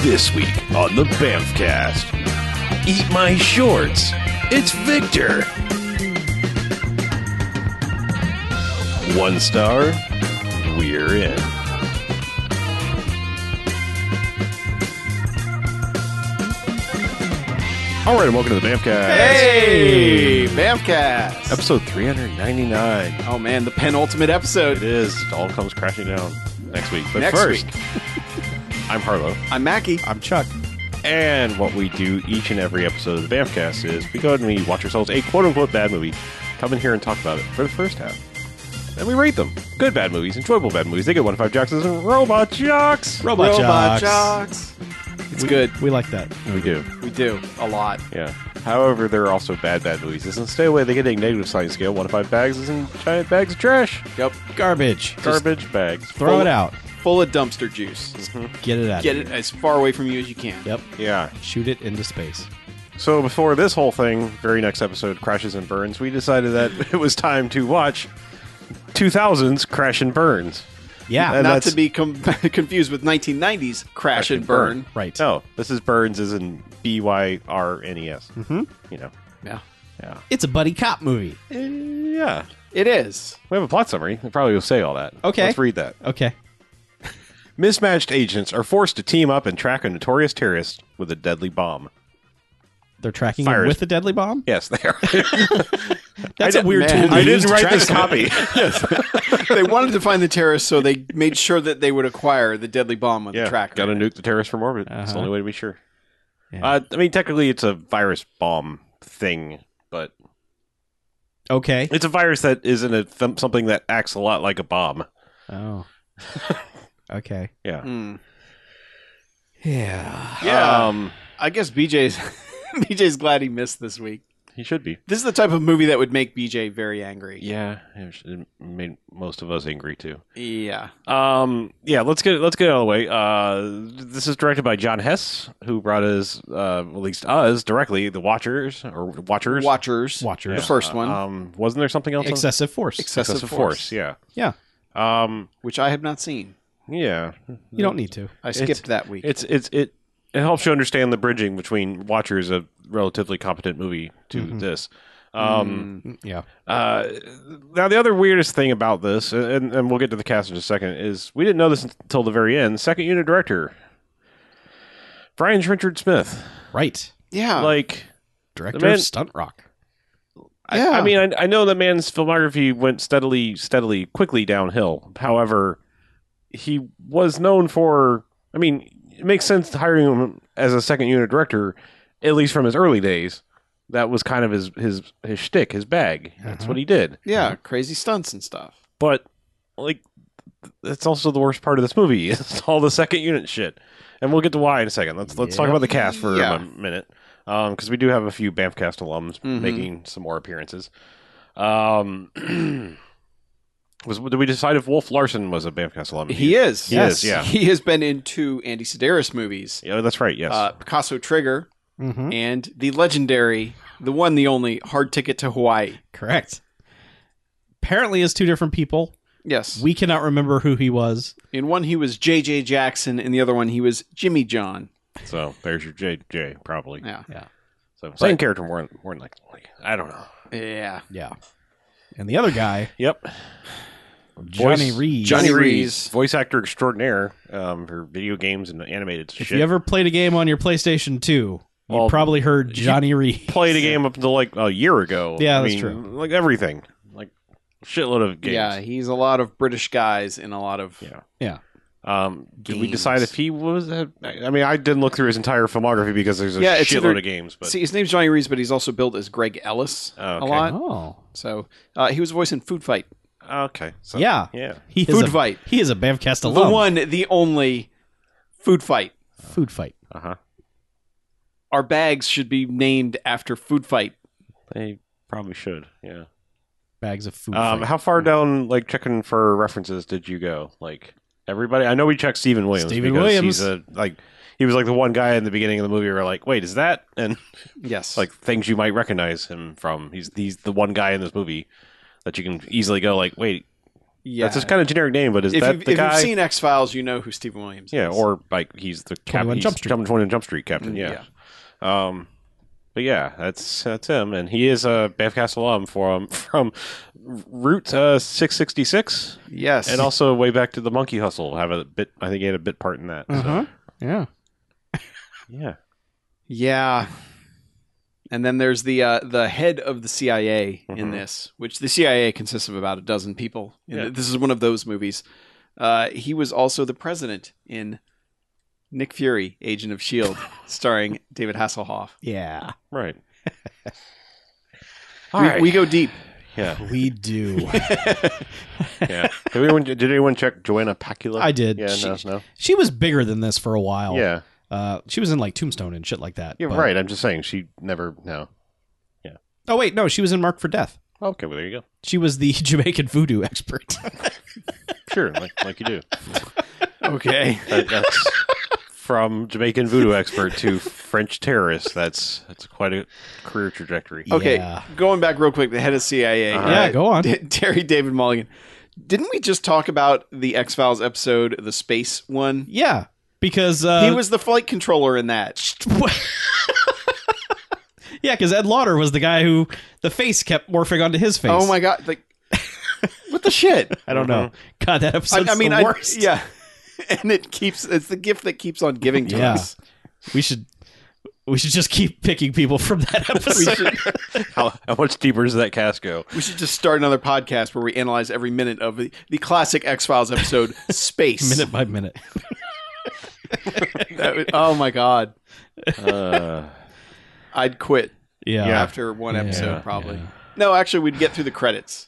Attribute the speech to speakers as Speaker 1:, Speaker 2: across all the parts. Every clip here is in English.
Speaker 1: This week on the Bamfcast, eat my shorts. It's Victor. One star, we're in. All right, and welcome to the Bamfcast.
Speaker 2: Hey, Bamcast.
Speaker 1: Episode 399.
Speaker 2: Oh man, the penultimate
Speaker 1: It
Speaker 2: episode.
Speaker 1: is. It all comes crashing down next week. But
Speaker 2: Next
Speaker 1: first,
Speaker 2: week.
Speaker 1: I'm Harlow.
Speaker 2: I'm Mackie.
Speaker 3: I'm Chuck.
Speaker 1: And what we do each and every episode of the Bamfcast is we go and we watch ourselves a quote unquote bad movie, come in here and talk about it for the first half. Then we rate them. Good bad movies, enjoyable bad movies. They get one to five jocks and robot jocks.
Speaker 3: Robot
Speaker 2: Robot Jocks.
Speaker 3: Jocks.
Speaker 2: It's
Speaker 3: we,
Speaker 2: good.
Speaker 3: We like that.
Speaker 1: We do.
Speaker 2: We do a lot.
Speaker 1: Yeah. However, there are also bad bad movies. This is stay away, they get a negative sliding scale. One to five bags is in giant bags of trash.
Speaker 2: Yep.
Speaker 3: Garbage.
Speaker 1: Garbage bags.
Speaker 3: Throw
Speaker 2: full-
Speaker 3: it out.
Speaker 2: Full of dumpster juice.
Speaker 3: Get it out.
Speaker 2: Get
Speaker 3: of
Speaker 2: it
Speaker 3: here.
Speaker 2: as far away from you as you can.
Speaker 3: Mm-hmm. Yep.
Speaker 1: Yeah.
Speaker 3: Shoot it into space.
Speaker 1: So before this whole thing, very next episode, Crashes and Burns, we decided that it was time to watch 2000's Crash and Burns.
Speaker 3: Yeah.
Speaker 1: And
Speaker 2: Not
Speaker 1: that's-
Speaker 2: to be com- confused with 1990s Crash, and Burn.
Speaker 3: right.
Speaker 1: No, this is Burns is in B Y R N E S. Mm-hmm. You know.
Speaker 2: Yeah.
Speaker 1: Yeah.
Speaker 3: It's a buddy cop movie.
Speaker 1: Eh, Yeah.
Speaker 2: It is.
Speaker 1: We have a plot summary. It probably will say all that.
Speaker 3: Okay.
Speaker 1: Let's read that.
Speaker 3: Okay.
Speaker 1: Mismatched agents are forced to team up and track a notorious terrorist with a deadly bomb.
Speaker 3: They're tracking him
Speaker 1: Fires.
Speaker 3: with a deadly bomb.
Speaker 1: Yes, they are.
Speaker 3: That's
Speaker 1: I
Speaker 3: a weird
Speaker 2: man,
Speaker 3: tool. to
Speaker 1: I didn't
Speaker 3: use to
Speaker 1: write
Speaker 3: track
Speaker 1: this
Speaker 3: someone.
Speaker 1: copy.
Speaker 2: they wanted to find the terrorists, so they made sure that they would acquire the deadly bomb with
Speaker 1: Yeah,
Speaker 2: the tracker.
Speaker 1: gotta nuke the terrorist from orbit. That's the
Speaker 3: Uh-huh.
Speaker 1: only way to be sure.
Speaker 3: Yeah.
Speaker 1: Uh, I mean, technically, it's a virus bomb thing, but
Speaker 3: Okay.
Speaker 1: it's a virus that isn't a th- something that acts a lot like a bomb.
Speaker 3: Oh. okay.
Speaker 1: Yeah,
Speaker 2: Hmm.
Speaker 3: Yeah.
Speaker 2: Yeah.
Speaker 1: Um,
Speaker 2: I guess BJ's BJ's glad he missed this week.
Speaker 1: he should be.
Speaker 2: This is the type of movie that would make BJ very angry.
Speaker 1: Yeah, it sh- it made most of us angry too.
Speaker 2: Yeah.
Speaker 1: Um, yeah, let's get let's get it out of the way. Uh, this is directed by John Hess, who brought us, uh, at least us directly, the Watchers or Watchers.
Speaker 2: Watchers.
Speaker 3: Watchers.
Speaker 2: The first one.
Speaker 1: Um, wasn't there something else? on-
Speaker 3: Excessive force.
Speaker 2: excessive, force.
Speaker 1: Yeah.
Speaker 3: yeah.
Speaker 1: Um.
Speaker 2: Which I have not seen.
Speaker 1: Yeah.
Speaker 3: You don't need to.
Speaker 2: I skipped that week.
Speaker 1: It's it's it it helps you understand the bridging between Watchers, a relatively competent movie, to this. Um,
Speaker 3: Yeah.
Speaker 1: uh, now the other weirdest thing about this, and, and we'll get to the cast in a second, is we didn't know this until the very end. Second unit director, Brian Richard Smith.
Speaker 3: Right.
Speaker 2: yeah.
Speaker 1: Like,
Speaker 3: Director
Speaker 1: The man-
Speaker 3: of stunt rock.
Speaker 2: yeah.
Speaker 1: I mean, I, I know the man's filmography went steadily, steadily, quickly downhill. However, he was known for. I mean, it makes sense hiring him as a second unit director, at least from his early days. That was kind of his his his shtick, his bag. That's what he did.
Speaker 2: yeah, crazy stunts and stuff.
Speaker 1: But like, that's also the worst part of this movie. It's all the second unit shit, and we'll get to why in a second. Let's let's talk
Speaker 3: Yeah.
Speaker 1: about the cast for
Speaker 2: Yeah.
Speaker 1: a minute, because we do have a few Bamfcast alums
Speaker 2: Mhm.
Speaker 1: making some more appearances. Um, was did we decide if Wolf Larson was a Bamfcast alum?
Speaker 2: He is.
Speaker 1: He
Speaker 3: Yes.
Speaker 1: is. Yeah.
Speaker 2: He has been in two Andy Sedaris movies.
Speaker 1: Yeah, that's right. Yes. Hmm?
Speaker 2: Uh, Picasso Trigger
Speaker 3: Mm-hmm.
Speaker 2: and the legendary, the one, the only, Hard Ticket to Hawaii.
Speaker 3: Correct. Apparently, it's two different people.
Speaker 2: Yes.
Speaker 3: We cannot remember who he was.
Speaker 2: in one, he was J.J. Jackson, and the other one, he was Jimmy John.
Speaker 1: so there's your JJ probably.
Speaker 2: Yeah.
Speaker 1: So same character more than- more than likely. I don't know.
Speaker 2: Yeah.
Speaker 3: Yeah. And the other guy,
Speaker 1: Yep.
Speaker 3: Johnny
Speaker 1: Voice-
Speaker 3: Reed.
Speaker 2: Johnny Reed. Rees.
Speaker 1: voice actor extraordinaire um, for video games and animated
Speaker 3: If
Speaker 1: shit.
Speaker 3: you ever played a game on your PlayStation 2, you
Speaker 1: Well,
Speaker 3: probably heard Johnny Reed.
Speaker 1: played a game up until like a year ago.
Speaker 3: Yeah,
Speaker 1: I
Speaker 3: that's
Speaker 1: mean,
Speaker 3: true.
Speaker 1: Like everything, like shitload of games.
Speaker 2: Yeah. He's a lot of British guys in a lot of.
Speaker 1: Yeah.
Speaker 3: Yeah.
Speaker 1: Um, did we
Speaker 2: Games.
Speaker 1: decide if he was? A, I mean, I didn't look through his entire filmography because there's a
Speaker 2: Yeah, it's
Speaker 1: shitload
Speaker 2: either-
Speaker 1: of games. But
Speaker 2: See, his name's Johnny Reeves, but he's also billed as Greg Ellis
Speaker 1: Oh,
Speaker 2: a
Speaker 1: okay.
Speaker 2: lot.
Speaker 3: Oh.
Speaker 2: So uh, he was a voice in Food Fight.
Speaker 1: okay, so,
Speaker 3: Yeah.
Speaker 1: yeah.
Speaker 3: He is
Speaker 2: Food
Speaker 3: a,
Speaker 2: Fight.
Speaker 3: He is a Bamcast
Speaker 2: The
Speaker 3: alum.
Speaker 2: one, the only Food Fight.
Speaker 3: Food fight.
Speaker 1: Uh
Speaker 2: Uh-huh.
Speaker 1: huh.
Speaker 2: Our bags should be named after Food Fight.
Speaker 1: They probably should. Yeah.
Speaker 3: Bags of food.
Speaker 1: Um,
Speaker 3: fight.
Speaker 1: how far down like checking for references did you go? Like everybody, I know we checked Stephen Williams.
Speaker 3: Stephen
Speaker 1: because
Speaker 3: Williams.
Speaker 1: He's a like he was like the one guy in the beginning of the movie. Where we're like, wait, is that and
Speaker 2: Yes.
Speaker 1: like things you might recognize him from. He's he's the one guy in this movie that you can easily go like, wait,
Speaker 2: Yeah.
Speaker 1: That's his kind of generic name, but is
Speaker 2: if
Speaker 1: that
Speaker 2: you've,
Speaker 1: the
Speaker 2: if
Speaker 1: guy?
Speaker 2: you've seen X Files, you know who Stephen Williams
Speaker 1: yeah,
Speaker 2: is.
Speaker 1: or like he's the captain.
Speaker 3: 21
Speaker 1: He's
Speaker 3: Jump Street.
Speaker 1: Jump- 21 Jump Street captain.
Speaker 2: Mm,
Speaker 1: Yeah. Um, but yeah, that's that's him, and he is a Bafcast alum from from Route uh, 666,
Speaker 2: yes,
Speaker 1: and also way back to the Monkey Hustle. Have a bit. I think he had a bit part in that. so,
Speaker 3: Uh-huh. Yeah.
Speaker 1: yeah.
Speaker 2: yeah. And then there's the uh, the head of the CIA in
Speaker 1: Mhm.
Speaker 2: this, which the CIA consists of about a dozen people. And
Speaker 1: Yeah.
Speaker 2: This is one of those movies. Uh, he was also the president in Nick Fury, Agent of Shield, E starring David Hasselhoff.
Speaker 3: Yeah.
Speaker 1: Right.
Speaker 2: We, we go deep.
Speaker 1: yeah.
Speaker 3: We do.
Speaker 1: Yeah. Did anyone, did anyone check Joanna Pacula?
Speaker 3: I did.
Speaker 1: Yeah.
Speaker 3: She-
Speaker 1: no. No.
Speaker 3: she was bigger than this for a while.
Speaker 1: Yeah.
Speaker 3: Uh, she was in like Tombstone and shit like that.
Speaker 1: You're
Speaker 3: but-
Speaker 1: right. I'm just saying she never. No.
Speaker 3: Oh wait, no, she was in Mark for Death.
Speaker 1: Okay. Well, there you go.
Speaker 3: She was the Jamaican voodoo expert.
Speaker 1: Sure. Like like you do.
Speaker 2: Okay.
Speaker 1: That, that's from Jamaican voodoo expert to French terrorist. That's that's quite a career trajectory.
Speaker 2: Okay,
Speaker 3: Yeah.
Speaker 2: going back real quick, the head of CIA.
Speaker 1: Uh-huh.
Speaker 3: yeah, go on.
Speaker 2: D- Terry David Mulligan. Didn't we just talk about the X Files episode, the space one?
Speaker 3: Yeah, because uh,
Speaker 2: he was the flight controller in that.
Speaker 3: yeah, because Ed Lauder was the guy who the face kept morphing onto his face.
Speaker 2: Oh my god! Like, what the shit?
Speaker 3: I don't know. Mm-hmm. God, that
Speaker 2: I,
Speaker 3: episode's
Speaker 2: I mean,
Speaker 3: the
Speaker 2: I,
Speaker 3: worst.
Speaker 2: yeah. And it keeps. It's the gift that keeps on giving to
Speaker 3: Yeah.
Speaker 2: us.
Speaker 3: we should we should just keep picking people from that
Speaker 2: We
Speaker 3: episode.
Speaker 2: should,
Speaker 1: How, how much deeper does that cast go?
Speaker 2: we should just start another podcast where we analyze every minute of the, the classic X Files episode, Space.
Speaker 3: minute by minute.
Speaker 2: That would- oh my god!
Speaker 1: Uh,
Speaker 2: I'd quit
Speaker 3: Yeah,
Speaker 1: Yeah.
Speaker 2: after one
Speaker 3: Yeah.
Speaker 2: episode,
Speaker 1: Yeah.
Speaker 2: probably. No, actually, we'd get through the credits.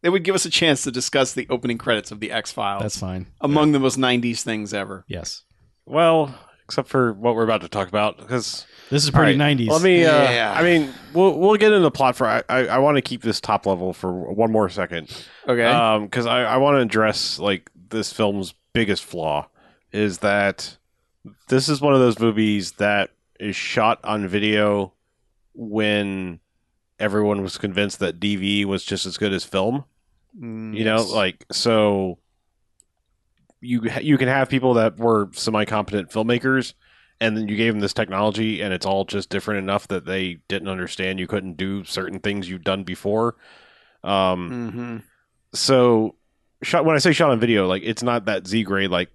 Speaker 2: It would give us a chance to discuss the opening credits of the X Files.
Speaker 3: that's fine.
Speaker 2: among the most 90s things ever.
Speaker 3: Yes,
Speaker 1: well, except for what we're about to talk about, because
Speaker 3: this is pretty
Speaker 1: All right.
Speaker 3: nineties.
Speaker 1: Let me. Uh,
Speaker 2: Yeah.
Speaker 1: I mean, we'll we'll get into the plot for. I I, I want to keep this top level for one more second,
Speaker 2: Okay.
Speaker 1: Um 'cause because I I want to address like this film's biggest flaw is that this is one of those movies that is shot on video when everyone was convinced that DV was just as good as film
Speaker 2: Mm,
Speaker 1: you know like so you you can have people that were semi-competent filmmakers and then you gave them this technology and it's all just different enough that they didn't understand you couldn't do certain things you've done before um
Speaker 2: hmm
Speaker 1: so shot when i say shot on video like it's not that z grade like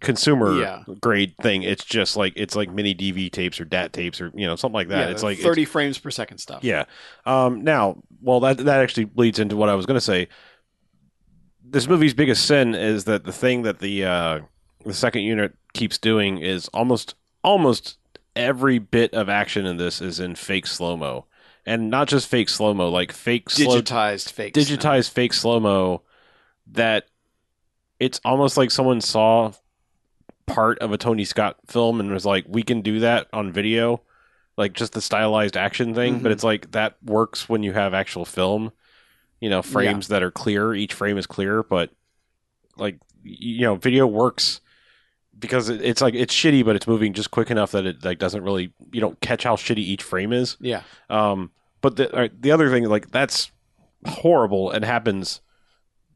Speaker 1: consumer
Speaker 2: Yeah.
Speaker 1: grade thing it's just like it's like mini dv tapes or dat tapes or you know something like that
Speaker 2: yeah,
Speaker 1: it's
Speaker 2: the
Speaker 1: like it's-
Speaker 2: 30 frames per second stuff.
Speaker 1: yeah. Um, now, well, that that actually leads into what I was going to say. This movie's biggest sin is that the thing that the uh, the second unit keeps doing is almost almost every bit of action in this is in fake slow mo, and not just fake slow mo, like fake slow
Speaker 2: Digitized fake.
Speaker 1: digitized fake slow mo that it's almost like someone saw part of a Tony Scott film and was like, we can do that on video, like just the stylized action thing.
Speaker 2: Mhm.
Speaker 1: But it's like that works when you have actual film, you know, frames that are clear. Each frame is clear, but like, y- you know, video works because it, it's like it's shitty, but it's moving just quick enough that it like doesn't really you don't catch how shitty each frame is.
Speaker 2: Yeah.
Speaker 1: Um, but the uh, the other thing, like that's horrible and happens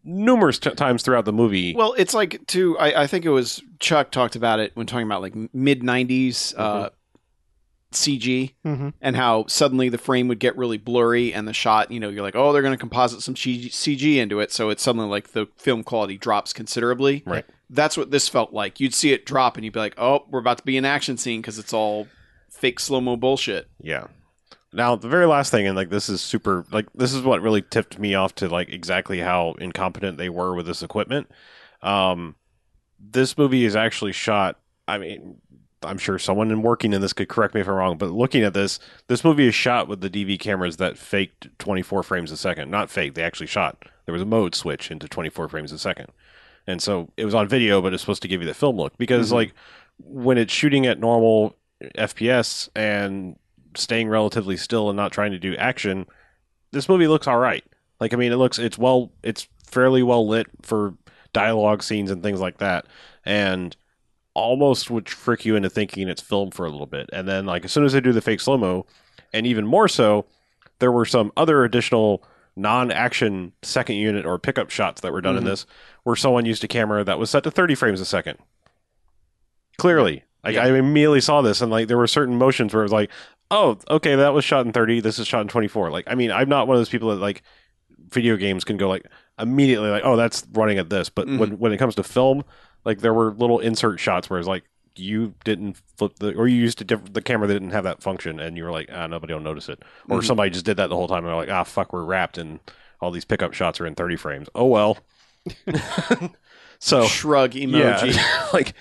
Speaker 1: numerous t- times throughout the movie.
Speaker 2: Well, it's like too. I, I think it was Chuck talked about it when talking about like mid 90s uh,
Speaker 1: Mm-hmm.
Speaker 2: CG
Speaker 3: hmm
Speaker 2: and how suddenly the frame would get really blurry and the shot, you know, you're like, oh, they're going to composite some CG, CG into it. So it's suddenly like the film quality drops considerably.
Speaker 1: Right.
Speaker 2: That's what this felt like. You'd see it drop and you'd be like, oh, we're about to be in action scene because it's all fake slow mo bullshit.
Speaker 1: yeah. Now the very last thing, and like this is super, like this is what really tipped me off to like exactly how incompetent they were with this equipment. Um, this movie is actually shot. I mean, I'm sure someone in working in this could correct me if I'm wrong, but looking at this, this movie is shot with the DV cameras that faked 24 frames a second. Not fake, they actually shot. There was a mode switch into 24 frames a second. And so it was on video, but it's supposed to give you the film look because,
Speaker 2: Mhm.
Speaker 1: like, when it's shooting at normal FPS and staying relatively still and not trying to do action, this movie looks all right. Like, I mean, it looks, it's well, it's fairly well lit for dialogue scenes and things like that. And almost would trick you into thinking it's film for a little bit. And then like as soon as they do the fake slow mo, and even more so, there were some other additional non-action second unit or pickup shots that were done in
Speaker 2: Mhm.
Speaker 1: this were someone used a camera that was set to 30 frames a second. Clearly, like
Speaker 2: Yeah.
Speaker 1: I immediately saw this, and like there were certain motions where it was like, "Oh, okay, that was shot in 30. This is shot in 24." Like, I mean, I'm not one of those people that like video games can go like immediately like, "Oh, that's running at this." But
Speaker 2: Mm-hmm.
Speaker 1: when when it comes to film, like there were little insert shots where it's like you didn't flip the or you used a different the camera that didn't have that function and you were like ah nobody will notice it or
Speaker 2: Mhm.
Speaker 1: somebody just did that the whole time and they're like ah fuck we're wrapped and all these pickup shots are in 30 frames oh well so
Speaker 2: Shrug emoji.
Speaker 1: yeah like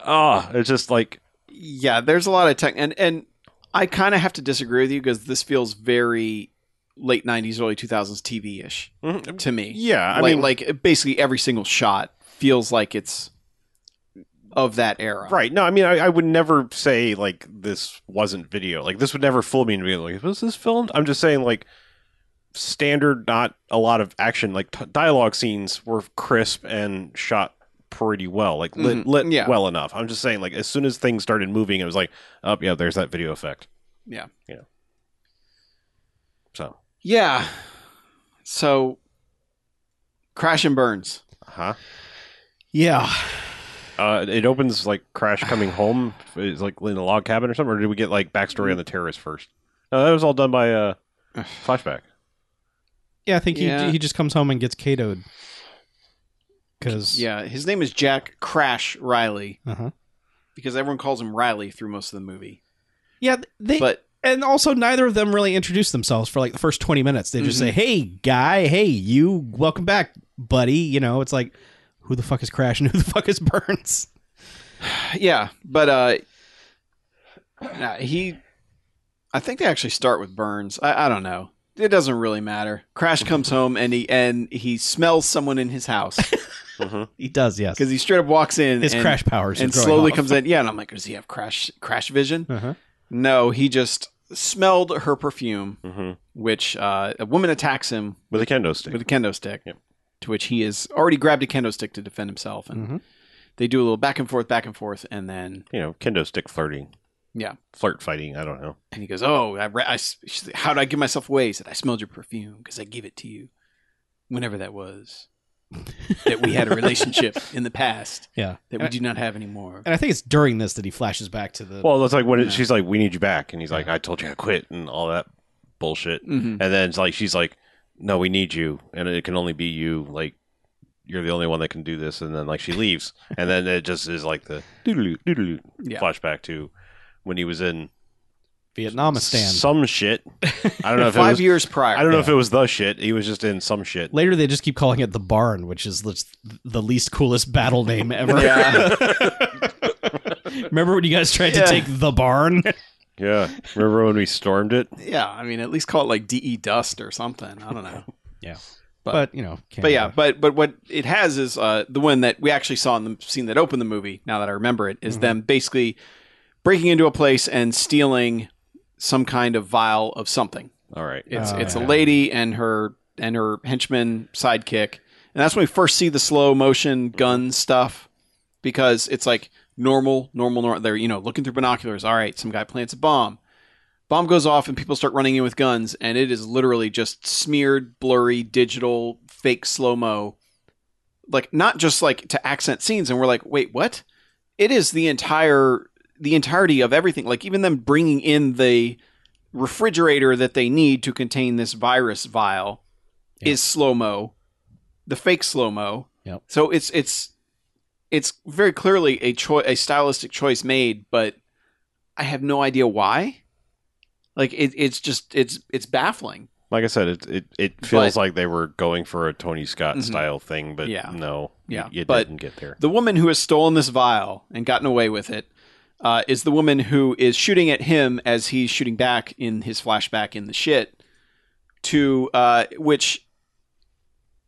Speaker 1: ah it's just like
Speaker 2: yeah there's a lot of tech and and i kind of have to disagree with you because this feels very late 90s early 2000s tv-ish
Speaker 1: mhm,
Speaker 2: to me
Speaker 1: yeah i
Speaker 2: like,
Speaker 1: mean like
Speaker 2: like basically every single shot feels like it's of that era
Speaker 1: right no i mean I, I would never say like this wasn't video like this would never fool me and be like was this filmed i'm just saying like standard not a lot of action like t- dialogue scenes were crisp and shot pretty well like lit,
Speaker 2: Mhm.
Speaker 1: lit
Speaker 2: Yeah.
Speaker 1: well enough i'm just saying like as soon as things started moving it was like oh yeah there's that video effect
Speaker 2: Yeah.
Speaker 1: yeah so
Speaker 2: yeah so crash and burns
Speaker 1: huh
Speaker 3: Yeah.
Speaker 1: uh it opens like crash coming home is like in a log cabin or something or did we get like backstory
Speaker 2: Mm.
Speaker 1: on the terrorist first no that was all done by uh flashback
Speaker 3: Yeah, I think
Speaker 2: Yeah.
Speaker 3: He, he just comes home and gets KO'd. Because.
Speaker 2: yeah his name is jack crash riley
Speaker 3: Uh-huh.
Speaker 2: because everyone calls him riley through most of the movie
Speaker 3: Yeah, they
Speaker 2: but
Speaker 3: and also neither of them really introduce themselves for like the first 20 minutes. They just say,
Speaker 2: Mm-hmm.
Speaker 3: "Hey guy, hey you, welcome back, buddy." You know, it's like who the fuck is Crash and who the fuck is Burns?
Speaker 2: yeah but uh nah, he i think they actually start with burns I, I don't know it doesn't really matter crash
Speaker 3: Mm-hmm.
Speaker 2: comes home and he and he smells someone in his house
Speaker 1: Mhm.
Speaker 3: He does, yes.
Speaker 2: because he straight up walks in
Speaker 3: His
Speaker 2: and,
Speaker 3: crash powers
Speaker 2: and
Speaker 3: are growing
Speaker 2: slowly
Speaker 3: off.
Speaker 2: comes in yeah and i'm like does he have crash crash vision
Speaker 3: Uh-huh.
Speaker 2: no he just smelled her perfume
Speaker 1: Mm-hmm.
Speaker 2: which uh, a woman attacks him
Speaker 1: With a kendo stick.
Speaker 2: with a kendo stick
Speaker 1: Yep.
Speaker 2: to which he has already grabbed a kendo stick to defend himself and
Speaker 3: Mhm.
Speaker 2: they do a little back and forth back and forth and then
Speaker 1: you know, kendo stick flirting.
Speaker 2: Yeah.
Speaker 1: Flirt fighting. I don't know.
Speaker 2: And he goes, "Oh, I, re- I s- she's like, how did I give myself away?" He said, "I smelled your perfume because I gave it to you, whenever that was, that we had a relationship in the past
Speaker 3: Yeah.
Speaker 2: that we do not have anymore."
Speaker 3: And I think it's during this that he flashes back to the
Speaker 1: Well, that's like when
Speaker 2: Yeah.
Speaker 1: it, she's like, we need you back. And he's like, I told you I quit and all that bullshit.
Speaker 2: Mhm.
Speaker 1: And then it's like, she's like, no, we need you. And it can only be you. Like, you're the only one that can do this. And then, like, she leaves. and then it just is like the doodaloo, doodaloo
Speaker 2: Yeah.
Speaker 1: flashback to when he was in
Speaker 3: Vietnam stand.
Speaker 1: some shit. I don't know if it
Speaker 2: Five
Speaker 1: was.
Speaker 2: years prior,
Speaker 1: I don't know if
Speaker 3: yeah.
Speaker 1: it was the shit. He was just in some shit.
Speaker 3: Later they just keep calling it the barn, which is the- the least coolest battle name ever.
Speaker 2: Yeah.
Speaker 3: Remember when you guys tried
Speaker 2: Yeah.
Speaker 3: to take the barn?
Speaker 1: Yeah. Remember when we stormed it?
Speaker 2: yeah, I mean, at least call it like DE dust or something. I don't know,
Speaker 3: But, you know,
Speaker 2: but yeah,
Speaker 3: Canada.
Speaker 2: but but what it has is uh, the one that we actually saw in the scene that opened the movie. Now that I remember it, is
Speaker 1: Mm-hmm.
Speaker 3: Mhm.
Speaker 2: them basically breaking into a place and stealing some kind of vial of something.
Speaker 1: All right.
Speaker 2: It's
Speaker 3: Oh,
Speaker 2: it's a
Speaker 3: yeah.
Speaker 2: lady and her and her henchman sidekick, and that's when we first see the slow motion gun stuff because it's like normal, normal, normal. They're you know looking through binoculars. All right, some guy plants a bomb. Bomb goes off and people start running in with guns, and it is literally just smeared, blurry, digital, fake slow mo, like not just like to accent scenes. And we're like, wait, what? It is the entire the entirety of everything. Like even them bringing in the refrigerator that they need to contain this virus vial
Speaker 3: Yeah.
Speaker 2: is slow mo, the fake slow mo.
Speaker 3: Yep.
Speaker 2: So it's it's it's very clearly a choice, a stylistic choice made, but I have no idea why. Like it, it's just it's it's baffling.
Speaker 1: like I said, it it, it feels like they were going for a Tony Scott
Speaker 2: Mhm.
Speaker 3: Mm-hmm.
Speaker 1: style thing, but
Speaker 2: Yeah.
Speaker 1: no, you-
Speaker 2: Yeah,
Speaker 1: you,
Speaker 2: but-
Speaker 1: didn't get there.
Speaker 2: The woman who has stolen this vial and gotten away with it uh, is the woman who is shooting at him as he's shooting back in his flashback in the shit. To uh, which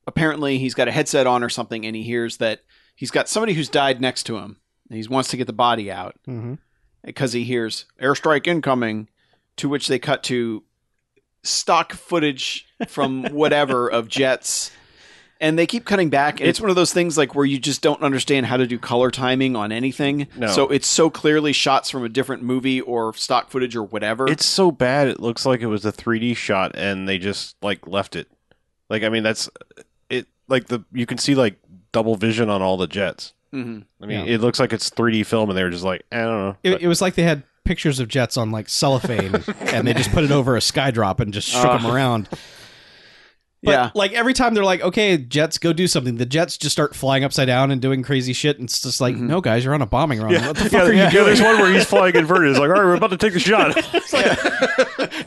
Speaker 2: apparently he's got a headset on or something, and he hears that he's got somebody who's died next to him, and he wants to get the body out.
Speaker 3: Mhm.
Speaker 2: because he hears airstrike incoming, to which they cut to stock footage from whatever of jets. And they keep cutting back, and it's one of those things like where you just don't understand how to do color timing on anything.
Speaker 1: No.
Speaker 2: So it's so clearly shots from a different movie or stock footage or whatever.
Speaker 1: It's so bad. It looks like it was a 3D shot, and they just like left it. Like I mean, that's it. Like the you can see like double vision on all the jets.
Speaker 2: Mm-hmm.
Speaker 1: I mean,
Speaker 3: Yeah.
Speaker 1: it looks like it's 3D film, and they were just like, "Eh, I don't know.
Speaker 3: It, it was like they had pictures of jets on like cellophane, and they just put it over a skydrop and just shook
Speaker 2: Uh.
Speaker 3: them around. But
Speaker 2: Yeah.
Speaker 3: like every time they're like, "Okay, jets, go do something," the jets just start flying upside down and doing crazy shit, and it's just like, "No, guys, you're on a bombing run. What the fuck are you
Speaker 1: yeah,
Speaker 3: doing?"
Speaker 1: there's one where he's flying inverted. It's like, all right, we're about to take the shot.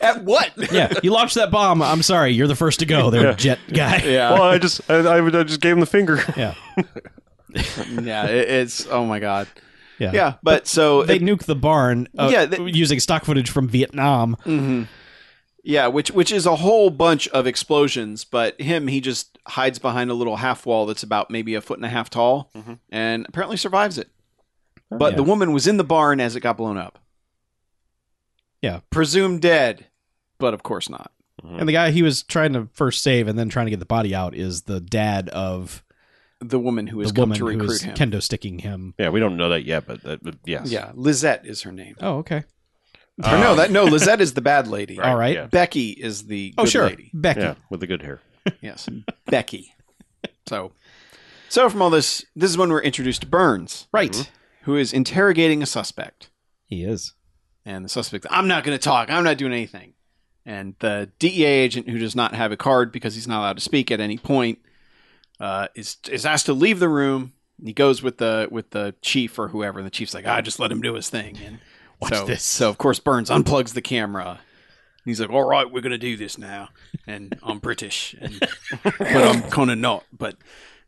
Speaker 2: At what?
Speaker 3: yeah, you launched that bomb. I'm sorry, you're the first to go. There,
Speaker 1: Yeah.
Speaker 3: jet guy.
Speaker 2: Yeah.
Speaker 1: well, I just, I, I, I just gave him the finger.
Speaker 3: yeah,
Speaker 2: yeah. It, it's oh my god.
Speaker 3: yeah.
Speaker 2: Yeah, but so
Speaker 3: They
Speaker 2: it-
Speaker 3: nuked the barn. Uh,
Speaker 2: Yeah, they-
Speaker 3: using stock footage from Vietnam.
Speaker 2: mhm. yeah, which which is a whole bunch of explosions, but him he just hides behind a little half wall that's about maybe a foot and a half tall,
Speaker 1: Mhm.
Speaker 2: and apparently survives it. But
Speaker 3: yeah.
Speaker 2: the woman was in the barn as it got blown up.
Speaker 3: Yeah.
Speaker 2: presumed dead, but of course not.
Speaker 3: And the guy he was trying to first save and then trying to get the body out is the dad of
Speaker 2: The woman who has
Speaker 3: the
Speaker 2: come
Speaker 3: woman
Speaker 2: to
Speaker 3: who
Speaker 2: recruit
Speaker 3: is
Speaker 2: him.
Speaker 3: kendo sticking him.
Speaker 1: Yeah, we don't know that yet, but, that, but yes.
Speaker 2: Yeah, Lizette is her name.
Speaker 3: Oh, okay.
Speaker 2: or no,
Speaker 1: Um,
Speaker 2: that no, Lizette is the bad lady.
Speaker 3: All right.
Speaker 1: Yeah.
Speaker 2: Becky is the
Speaker 3: Oh,
Speaker 2: good
Speaker 3: sure.
Speaker 2: lady.
Speaker 3: Becky.
Speaker 1: yeah, with the good hair.
Speaker 2: Yes, Becky. So, so from all this, this is when we're introduced to Burns, Mm-hmm.
Speaker 3: Right.
Speaker 2: who is interrogating a suspect,
Speaker 3: He is.
Speaker 2: and the suspect, I'm not going to talk, I'm not doing anything, and the DEA agent who does not have a card because he's not allowed to speak at any point, uh, is is asked to leave the room. And He goes with the with the chief or whoever, and the chief's like, "I just let him do his thing." And
Speaker 3: Watch
Speaker 2: so,
Speaker 3: this.
Speaker 2: So of course Burns unplugs the camera. And He's like, "All right, we're gonna do this now," and I'm British, and, but I'm kind of not. But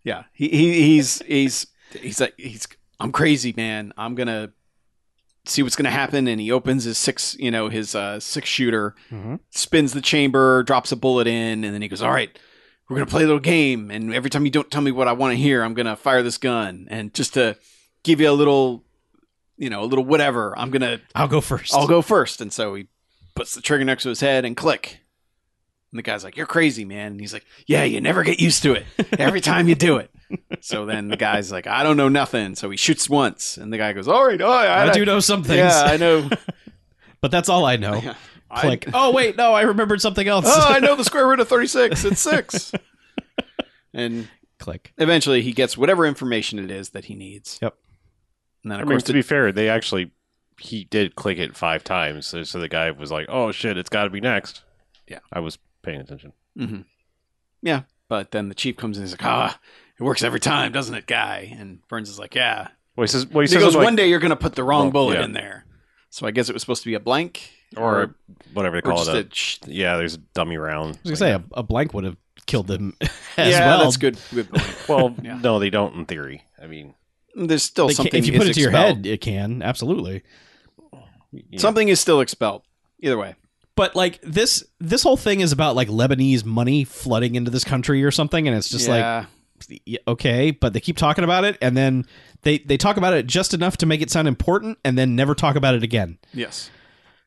Speaker 2: yeah, he, he he's he's he's like he's I'm crazy, man. I'm gonna see what's gonna happen. And he opens his six, you know, his uh, six shooter,
Speaker 3: Mhm.
Speaker 2: spins the chamber, drops a bullet in, and then he goes, "All right, we're gonna play a little game. And every time you don't tell me what I want to hear, I'm gonna fire this gun. And just to give you a little, you know, a little whatever, I'm gonna
Speaker 3: I'll go 1st
Speaker 2: I'll go first. And so he puts the trigger next to his head and click. And the guy's like, You're crazy, man. And he's like, Yeah, you never get used to it every time you do it. So then the guy's like, I don't know nothing. So he shoots once. And the guy goes, All right, all right.
Speaker 3: I do know some things,
Speaker 2: Yeah, I know.
Speaker 3: but that's all I know.
Speaker 2: Yeah.
Speaker 3: Click. oh wait, no, I remembered something else.
Speaker 2: oh, I know the square root of 36. It's six. and
Speaker 3: Click.
Speaker 2: eventually he gets whatever information it is that he needs.
Speaker 3: Yep.
Speaker 2: And then,
Speaker 1: I
Speaker 2: of
Speaker 1: mean,
Speaker 2: course,
Speaker 1: to
Speaker 2: the
Speaker 1: be fair, they actually, he did click it five times. So, so the guy was like, oh shit, it's got to be next.
Speaker 2: Yeah.
Speaker 1: I was paying attention.
Speaker 2: hmm Yeah, but then the chief comes in. He's like, "Ah, it works every time, doesn't it, guy?" And Burns is like, "Yeah."
Speaker 1: Well, he says, well, he
Speaker 2: He,
Speaker 1: says
Speaker 2: goes,
Speaker 1: like,
Speaker 2: "One day you're going to put the wrong
Speaker 1: Well,
Speaker 2: bullet
Speaker 1: yeah.
Speaker 2: in there." So I guess it was supposed to be a blank,
Speaker 1: or whatever they
Speaker 2: or
Speaker 1: call
Speaker 2: just
Speaker 1: it.
Speaker 2: a sh-
Speaker 1: A, yeah, there's a dummy round.
Speaker 3: I was gonna say a, a blank would have killed him as
Speaker 2: yeah,
Speaker 3: well.
Speaker 2: that's good. good point.
Speaker 1: Well,
Speaker 2: Yeah.
Speaker 1: no, they don't in theory. I mean,
Speaker 2: There's still
Speaker 3: They ca-
Speaker 2: something.
Speaker 3: if you put
Speaker 2: is
Speaker 3: it to your
Speaker 2: expelled.
Speaker 3: head, it can absolutely.
Speaker 1: yeah.
Speaker 2: something is still expelled. Either way,
Speaker 3: But like this, this whole thing is about like Lebanese money flooding into this country or something, and it's just like
Speaker 2: yeah,
Speaker 3: yeah, okay, but they keep talking about it, and then they they talk about it just enough to make it sound important, and then never talk about it again.
Speaker 2: yes,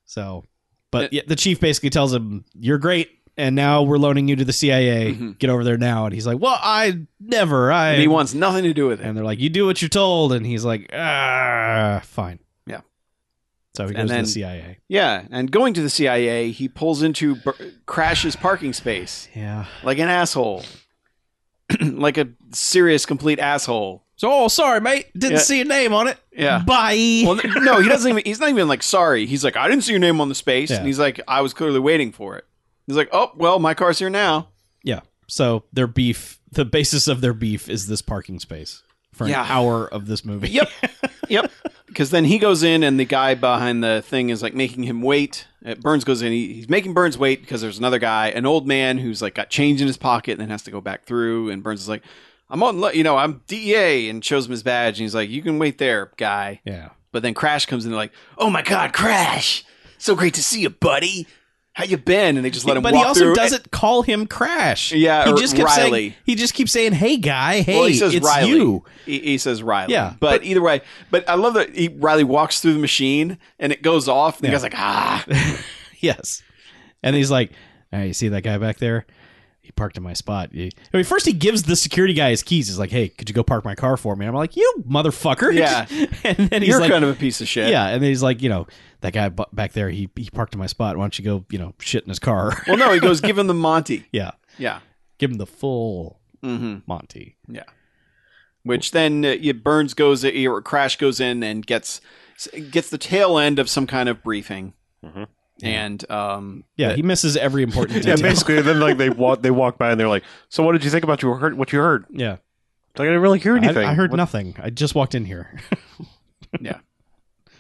Speaker 3: So, but yeah, the chief basically tells him, "You're great, and now we're loaning you to the CIA.
Speaker 2: Mhm.
Speaker 3: Get over there now." And he's like, "Well, I never. I."
Speaker 2: and he wants nothing to do with it.
Speaker 3: and they're like, "You do what you're told," and he's like, "Ah, fine."
Speaker 2: Yeah.
Speaker 3: So he
Speaker 2: And
Speaker 3: goes to
Speaker 2: then-
Speaker 3: the CIA.
Speaker 2: yeah, and going to the CIA, he pulls into Bur- Crash's parking space
Speaker 3: Yeah.
Speaker 2: like an asshole, like a serious complete asshole.
Speaker 3: So, oh, sorry, mate. Didn't
Speaker 2: Yeah.
Speaker 3: see your name on it.
Speaker 2: Yeah.
Speaker 3: Bye.
Speaker 2: Well, th- no, he doesn't even. He's not even like sorry. He's like, I didn't see your name on the space,
Speaker 3: Yeah.
Speaker 2: and he's like, I was clearly waiting for it. He's like, oh well, my car's here now.
Speaker 3: Yeah. So their beef, the basis of their beef is this parking space for an
Speaker 2: Yeah.
Speaker 3: hour of this movie.
Speaker 2: Yep, yep. Because then he goes in, and the guy behind the thing is like making him wait. Uh, Burns goes in. He, he's making Burns wait because there's another guy, an old man who's like got change in his pocket, and then has to go back through. And Burns is like, I'm on, lo- you know, I'm DEA, and shows him his badge, and he's like, you can wait there, guy.
Speaker 3: Yeah.
Speaker 2: But then Crash comes in like, "Oh my God, Crash! So great to see you, buddy. How you been?" And they just let him.
Speaker 3: but he
Speaker 2: walk
Speaker 3: also
Speaker 2: through.
Speaker 3: doesn't call him Crash.
Speaker 2: Yeah,
Speaker 3: he
Speaker 2: or
Speaker 3: just kept saying
Speaker 2: Riley.
Speaker 3: he just keeps saying, "Hey, guy, hey,
Speaker 2: Well, he says
Speaker 3: it's
Speaker 2: Riley.
Speaker 3: you."
Speaker 2: He, he says Riley.
Speaker 3: Yeah,
Speaker 2: but, either way, but I love that he, Riley walks through the machine and it goes off. And the guy's like, "Ah,
Speaker 3: Yes, and he's like, "All right, you see that guy back there? He parked in my spot." He- I mean, first he gives the security guy his keys. He's like, "Hey, could you go park my car for me?" I'm like, "You motherfucker!"
Speaker 2: Yeah.
Speaker 3: and then he's
Speaker 2: you're
Speaker 3: like,
Speaker 2: kind of a piece of shit."
Speaker 3: "Yeah," and then he's like, "You know, that guy bu- back there, he he parked in my spot. Why don't you go, you know, shit in his car?"
Speaker 2: Well, no, he goes, "Give him the Monty."
Speaker 3: yeah.
Speaker 2: Yeah.
Speaker 3: Give him the full
Speaker 2: hmm
Speaker 3: Monty.
Speaker 2: Which then uh, yeah, Burns goes or Crash goes in and gets gets the tail end of some kind of briefing,
Speaker 3: Mm-hmm.
Speaker 1: Mhm.
Speaker 2: and um,
Speaker 3: Yeah,
Speaker 2: the-
Speaker 3: he misses every important
Speaker 1: Yeah,
Speaker 3: detail. Yeah,
Speaker 1: basically. then like they walk, they walk by and they're like, "So what did you think about you heard what you heard?" It's Like I didn't really hear anything.
Speaker 3: I, I heard
Speaker 1: What-
Speaker 3: nothing. I just walked in here.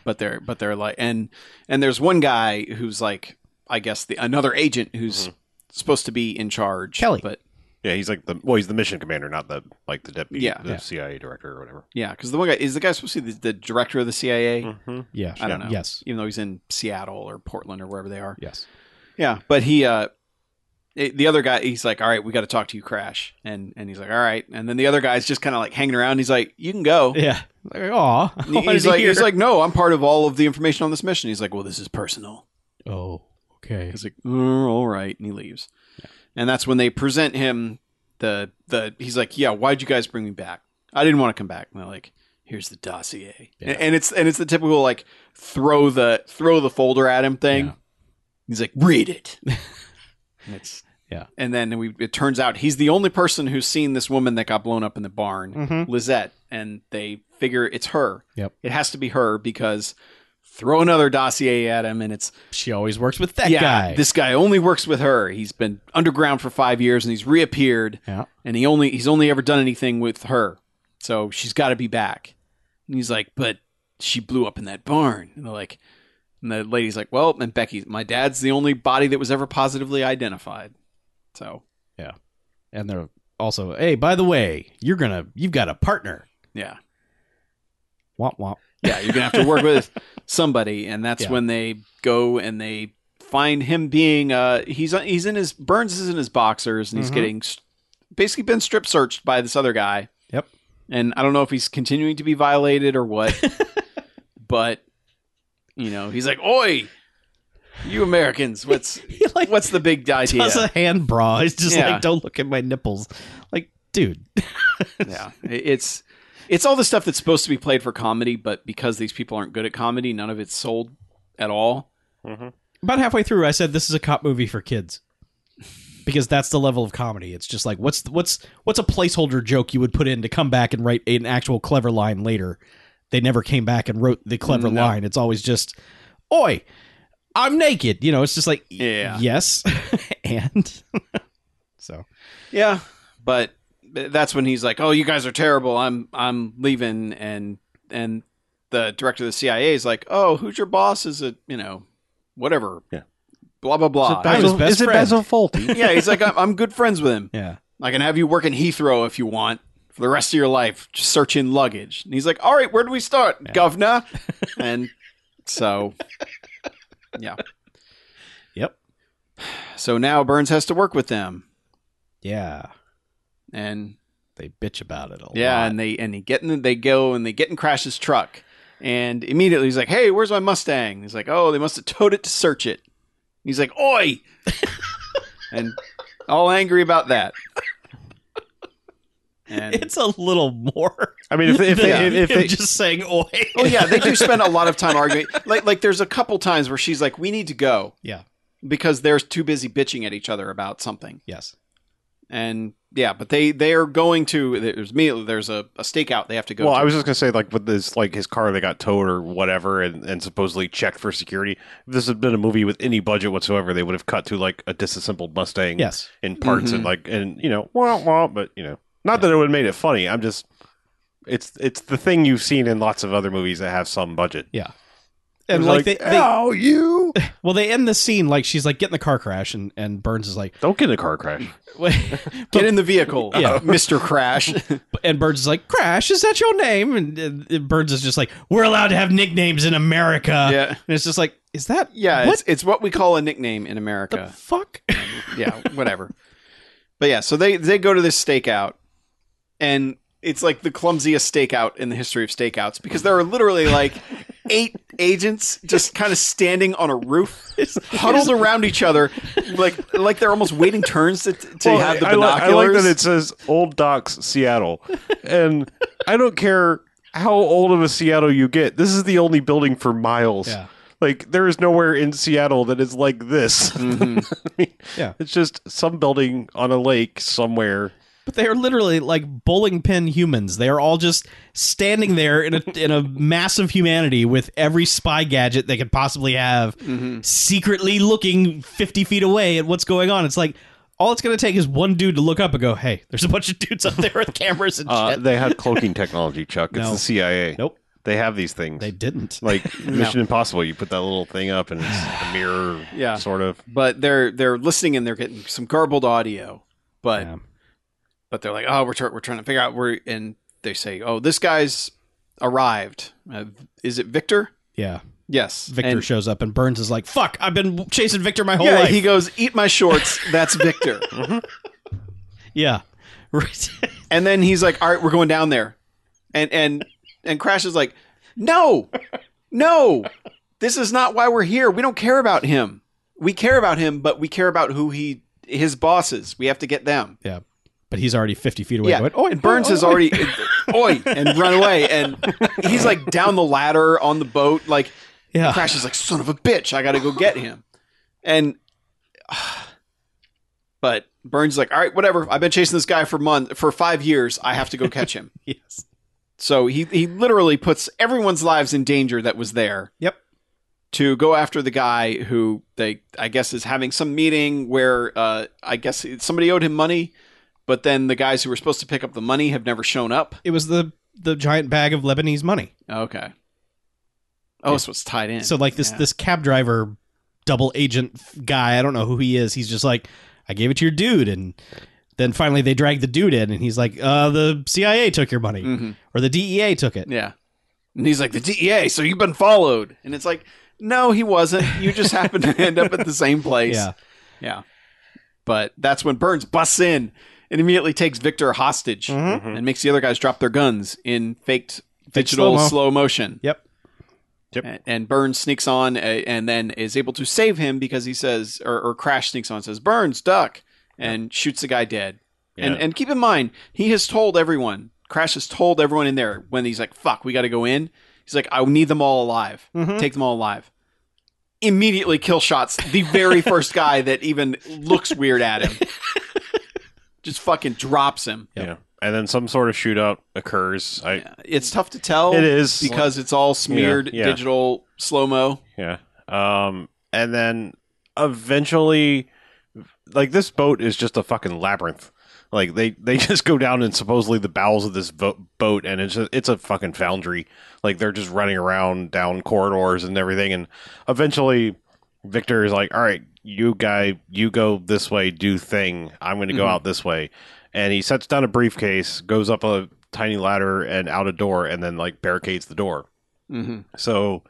Speaker 2: but they're but they're like and and there's one guy who's like I guess the another agent who's supposed to be in charge.
Speaker 3: Mm-hmm. Kelly.
Speaker 2: but
Speaker 1: Yeah, he's like the well, he's the mission commander, not the like the deputy,
Speaker 2: Yeah.
Speaker 1: the
Speaker 3: Yeah.
Speaker 1: CIA director or whatever.
Speaker 2: yeah, because the one guy is the guy supposed to be the, the director of the CIA,
Speaker 1: Mm-hmm.
Speaker 3: yeah,
Speaker 2: I don't know.
Speaker 3: Yes,
Speaker 2: even though he's in Seattle or Portland or wherever they are.
Speaker 3: yes.
Speaker 2: Yeah, but he uh it- the other guy he's like, "All right, we got to talk to you, Crash." And and he's like, "All right." And then the other guy's just kind of like hanging around. He's like, "You can go."
Speaker 3: Yeah. Like, aw.
Speaker 2: And he- He's like, he's like, no, I'm part of all of the information on this mission. He's like, well, this is personal.
Speaker 3: oh, okay.
Speaker 2: He's like, "Oh, all right, and he leaves. And that's when they present him the the. He's like, yeah, why'd you guys bring me back? I didn't want to come back. And they're like, here's the dossier,
Speaker 3: Yeah.
Speaker 2: and, and it's and it's the typical like throw the throw the folder at him thing.
Speaker 3: Yeah.
Speaker 2: He's like, read it. And it's
Speaker 3: Yeah.
Speaker 2: And then we it turns out he's the only person who's seen this woman that got blown up in the barn.
Speaker 3: Mhm.
Speaker 2: Lizette, and they figure it's her.
Speaker 3: Yep.
Speaker 2: It has to be her because throw another dossier at him, and it's
Speaker 3: She always works with that
Speaker 2: yeah,
Speaker 3: guy.
Speaker 2: this guy only works with her. He's been underground for five years, and he's reappeared,
Speaker 3: yeah.
Speaker 2: and he only he's only ever done anything with her, so she's got to be back. And he's like, but she blew up in that barn, and they're like. And the lady's like, well, and Becky, my dad's the only body that was ever positively identified. So,
Speaker 3: And they're also, hey, by the way, you're gonna, you've got a partner.
Speaker 2: yeah.
Speaker 3: Womp womp.
Speaker 2: Yeah, you're gonna have to work with somebody, and that's
Speaker 3: Yeah.
Speaker 2: when they go and they find him being uh he's he's in his Burns is in his boxers and he's
Speaker 3: Mhm.
Speaker 2: getting s- basically been strip searched by this other guy.
Speaker 3: Yep.
Speaker 2: And I don't know if he's continuing to be violated or what, but you know he's like, "Oi, you Americans, what's
Speaker 3: He like
Speaker 2: what's the big idea?"
Speaker 3: does a hand bra. He's just
Speaker 2: Yeah.
Speaker 3: like, don't look at my nipples. Like, dude.
Speaker 2: yeah, It- it's it's all the stuff that's supposed to be played for comedy, but because these people aren't good at comedy, none of it's sold at all.
Speaker 1: Mm-hmm.
Speaker 3: About halfway through, I said this is a cop movie for kids. Because that's the level of comedy. It's just like what's what's what's a placeholder joke you would put in to come back and write an actual clever line later. They never came back and wrote the clever
Speaker 2: No.
Speaker 3: line. It's always just, "Oi, I'm naked." You know, it's just like,
Speaker 2: Yeah.
Speaker 3: yes, and so
Speaker 2: Yeah, but that's when he's like, "Oh, you guys are terrible. I'm I'm leaving." And and the director of the CIA is like, "Oh, who's your boss? Is it you know, whatever?
Speaker 1: Yeah.
Speaker 2: blah blah blah."
Speaker 3: Basil- his best
Speaker 1: is it
Speaker 3: friend.
Speaker 1: Basil Fawlty?
Speaker 2: yeah, he's like, I'm, "I'm good friends with him.
Speaker 3: yeah,
Speaker 2: I can have you work in Heathrow if you want." For the rest of your life, just searching luggage. And he's like, All right, where do we start, governor? And so, yeah.
Speaker 3: Yep.
Speaker 2: So now Burns has to work with them.
Speaker 3: yeah,
Speaker 2: And
Speaker 3: they bitch about it a
Speaker 2: yeah,
Speaker 3: lot.
Speaker 2: and they and he get in, they go and they get in Crash's truck, and immediately he's like, "Hey, where's my Mustang?" He's like, "Oh, they must have towed it to search it." He's like, "Oi!" and all angry about that. And
Speaker 3: it's a little more.
Speaker 1: I mean, if, if
Speaker 3: than
Speaker 1: they, if, if
Speaker 3: him
Speaker 1: they,
Speaker 3: just saying "oi,"
Speaker 2: oh yeah, they do spend a lot of time arguing. Like like there's a couple times where she's like, "We need to go."
Speaker 3: Yeah.
Speaker 2: Because they're too busy bitching at each other about something.
Speaker 3: yes,
Speaker 2: And yeah, but they they are going to there's immediately there's a, a stakeout they have to go
Speaker 1: well,
Speaker 2: to.
Speaker 1: I was just gonna say like with this like his car that got towed or whatever, and, and supposedly checked for security. If this had been a movie with any budget whatsoever, they would have cut to like a disassembled Mustang,
Speaker 3: yes,
Speaker 1: in parts and
Speaker 2: Mhm.
Speaker 1: like and you know, wah, wah, but you know, not that it would have made it funny. I'm just. It's it's the thing you've seen in lots of other movies that have some budget.
Speaker 3: and
Speaker 1: It's
Speaker 3: like, they, they
Speaker 2: "Ah!"
Speaker 1: oh, you
Speaker 3: Well, they end the scene like she's like get in the car crash, and, and Burns is like,
Speaker 1: don't get in a car crash.
Speaker 3: wait,
Speaker 2: Get in the vehicle,
Speaker 3: Yeah.
Speaker 2: Mr. Crash.
Speaker 3: and Burns is like, Crash, is that your name? And, and, and Burns is just like, we're allowed to have nicknames in America.
Speaker 2: yeah.
Speaker 3: And it's just like, is that
Speaker 2: Yeah,
Speaker 3: What
Speaker 2: it's, it's what we call a nickname in
Speaker 3: the
Speaker 2: America.
Speaker 3: fuck?
Speaker 2: yeah, whatever. But yeah, so they they go to this stakeout, and it's like the clumsiest stakeout in the history of stakeouts because there are literally like eight agents just kind of standing on a roof, huddled around each other, like like they're almost waiting turns to, to
Speaker 1: Well,
Speaker 2: have the
Speaker 1: I, li-
Speaker 2: binoculars.
Speaker 1: I like that it says Old Docks Seattle, and I don't care how old of a Seattle you get. This is the only building for miles.
Speaker 3: yeah,
Speaker 1: Like there is nowhere in Seattle that is like this.
Speaker 2: Mhm.
Speaker 1: I mean,
Speaker 3: Yeah.
Speaker 1: it's just some building on a lake somewhere.
Speaker 3: But they are literally like bowling pin humans. They are all just standing there in a in a mass of humanity with every spy gadget they could possibly have, secretly looking fifty feet away at what's going on. It's like all it's going to take is one dude to look up and go, "Hey, there's a bunch of dudes up there with cameras and
Speaker 1: Uh,
Speaker 3: shit."
Speaker 1: they had cloaking technology, Chuck. It's
Speaker 3: No.
Speaker 1: the CIA.
Speaker 3: Nope.
Speaker 1: They have these things.
Speaker 3: They didn't.
Speaker 1: like Mission Impossible, you put that little thing up and it's a mirror,
Speaker 2: Yeah.
Speaker 1: sort of.
Speaker 2: But they're they're listening and they're getting some garbled audio. But
Speaker 3: Yeah.
Speaker 2: but they're like, oh, we're try- we're trying to figure out where. And they say, oh, this guy's arrived. Uh, is it Victor?
Speaker 3: Yeah.
Speaker 2: Yes,
Speaker 3: Victor
Speaker 2: And-
Speaker 3: shows up and Burns is like, "Fuck, I've been chasing Victor my whole
Speaker 2: yeah,
Speaker 3: life."
Speaker 2: he goes, eat my shorts. That's Victor.
Speaker 3: yeah. Right.
Speaker 2: and then he's like, all right, we're going down there, and and and Crash is like, no, no, this is not why we're here. We don't care about him. We care about him, but we care about who he his bosses. We have to get them.
Speaker 3: yeah. But he's already 50 feet away.
Speaker 2: yeah.
Speaker 3: Going, "Oh, "Oi,
Speaker 2: and Burns
Speaker 3: oi,
Speaker 2: is
Speaker 3: oi."
Speaker 2: already oi and run away, and he's like down the ladder on the boat, like.
Speaker 3: Yeah.
Speaker 2: Crash is like, son of a bitch, I gotta go get him. And but Burns is like, all right, whatever. I've been chasing this guy for month for five years. I have to go catch him.
Speaker 3: Yes.
Speaker 2: so he he literally puts everyone's lives in danger that was there.
Speaker 3: Yep.
Speaker 2: To go after the guy who they I guess is having some meeting where uh I guess somebody owed him money, but then the guys who were supposed to pick up the money have never shown up.
Speaker 3: It was the the giant bag of Lebanese money.
Speaker 2: Okay. Oh, so it's tied in.
Speaker 3: So like this
Speaker 2: Yeah.
Speaker 3: this cab driver, double agent f- guy. I don't know who he is. He's just like, I gave it to your dude, and then finally they drag the dude in, and he's like, uh, the CIA took your money
Speaker 2: Mhm.
Speaker 3: or the DEA took it.
Speaker 2: Yeah. And he's like, the DEA, so you've been followed. And it's like, no, he wasn't. You just happened to end up at the same place.
Speaker 3: Yeah.
Speaker 2: Yeah. But that's when Burns busts in and immediately takes Victor hostage
Speaker 3: Mhm.
Speaker 2: and makes the other guys drop their guns in faked
Speaker 3: Fake
Speaker 2: digital
Speaker 3: slow-mo.
Speaker 2: slow motion.
Speaker 3: Yep.
Speaker 2: And, and Burns sneaks on uh, and then is able to save him because he says, or, or Crash sneaks on and says, Burns, duck, and shoots the guy dead. And,
Speaker 1: Yeah.
Speaker 2: and keep in mind, he has told everyone, Crash has told everyone in there when he's like, fuck, we got to go in. He's like, I need them all alive.
Speaker 3: Mhm.
Speaker 2: Take them all alive. Immediately kill shots the very first guy that even looks weird at him. Just fucking drops him.
Speaker 3: Yep.
Speaker 1: Yeah. And then some sort of shootout occurs. I
Speaker 2: It's tough to tell.
Speaker 1: it is
Speaker 2: Oh, Because it's all smeared
Speaker 1: yeah.
Speaker 2: digital slow mo.
Speaker 1: Yeah. Um and then eventually like this boat is just a fucking labyrinth. Like they they just go down in supposedly the bowels of this vo- boat and it's a, it's a fucking foundry. Like they're just running around down corridors and everything and eventually Victor is like, "All right, you guy, you go this way, do thing. I'm going to go
Speaker 2: Mhm.
Speaker 1: out this way." And he sets down a briefcase, goes up a tiny ladder and out a door and then like barricades the door.
Speaker 2: Mm-hmm.
Speaker 1: So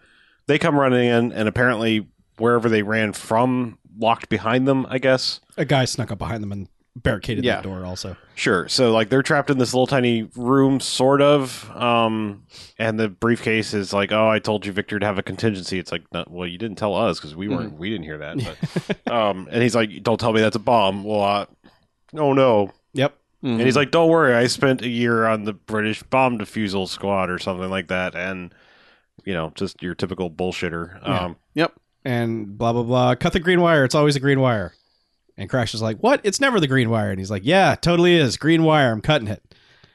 Speaker 1: they come running in, and apparently wherever they ran from locked behind them, I guess.
Speaker 3: A guy snuck up behind them and barricaded
Speaker 2: Yeah.
Speaker 3: the door. Also,
Speaker 1: Sure. So like they're trapped in this little tiny room, sort of. Um, and the briefcase is like, "Oh, I told you, Victor, to have a contingency." It's like, no, "Well, you didn't tell us because we weren't,
Speaker 2: Mm-hmm.
Speaker 1: we didn't hear that." But, um, and he's like, "Don't tell me that's a bomb." Well, uh, oh no.
Speaker 3: yep.
Speaker 2: Mm-hmm.
Speaker 1: And he's like, "Don't worry, I spent a year on the British bomb defusal squad or something like that." And you know, just your typical bullshitter.
Speaker 3: Yeah.
Speaker 1: Um,
Speaker 3: And blah blah blah. Cut the green wire. It's always a green wire. And Crash is like, "What? It's never the green wire." And he's like, "Yeah, it totally is green wire. I'm cutting it."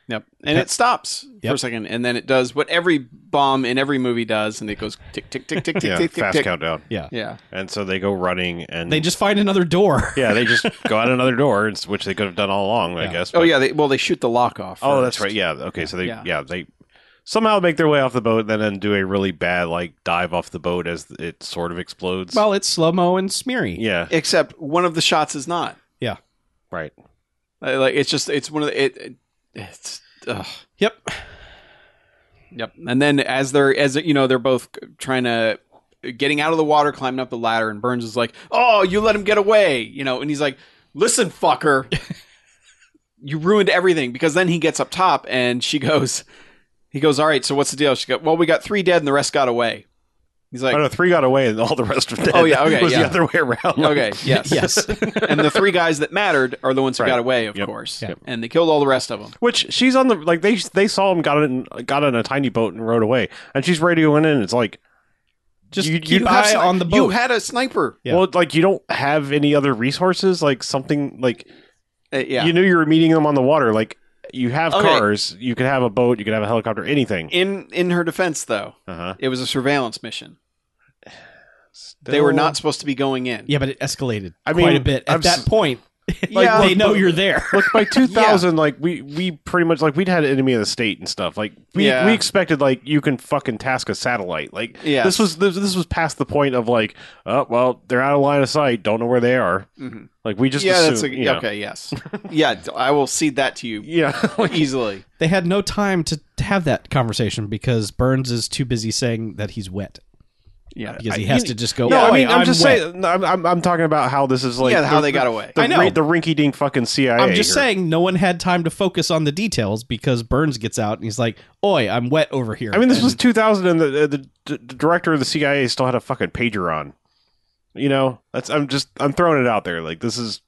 Speaker 2: Yep. And it stops for a
Speaker 3: Yep.
Speaker 2: second, and then it does what every bomb in every movie does, and it goes tick, tick, tick, tick, tick,
Speaker 1: yeah,
Speaker 2: tick, tick,
Speaker 1: fast
Speaker 2: tick.
Speaker 1: countdown.
Speaker 3: Yeah.
Speaker 2: Yeah.
Speaker 1: And so they go running and
Speaker 3: They just find another door.
Speaker 1: yeah, they just go out another door, it's- which they could have done all along, I
Speaker 3: Yeah.
Speaker 1: guess.
Speaker 2: Oh
Speaker 1: but-
Speaker 2: yeah. They, well, they shoot the lock off.
Speaker 1: oh that's
Speaker 2: first.
Speaker 1: right. Yeah, okay. So they
Speaker 2: Yeah.
Speaker 1: yeah. they somehow make their way off the boat, and then do a really bad like dive off the boat as it sort of explodes.
Speaker 3: Well, it's slow mo and smeary.
Speaker 1: yeah,
Speaker 2: Except one of the shots is not.
Speaker 1: right.
Speaker 2: Uh, Like it's just it's one of the it. it it's ugh.
Speaker 3: Yep.
Speaker 2: Yep. And then as they're as you know they're both trying to getting out of the water, climbing up the ladder, and Burns is like, "Oh, you let him get away," you know, and he's like, "Listen, fucker, you ruined everything." Because then he gets up top, and she goes, he goes, "All right, so what's the deal?" She goes, "Well, we got three dead, and the rest got away." He's like,
Speaker 1: oh no, three got away, and all the rest of dead.
Speaker 2: Oh, yeah, okay,
Speaker 1: was
Speaker 2: yeah.
Speaker 1: the other way around.
Speaker 2: "Okay, yes,
Speaker 3: Yes.
Speaker 2: and the three guys that mattered are the ones who
Speaker 1: Right.
Speaker 2: got away, of
Speaker 1: Yep.
Speaker 2: course,
Speaker 3: Yep.
Speaker 2: and they killed all the rest of them.
Speaker 1: Which she's on the like they they saw him got in got on a tiny boat and rowed away, and she's radioing in. It's like
Speaker 3: Just
Speaker 1: You-
Speaker 3: keep
Speaker 1: you
Speaker 3: an
Speaker 1: have
Speaker 3: eye
Speaker 2: sni-
Speaker 3: on the boat.
Speaker 2: You had a sniper.
Speaker 3: Yeah.
Speaker 1: Well, like you don't have any other resources, like something like
Speaker 2: Uh, yeah.
Speaker 1: you knew you were meeting them on the water. Like you have
Speaker 2: Okay.
Speaker 1: cars, you could have a boat, you could have a helicopter, anything.
Speaker 2: in in her defense, though,
Speaker 1: Uh-huh.
Speaker 2: it was a surveillance mission. They were
Speaker 1: Still-
Speaker 2: not supposed to be going in.
Speaker 3: yeah, but it escalated
Speaker 1: I
Speaker 3: quite
Speaker 1: mean,
Speaker 3: a bit at
Speaker 1: I've
Speaker 3: that
Speaker 1: s-
Speaker 3: point. Like
Speaker 2: Yeah.
Speaker 3: they know you're there.
Speaker 1: Look, by 2000, like we we pretty much like we'd had enemy of the state and stuff. Like we
Speaker 2: Yeah.
Speaker 1: we expected like you can fucking task a satellite. Like
Speaker 2: Yes.
Speaker 1: this was this, this was past the point of like, oh well, they're out of line of sight, don't know where they are.
Speaker 2: Mhm.
Speaker 1: Like we just
Speaker 2: yeah,
Speaker 1: assumed,
Speaker 2: that's a,
Speaker 1: you know.
Speaker 2: okay. Yes. yeah, d- I will cede that to you
Speaker 1: Yeah, like,
Speaker 2: easily.
Speaker 3: They had no time to, to have that conversation because Burns is too busy saying that he's wet
Speaker 2: Yeah.
Speaker 3: because he
Speaker 1: I-
Speaker 3: has
Speaker 1: you-
Speaker 3: to just go.
Speaker 1: no,
Speaker 3: "Oh,
Speaker 1: I mean,
Speaker 3: wait,
Speaker 1: I'm, just
Speaker 3: wet."
Speaker 1: saying. no, I'm, I'm I'm talking about how this is like
Speaker 2: yeah, how
Speaker 1: the-
Speaker 2: they
Speaker 1: the-
Speaker 2: got away.
Speaker 1: The,
Speaker 3: I know.
Speaker 1: ri- the rinky-dink fucking CIA.
Speaker 3: I'm just
Speaker 1: or-
Speaker 3: saying no one had time to focus on the details because Burns gets out and he's like, "Oi, I'm wet over here."
Speaker 1: I mean, this
Speaker 3: And-
Speaker 1: was 2000, and the, uh, the the director of the CIA still had a fucking pager on. You know, that's I'm just I'm throwing it out there. Like this is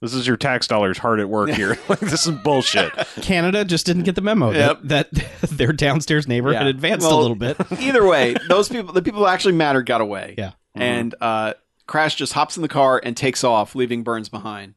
Speaker 1: this is your tax dollars hard at work here. like this is bullshit.
Speaker 3: Canada just didn't get the memo that, that their downstairs neighbor had
Speaker 2: Yeah.
Speaker 3: advanced a
Speaker 2: Well-
Speaker 3: little bit.
Speaker 2: Either way, those people, the people who actually mattered, got away.
Speaker 3: Yeah.
Speaker 1: Mm-hmm.
Speaker 2: And uh, Crash just hops in the car and takes off, leaving Burns behind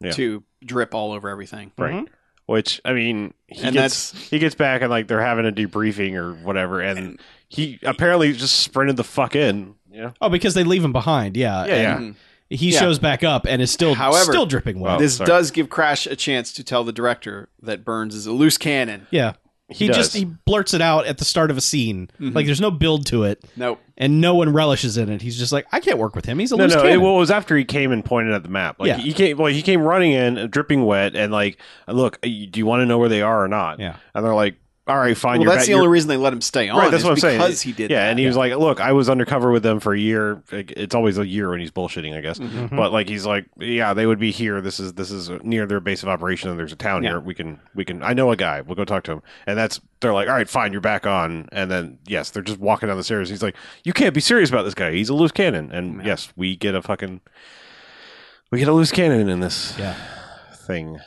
Speaker 1: Yeah.
Speaker 2: to drip all over everything.
Speaker 1: Right.
Speaker 3: Mhm.
Speaker 1: Which I mean, he
Speaker 2: And
Speaker 1: gets he gets back and like they're having a debriefing or whatever, and, he apparently just sprinted the fuck in. Yeah.
Speaker 3: Oh, because they leave him behind. Yeah.
Speaker 1: Yeah, yeah.
Speaker 2: Mhm.
Speaker 3: And He
Speaker 2: Yeah.
Speaker 3: shows back up and is still
Speaker 2: However-
Speaker 3: still dripping wet.
Speaker 1: Oh,
Speaker 2: this
Speaker 1: sorry.
Speaker 2: does give Crash a chance to tell the director that Burns is a loose cannon.
Speaker 3: yeah. He,
Speaker 1: does. Mm-hmm.
Speaker 3: just he blurts it out at the start of a scene.
Speaker 2: Mhm.
Speaker 3: Like there's no build to it
Speaker 2: Nope.
Speaker 3: and no one relishes in it. He's just like, "I can't work with him. He's a
Speaker 1: No,
Speaker 3: loose
Speaker 1: no. It,
Speaker 3: cannon."
Speaker 1: well, it was after he came and pointed at the map. Like
Speaker 3: Yeah.
Speaker 1: he came, well, he came running in, uh, dripping wet, and like, look, you- do you want to know where they are or not?
Speaker 3: Yeah.
Speaker 1: And they're like, all right, fine.
Speaker 2: Well,
Speaker 1: you're
Speaker 2: that's
Speaker 1: back-
Speaker 2: the
Speaker 1: you're-
Speaker 2: only reason they let him stay on.
Speaker 1: Right, that's
Speaker 2: is
Speaker 1: what I'm saying.
Speaker 2: Because he did.
Speaker 1: Yeah,
Speaker 2: that.
Speaker 1: and he was like, "Look, I was undercover with them for a year. Like, It's always a year when he's bullshitting, I guess.
Speaker 3: Mhm.
Speaker 1: But like, he's like, yeah, they would be here. This is this is near their base of operation, and there's a town
Speaker 2: Yeah.
Speaker 1: here. We can we can. I know a guy. We'll go talk to him. And that's they're like, all right, fine, you're back on. And then yes, they're just walking down the stairs. He's like, you can't be serious about this guy. He's a loose cannon. And
Speaker 2: Yeah.
Speaker 1: yes, we get a fucking we get a loose cannon in this
Speaker 3: Yeah.
Speaker 1: thing.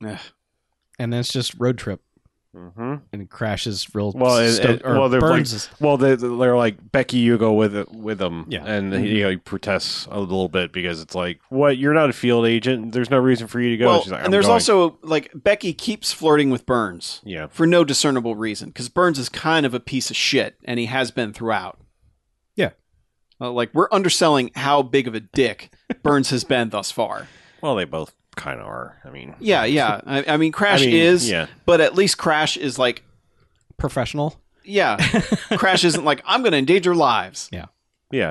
Speaker 3: and then it's just road trip
Speaker 1: Mm-hmm.
Speaker 3: and crashes real
Speaker 1: Well, and- and-
Speaker 3: stoked- or
Speaker 1: well, they're
Speaker 3: Burns is-
Speaker 1: Well, they, they're like Becky, you go with it, with them,
Speaker 3: Yeah.
Speaker 1: and he, you know, he protests a little bit because it's like, what? You're not a field agent. There's no reason for you to go.
Speaker 2: well,
Speaker 1: She's like, "I'm
Speaker 2: and there's
Speaker 1: going."
Speaker 2: also like Becky keeps flirting with Burns
Speaker 1: yeah,
Speaker 2: for no discernible reason because Burns is kind of a piece of shit, and he has been throughout.
Speaker 3: Yeah.
Speaker 2: Uh, like we're underselling how big of a dick Burns has been thus far.
Speaker 1: well, they both kind of are. I mean,
Speaker 2: Yeah, yeah. I, I mean, Crash
Speaker 1: I mean,
Speaker 2: is,
Speaker 1: yeah,
Speaker 2: but at least Crash is like,
Speaker 3: professional.
Speaker 2: yeah, Crash isn't like I'm going to endanger lives.
Speaker 1: yeah.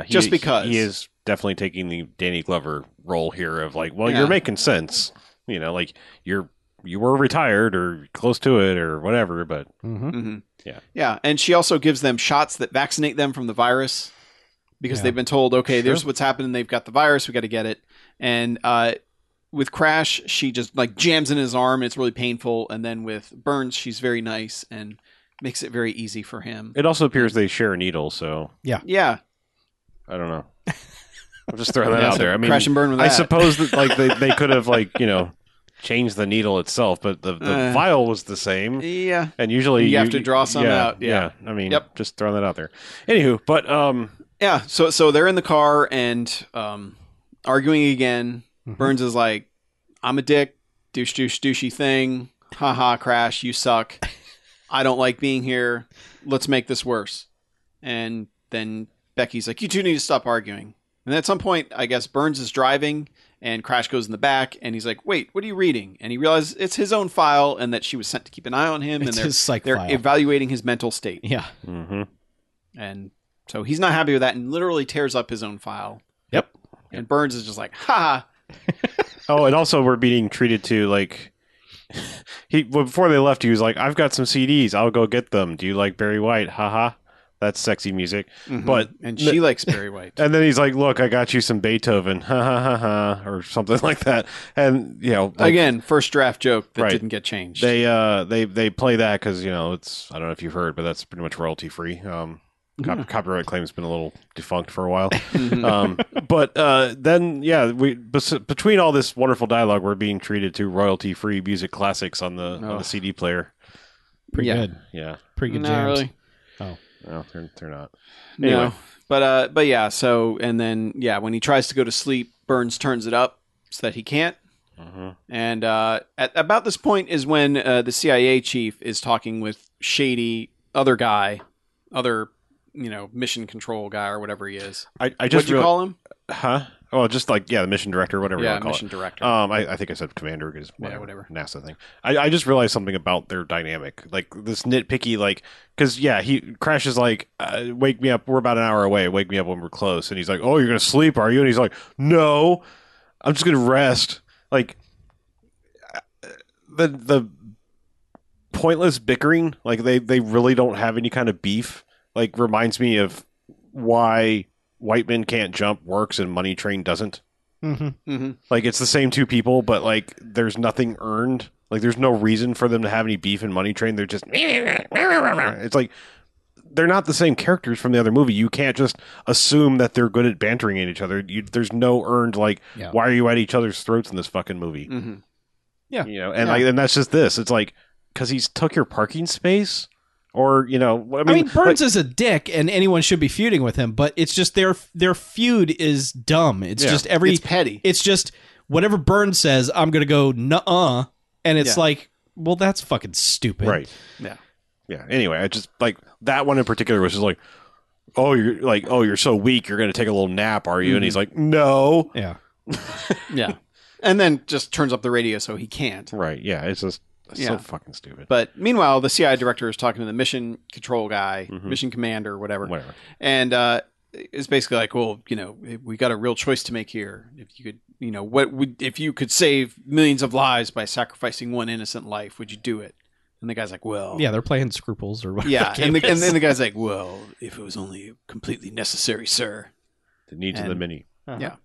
Speaker 1: he-
Speaker 2: Just because.
Speaker 1: he is definitely taking the Danny Glover role here of like, well,
Speaker 2: Yeah.
Speaker 1: you're making sense. You know, like you're you were retired or close to it or whatever, but
Speaker 3: Mm-hmm.
Speaker 2: Mhm.
Speaker 1: Yeah.
Speaker 2: yeah. And she also gives them shots that vaccinate them from the virus because
Speaker 3: Yeah.
Speaker 2: they've been told, okay,
Speaker 1: Sure.
Speaker 2: there's what's happening. They've got the virus. We got to get it. And uh, with Crash, she just like jams in his arm. It's really painful. And then with Burns, she's very nice and makes it very easy for him.
Speaker 1: it also appears they share a needle. So
Speaker 2: yeah.
Speaker 1: I don't know. I'm just throwing that
Speaker 2: Yeah,
Speaker 1: out
Speaker 2: so
Speaker 1: there. I mean,
Speaker 2: Crash and Burn with
Speaker 1: I
Speaker 2: that.
Speaker 1: suppose that like they, they could have like you know changed the needle itself, but the, the
Speaker 2: Uh.
Speaker 1: vial was the same.
Speaker 2: Yeah.
Speaker 1: And usually
Speaker 2: You have to draw some out, yeah.
Speaker 1: I mean,
Speaker 2: Yep.
Speaker 1: just throwing that out there. Anywho, but um,
Speaker 2: Yeah. So, so they're in the car and um, arguing again.
Speaker 3: Mhm.
Speaker 2: Burns is like, I'm a dick, douche, douche, douchey thing. Ha ha, Crash, you suck. I don't like being here. Let's make this worse. And then Becky's like, You two need to stop arguing. And at some point, I guess Burns is driving and Crash goes in the back and he's like, Wait, what are you reading? And he realizes it's his own file and that she was sent to keep an eye on him
Speaker 3: It's
Speaker 2: and
Speaker 3: his psych
Speaker 2: they're,
Speaker 3: file.
Speaker 2: they're evaluating his mental state.
Speaker 3: yeah.
Speaker 1: hmm
Speaker 2: And so he's not happy with that and literally tears up his own file.
Speaker 3: Yep.
Speaker 2: And Burns is just like, Ha ha.
Speaker 1: oh, and also we're being treated to like he well, before they left. He was like, "I've got some CDs. I'll go get them. Do you like Barry White? Haha, that's sexy music." But-
Speaker 2: and she likes Barry White.
Speaker 1: And then he's like, "Look, I got you some Beethoven, ha ha ha ha," or something like that. And you know, like,
Speaker 2: Again, first draft joke that
Speaker 1: Right.
Speaker 2: didn't get changed.
Speaker 1: They uh they they play that because you know it's I don't know if you've heard, but that's pretty much royalty free. Um, cop- copyright claim has been a little defunct for a while.
Speaker 2: Mhm.
Speaker 1: um, but uh, then yeah, we bes- between all this wonderful dialogue, we're being treated to royalty free music classics on the on
Speaker 2: Ugh.
Speaker 1: the CD player.
Speaker 3: Pretty
Speaker 2: Yeah.
Speaker 3: good.
Speaker 1: Yeah,
Speaker 3: Pretty good
Speaker 2: Not
Speaker 3: jams.
Speaker 2: really.
Speaker 3: Oh.
Speaker 1: No, they're, they're not.
Speaker 2: No.
Speaker 1: Anyway.
Speaker 2: But uh but yeah, so and then yeah, when he tries to go to sleep, Burns turns it up so that he can't.
Speaker 1: Mm-hmm.
Speaker 2: And uh at about this point is when uh, the CIA chief is talking with shady other guy, other you know, mission control guy or whatever he is.
Speaker 1: I, I
Speaker 2: What'd
Speaker 1: just
Speaker 2: you
Speaker 1: real-
Speaker 2: call him?
Speaker 1: huh? Oh, just like yeah, the mission director, whatever you
Speaker 2: yeah,
Speaker 1: want to call
Speaker 2: mission
Speaker 1: it.
Speaker 2: director.
Speaker 1: Um, I, I think I said commander because whatever,
Speaker 2: whatever.
Speaker 1: NASA thing. I, I just realized something about their dynamic, like this nitpicky, like because yeah, he crashes like uh, wake me up. We're about an hour away. Wake me up when we're close. And he's like, oh, you're gonna sleep, are you? And he's like, no, I'm just gonna rest. Like uh, the the pointless bickering, like they they really don't have any kind of beef. Like reminds me of why white men can't jump works and money train doesn't.
Speaker 3: Mm-hmm.
Speaker 2: hmm
Speaker 1: Like it's the same two people, but like there's nothing earned. Like there's no reason for them to have any beef in Money Train. They're just it's like they're not the same characters from the other movie. You can't just assume that they're good at bantering at each other. You, there's no earned like
Speaker 3: Yeah.
Speaker 1: why are you at each other's throats in this fucking movie?
Speaker 2: hmm
Speaker 1: You know, and
Speaker 2: Yeah.
Speaker 1: like and that's just this. It's like because he's took your parking space, or you know, I mean,
Speaker 3: I mean,
Speaker 1: like-
Speaker 3: Burns is a dick, and anyone should be feuding with him. But it's just their their feud is dumb. It's
Speaker 1: Yeah.
Speaker 3: just every
Speaker 2: it's
Speaker 3: it's,
Speaker 2: petty.
Speaker 3: just whatever Burns says, I'm gonna go nuh-uh, and it's
Speaker 2: Yeah.
Speaker 3: like, well, that's fucking stupid.
Speaker 1: Right.
Speaker 2: Yeah.
Speaker 1: Yeah. Anyway, I just like that one in particular was just like, oh, you're like, oh, you're so weak, you're gonna take a little nap, are you? And he's like,
Speaker 2: Mm-hmm.
Speaker 1: no.
Speaker 3: Yeah.
Speaker 2: yeah. And then just turns up the radio so he can't.
Speaker 1: Right. Yeah. It's just it's
Speaker 2: Yeah.
Speaker 1: so fucking stupid.
Speaker 2: But meanwhile, the CIA director is talking to the mission control guy,
Speaker 1: Mhm.
Speaker 2: mission commander, whatever.
Speaker 1: whatever.
Speaker 2: and uh, it's basically like, well, you know, we got a real choice to make here. If you could, you know, what would if you could save millions of lives by sacrificing one innocent life, would you do it? And the guy's like, well,
Speaker 3: Yeah, they're playing scruples or whatever.
Speaker 2: yeah.
Speaker 3: the
Speaker 2: And,
Speaker 3: game
Speaker 2: the, and
Speaker 3: is.
Speaker 2: then the guy's like, well, if it was only completely necessary, sir.
Speaker 1: The needs of the
Speaker 2: And-
Speaker 1: mini.
Speaker 2: Yeah.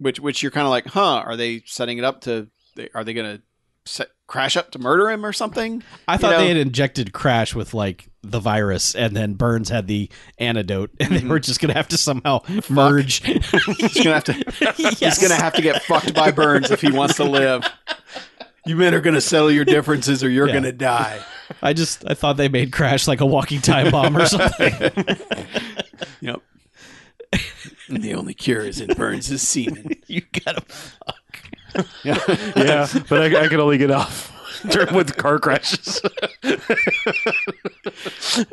Speaker 2: Which, which you're kind of like, huh? Are they setting it up to? they- Are they gonna set, crash up to murder him or something?
Speaker 3: I thought
Speaker 2: you know-
Speaker 3: they had injected Crash with like the virus, and then Burns had the antidote, and they
Speaker 2: Mhm.
Speaker 3: were just gonna have to somehow merge.
Speaker 2: He's gonna have to.
Speaker 3: Yes.
Speaker 2: He's gonna have to get fucked by Burns if he wants to live. You men are gonna settle your differences, or you're
Speaker 3: Yeah.
Speaker 2: gonna die.
Speaker 3: I just I thought they made Crash like a walking time bomb or something.
Speaker 2: Yep. and the only cure is in Burns' semen.
Speaker 3: you gotta
Speaker 2: Yeah.
Speaker 1: yeah, but I, I could only get off during- with car crashes.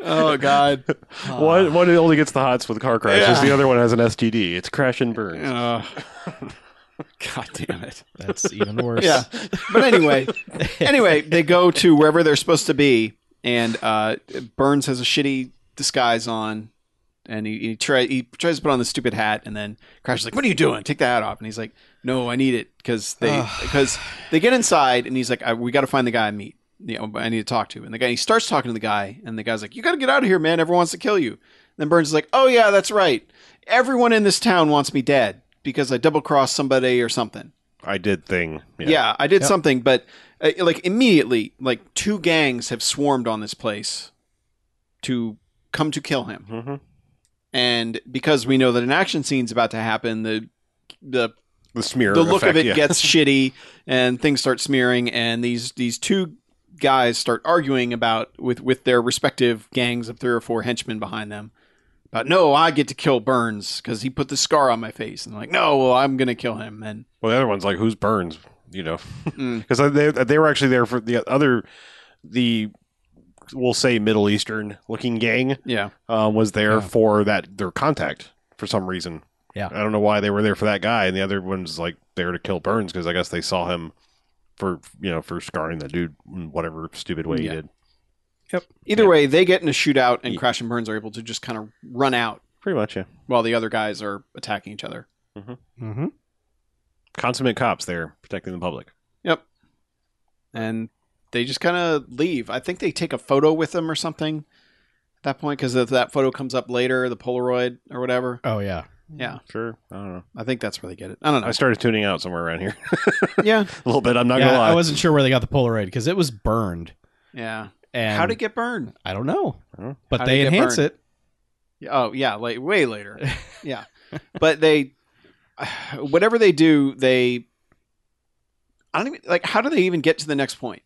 Speaker 2: Oh God.
Speaker 1: one one only gets the hots with car crashes.
Speaker 2: Yeah.
Speaker 1: The other one has an STD. It's crash and burns.
Speaker 2: God damn it.
Speaker 3: That's even worse.
Speaker 2: Yeah. But anyway, anyway, they go to wherever they're supposed to be, and uh, Burns has a shitty disguise on, and he he, try, he tries to put on the stupid hat, and then Crash is like, "What are you doing? Take the hat off!" And he's like, "No, I need it because they because they get inside, and he's like, I, "We got to find the guy I meet. You know, I need to talk to." And the guy he starts talking to the guy, and the guy's like, "You got to get out of here, man. Everyone wants to kill you." And then Burns is like, "Oh yeah, that's right. Everyone in this town wants me dead." Because I double crossed somebody or something.
Speaker 1: I did thing.
Speaker 2: Yeah, I did something, but uh, like immediately, like two gangs have swarmed on this place to come to kill him.
Speaker 1: Mm-hmm.
Speaker 2: And because we know that an action scene's about to happen, the the
Speaker 1: The smear.
Speaker 2: the look
Speaker 1: effect,
Speaker 2: of it
Speaker 1: yeah.
Speaker 2: gets shitty, and things start smearing, and these these two guys start arguing about with with their respective gangs of three or four henchmen behind them. About no, I get to kill Burns because he put the scar on my face, and like no, well I'm gonna kill him, and
Speaker 1: Well, the other one's like, who's Burns? You know,
Speaker 2: Mm.
Speaker 1: because they they were actually there for the other the we'll say Middle Eastern looking gang
Speaker 2: yeah,
Speaker 1: uh, was there
Speaker 3: Yeah.
Speaker 1: for that their contact for some reason.
Speaker 3: Yeah.
Speaker 1: I don't know why they were there for that guy, and the other one's like there to kill Burns because I guess they saw him for you know for scarring the dude in whatever stupid way he
Speaker 2: Yeah.
Speaker 1: did.
Speaker 2: Either
Speaker 1: Yeah.
Speaker 2: way, they get in a shootout, and
Speaker 1: Yeah.
Speaker 2: Crash and Burns are able to just kind of run out
Speaker 1: Pretty much, yeah.
Speaker 2: while the other guys are attacking each other.
Speaker 3: Mm-hmm.
Speaker 1: Consummate cops there protecting the public.
Speaker 2: Yep. And they just kind of leave. I think they take a photo with them or something at that point, because if that photo comes up later, the Polaroid or whatever,
Speaker 3: Oh yeah.
Speaker 2: Yeah.
Speaker 1: sure. I don't know.
Speaker 2: I think that's where they get it. I don't know.
Speaker 1: I started tuning out somewhere around here
Speaker 2: yeah.
Speaker 1: a little bit. I'm not
Speaker 3: yeah,
Speaker 1: gonna lie.
Speaker 3: I wasn't sure where they got the Polaroid because it was burned.
Speaker 2: Yeah.
Speaker 3: And
Speaker 2: How'd it get burned?
Speaker 3: I don't know,
Speaker 1: Huh?
Speaker 3: but
Speaker 2: How'd it
Speaker 3: they
Speaker 2: get
Speaker 3: enhance
Speaker 2: burned?
Speaker 3: it.
Speaker 2: Oh yeah, like way later. Yeah, but they, whatever they do, they. I don't even like. How do they even get to the next point?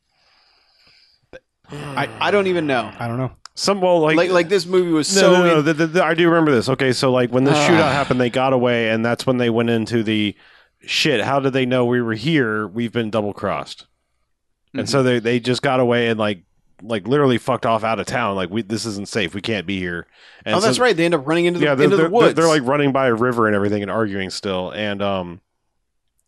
Speaker 2: I, I don't even know.
Speaker 3: I don't know.
Speaker 1: Some well, like
Speaker 2: Like like this movie was
Speaker 1: no,
Speaker 2: so
Speaker 1: no, no,
Speaker 2: in-
Speaker 1: the- the- the- I do remember this. Okay, so like when the
Speaker 2: Ah.
Speaker 1: shootout happened, they got away, and that's when they went into the shit. How did they know we were here? We've been double crossed, and
Speaker 2: Mm-hmm.
Speaker 1: so they they just got away and like like literally fucked off out of town. Like we this isn't safe. We can't be here. And
Speaker 2: oh, that's
Speaker 1: so-
Speaker 2: right. They end up running into the,
Speaker 1: yeah, they're,
Speaker 2: into
Speaker 1: they're,
Speaker 2: the woods.
Speaker 1: they're like running by a river and everything and arguing still. And um,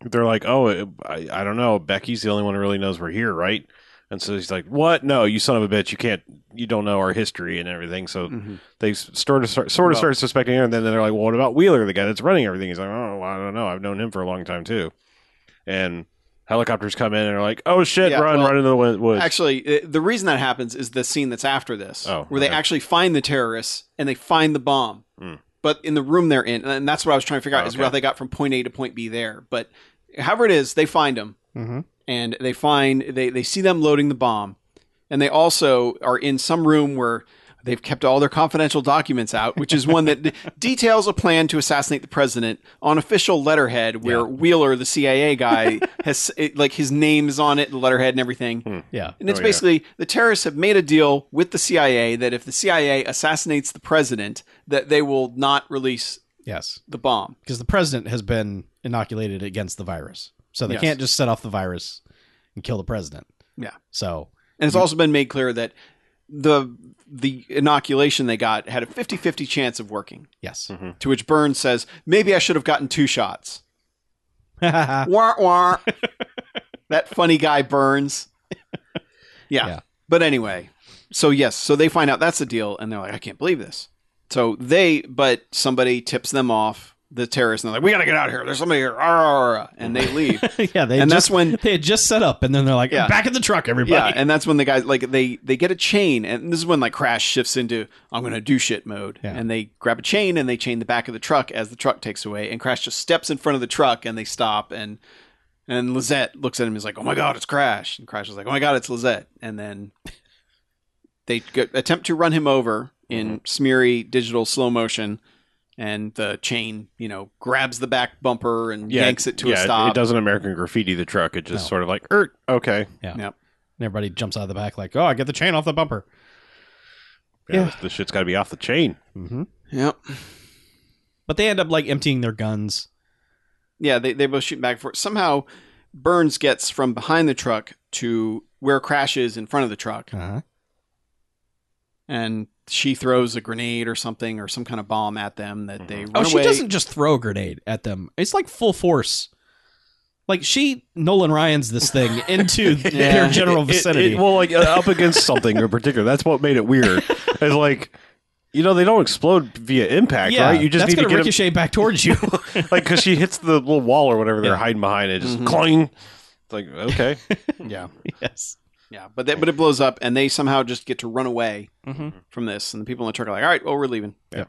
Speaker 1: they're like, oh, it- I, I don't know. Becky's the only one who really knows we're here, right? And so he's like, what? No, you son of a bitch. You can't, you don't know our history and everything. So
Speaker 2: Mhm.
Speaker 1: they s- sort of start, sort of
Speaker 2: Well-
Speaker 1: start suspecting her. And then they're like, well, what about Wheeler, the guy that's running everything? He's like, oh, well, I don't know. I've known him for a long time, too. And helicopters come in and are like, oh, shit,
Speaker 2: Yeah,
Speaker 1: run,
Speaker 2: well,
Speaker 1: run into the wo- woods.
Speaker 2: Actually, uh, the reason that happens is the scene that's after this,
Speaker 1: Oh,
Speaker 2: where they
Speaker 1: okay.
Speaker 2: actually find the terrorists and they find the bomb.
Speaker 1: Mm.
Speaker 2: But in the room they're in, and that's what I was trying to figure out is
Speaker 1: Oh, Okay.
Speaker 2: how they got from point A to point B there. But however it is, they find them
Speaker 3: Mhm.
Speaker 2: and they find they they see them loading the bomb, and they also are in some room where. They've kept all their confidential documents out, which is one that d- details a plan to assassinate the president on official letterhead, where Wheeler, the CIA guy, has it, like his name is on it, the letterhead and everything.
Speaker 3: Yeah.
Speaker 2: And it's
Speaker 1: Oh, yeah.
Speaker 2: basically the terrorists have made a deal with the CIA that if the CIA assassinates the president, that they will not release
Speaker 3: Yes.
Speaker 2: the bomb.
Speaker 3: Because the president has been inoculated against the virus. So they
Speaker 2: Yes.
Speaker 3: can't just set off the virus and kill the president.
Speaker 2: Yeah.
Speaker 3: So
Speaker 2: And it's also been made clear that the the inoculation they got had a 50-50 chance of working.
Speaker 3: yes.
Speaker 2: To which Burns says, "Maybe I should have gotten two shots." Wah wah. that funny guy Burns. Yeah.
Speaker 3: Yeah.
Speaker 2: But anyway, so yes, so they find out that's the deal, and they're like, I can't believe this. So they, but somebody tips them off the terrorists, and they're like, We gotta get out of here. There's somebody here, Arr, arr, arr. and they leave.
Speaker 3: yeah, they
Speaker 2: And
Speaker 3: just,
Speaker 2: that's when-
Speaker 3: they had just set up and then they're like,
Speaker 2: Yeah.
Speaker 3: back in the truck,
Speaker 2: yeah,
Speaker 3: everybody.
Speaker 2: and that's when the guys like they they get a chain, and this is when like Crash shifts into I'm gonna do shit mode,
Speaker 3: Yeah.
Speaker 2: and they grab a chain and they chain the back of the truck as the truck takes away, and Crash just steps in front of the truck, and they stop, and and Lizette looks at him, and is like, oh my god, it's Crash, and Crash is like, oh my god, it's Lizette, and then they go, attempt to run him over in smeary digital slow motion. And the chain, you know, grabs the back bumper and yanks it to
Speaker 1: yeah,
Speaker 2: a stop.
Speaker 1: It doesn't American graffiti the truck. It just
Speaker 3: No.
Speaker 1: sort of like, er, okay.
Speaker 3: And everybody jumps out of the back like, oh, I get the chain off the bumper.
Speaker 1: Yeah,
Speaker 3: Yeah.
Speaker 1: This, this shit's got to be off the chain.
Speaker 3: Mm-hmm.
Speaker 2: Yep.
Speaker 3: But they end up like emptying their guns.
Speaker 2: Yeah, they, they both shoot back and forth. Somehow, Burns gets from behind the truck to where Crash is in front of the truck,
Speaker 3: Uh-huh.
Speaker 2: and she throws a grenade or something or some kind of bomb at them that they run
Speaker 3: Oh, she
Speaker 2: away.
Speaker 3: doesn't just throw a grenade at them. It's like full force. Like she Nolan Ryan's this thing into their general
Speaker 1: It- it-
Speaker 3: vicinity.
Speaker 1: it- well, like uh, up against something in particular. That's what made it weird. It's like, you know, they don't explode via impact,
Speaker 3: yeah,
Speaker 1: right? You just
Speaker 3: that's
Speaker 1: need to
Speaker 3: gonna
Speaker 1: get 'em-
Speaker 3: ricochet back towards you.
Speaker 1: like because she hits the little wall or whatever they're
Speaker 3: Yeah. Mm-hmm.
Speaker 1: hiding behind. It just
Speaker 2: Mhm.
Speaker 1: clang. It's like okay,
Speaker 2: yeah,
Speaker 3: yes.
Speaker 2: yeah, but that, but it blows up, and they somehow just get to run away
Speaker 3: Mm-hmm.
Speaker 2: from this, and the people in the truck are like, "All right, well, we're leaving."
Speaker 1: Yeah.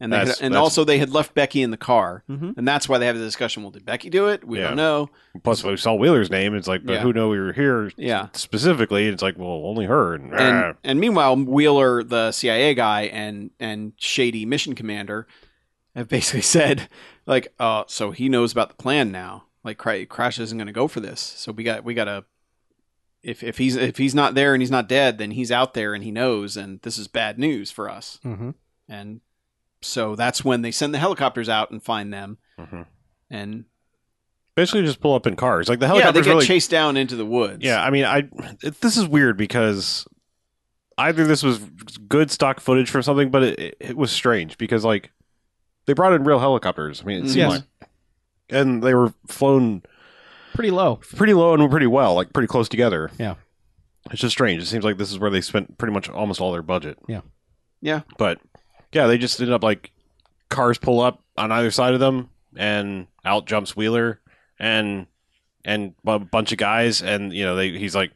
Speaker 2: And they had-
Speaker 1: That's-
Speaker 2: and
Speaker 1: that's-
Speaker 2: also they had left Becky in the car,
Speaker 3: Mhm.
Speaker 2: and that's why they have the discussion. Well, did Becky do it? We
Speaker 1: Yeah.
Speaker 2: don't know.
Speaker 1: plus we saw Wheeler's name. It's like, but
Speaker 2: Yeah.
Speaker 1: who know we were here
Speaker 2: Yeah.
Speaker 1: specifically? It's like, well, only her. And, ah,
Speaker 2: and, and meanwhile, Wheeler, the CIA guy, and and shady mission commander, have basically said, like, uh, so he knows about the plan now. Like, Cra- Crash isn't going to go for this. So we got we got to. If if he's if he's not there and he's not dead, then he's out there and he knows, and this is bad news for us.
Speaker 3: Mm-hmm.
Speaker 2: And so that's when they send the helicopters out and find them.
Speaker 1: Mhm.
Speaker 2: And
Speaker 1: basically just pull up in cars. Like the
Speaker 2: yeah, they
Speaker 1: helicopters
Speaker 2: get
Speaker 1: really
Speaker 2: chased down into the woods.
Speaker 1: Yeah, I mean, I it, this is weird because either this was good stock footage from something, but it, it, it was strange because like they brought in real helicopters. I mean, it
Speaker 2: Mm.
Speaker 1: seemed
Speaker 3: Yes.
Speaker 1: like, and they were flown
Speaker 3: Pretty low.
Speaker 1: pretty low and pretty well, like pretty close together.
Speaker 3: Yeah.
Speaker 1: it's just strange. It seems like this is where they spent pretty much almost all their budget.
Speaker 3: Yeah.
Speaker 2: Yeah.
Speaker 1: but yeah, they just ended up like cars pull up on either side of them, and out jumps Wheeler and and a bunch of guys, and you know they he's like,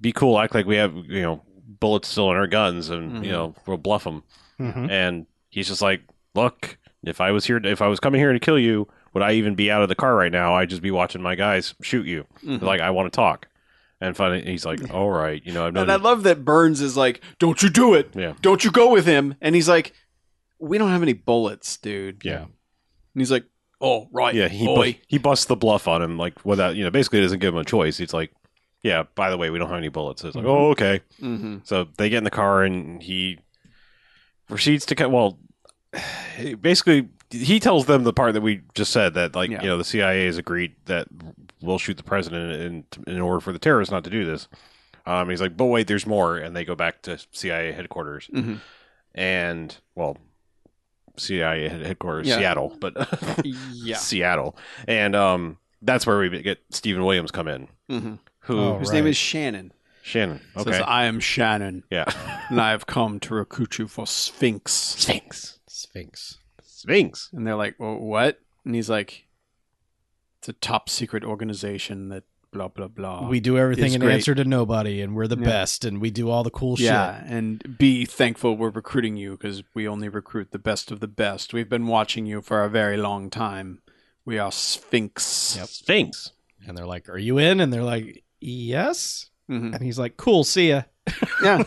Speaker 1: "Be cool, act like we have you know bullets still in our guns, and
Speaker 2: Mhm.
Speaker 1: you know we'll bluff them."
Speaker 3: Mm-hmm.
Speaker 1: And he's just like, "Look, if I was here, if I was coming here to kill you, would I even be out of the car right now? I'd just be watching my guys shoot you.
Speaker 2: Mhm.
Speaker 1: Like I want to talk." And finally, he's like, "All right, you know, I've known."
Speaker 2: And I love that Burns is like, "Don't you do it?
Speaker 1: Yeah.
Speaker 2: Don't you go with him?" And he's like, "We don't have any bullets, dude."
Speaker 1: Yeah.
Speaker 2: And he's like, "Oh right,
Speaker 1: Yeah, he
Speaker 2: boy."
Speaker 1: bu- he busts the bluff on him like without you know basically doesn't give him a choice. He's like,
Speaker 2: Mm-hmm.
Speaker 1: yeah. By the way, we don't have any bullets. It's like,
Speaker 3: Mhm.
Speaker 1: oh okay.
Speaker 2: hmm
Speaker 1: So they get in the car and he proceeds to cut. Well, basically, he tells them the part that we just said that, like,
Speaker 2: Yeah.
Speaker 1: you know, the CIA has agreed that we'll shoot the president in, in order for the terrorists not to do this. Um, he's like, but wait, there's more. And they go back to CIA headquarters.
Speaker 2: Mhm.
Speaker 1: And, well, CIA head- headquarters,
Speaker 2: Yeah.
Speaker 1: Seattle, but
Speaker 2: Yeah.
Speaker 1: Seattle. And um, that's where we get Stephen Williams come in,
Speaker 2: hmm
Speaker 1: who,
Speaker 3: Oh,
Speaker 2: His
Speaker 3: Right.
Speaker 2: name is Shannon.
Speaker 1: Shannon. Okay.
Speaker 2: Says, I am Shannon,
Speaker 1: yeah.
Speaker 2: and I have come to recruit you for Sphinx.
Speaker 1: Sphinx.
Speaker 3: Sphinx.
Speaker 1: Sphinx.
Speaker 2: And they're like, well, what? And he's like, it's a top secret organization that blah, blah, blah.
Speaker 3: We do everything
Speaker 2: It's
Speaker 3: in
Speaker 2: great.
Speaker 3: answer to nobody, and we're the
Speaker 2: Yeah.
Speaker 3: best, and we do all the cool
Speaker 2: yeah,
Speaker 3: shit.
Speaker 2: and be thankful we're recruiting you because we only recruit the best of the best. We've been watching you for a very long time. We are Sphinx.
Speaker 3: Yep.
Speaker 1: Sphinx.
Speaker 3: And they're like, "Are you in?" And they're like, "Yes."
Speaker 2: Mhm.
Speaker 3: And he's like, "Cool, see ya."
Speaker 2: Yeah.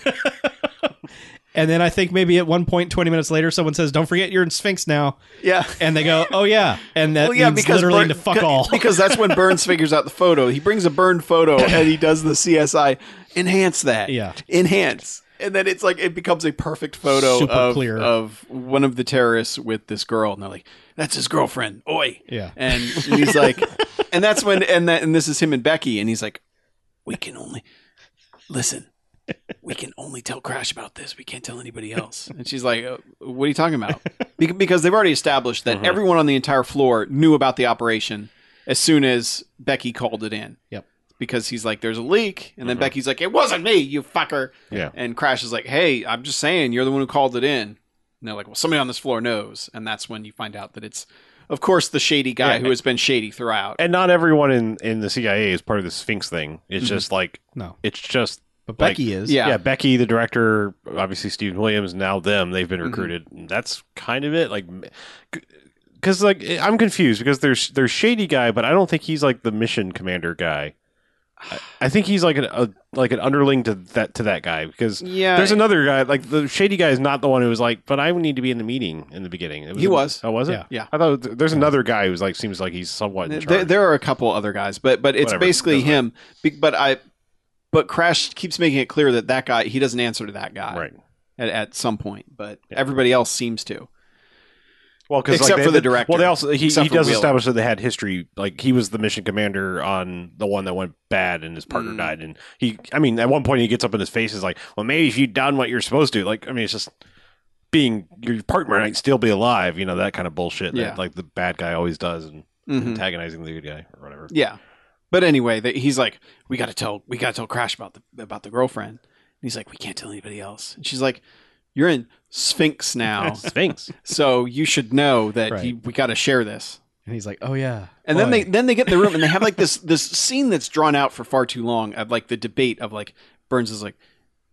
Speaker 3: And then I think maybe at one point, twenty minutes later, someone says, "Don't forget you're in Sphinx now,"
Speaker 2: Yeah.
Speaker 3: and they go, "Oh yeah," and that
Speaker 2: Well, yeah,
Speaker 3: means
Speaker 2: because
Speaker 3: literally
Speaker 2: Bur-
Speaker 3: to fuck
Speaker 2: c-
Speaker 3: all.
Speaker 2: Because that's when Burns figures out the photo. He brings a burned photo and he does the CSI enhance that.
Speaker 3: Yeah.
Speaker 2: Enhance. And then it's like it becomes a perfect photo
Speaker 3: Super
Speaker 2: of,
Speaker 3: clear.
Speaker 2: of one of the terrorists with this girl and they're like, That's his girlfriend. Oi.
Speaker 3: Yeah.
Speaker 2: And he's like and that's when and that and this is him and Becky and he's like, We can only listen. We can only tell Crash about this. We can't tell anybody else. And she's like, "Uh, "What are you talking about?" Be- Because they've already established that
Speaker 3: Uh-huh.
Speaker 1: Mhm.
Speaker 2: everyone on the entire floor knew about the operation as soon as Becky called it in.
Speaker 3: Yep. Uh-huh.
Speaker 2: Because he's like, "There's a leak," and then
Speaker 1: Mhm.
Speaker 2: Becky's like, "It wasn't me, you fucker."
Speaker 1: Yeah.
Speaker 2: And Crash is like, "Hey, I'm just saying, you're the one who called it in." And they're like, "Well, somebody on this floor knows," and that's when you find out that it's, of course, the shady guy
Speaker 1: Yeah.
Speaker 2: who has been shady throughout.
Speaker 1: and not everyone in in the CIA is part of the Sphinx thing. It's
Speaker 2: Mhm.
Speaker 1: just like
Speaker 3: No,
Speaker 1: it's just
Speaker 3: but
Speaker 1: Like-
Speaker 3: Becky is.
Speaker 2: Yeah.
Speaker 1: yeah. Becky, the director, obviously Stephen Williams, now them. They've been
Speaker 2: Mhm.
Speaker 1: recruited. And That's kind of it. Like, because like eh, I'm confused because there's there's shady guy, but I don't think he's like the mission commander guy. I, I think he's like an a, like an underling to that to that guy because.
Speaker 2: yeah.
Speaker 1: There's another guy, like the shady guy is not the one who was like, but I need to be in the meeting in the beginning. It
Speaker 2: He was.
Speaker 1: Oh, was it?
Speaker 3: Yeah.
Speaker 2: Yeah.
Speaker 1: I thought th- there's another guy who's like, seems like he's somewhat in
Speaker 2: There,
Speaker 1: charge.
Speaker 2: there are a couple other guys, but but it's
Speaker 1: Whatever,
Speaker 2: basically
Speaker 1: doesn't
Speaker 2: him. Be- But I, but Crash keeps making it clear that that guy he doesn't answer to that guy
Speaker 1: right.
Speaker 2: at, at some point, but
Speaker 1: Yeah.
Speaker 2: everybody else seems to.
Speaker 1: Well, 'cause,
Speaker 2: Except
Speaker 1: like, they-
Speaker 2: for the
Speaker 1: they-
Speaker 2: director.
Speaker 1: Well, they also he,
Speaker 2: Except
Speaker 1: he
Speaker 2: for
Speaker 1: does
Speaker 2: Wheeler.
Speaker 1: establish that they had history. Like he was the mission commander on the one that went bad, and his partner
Speaker 2: Mm.
Speaker 1: died. And he, I mean, at one point he gets up in his face, is like, "Well, maybe if you'd done what you're supposed to." Like, I mean, it's just being your partner might still be alive. You know that kind of bullshit
Speaker 2: Yeah.
Speaker 1: that like the bad guy always does, and
Speaker 2: Mhm.
Speaker 1: antagonizing the good guy or whatever.
Speaker 2: Yeah, but anyway, that he's like, we got to tell, we got to tell Crash about the about the girlfriend. And he's like, we can't tell anybody else. And she's like, you're in Sphinx now,
Speaker 1: Sphinx.
Speaker 2: so you should know that
Speaker 3: Right.
Speaker 2: he, we got to share this.
Speaker 3: and he's like, "Oh yeah."
Speaker 2: And then
Speaker 3: Boy.
Speaker 2: they then they get in the room and they have like this this scene that's drawn out for far too long of like the debate of like Burns is like,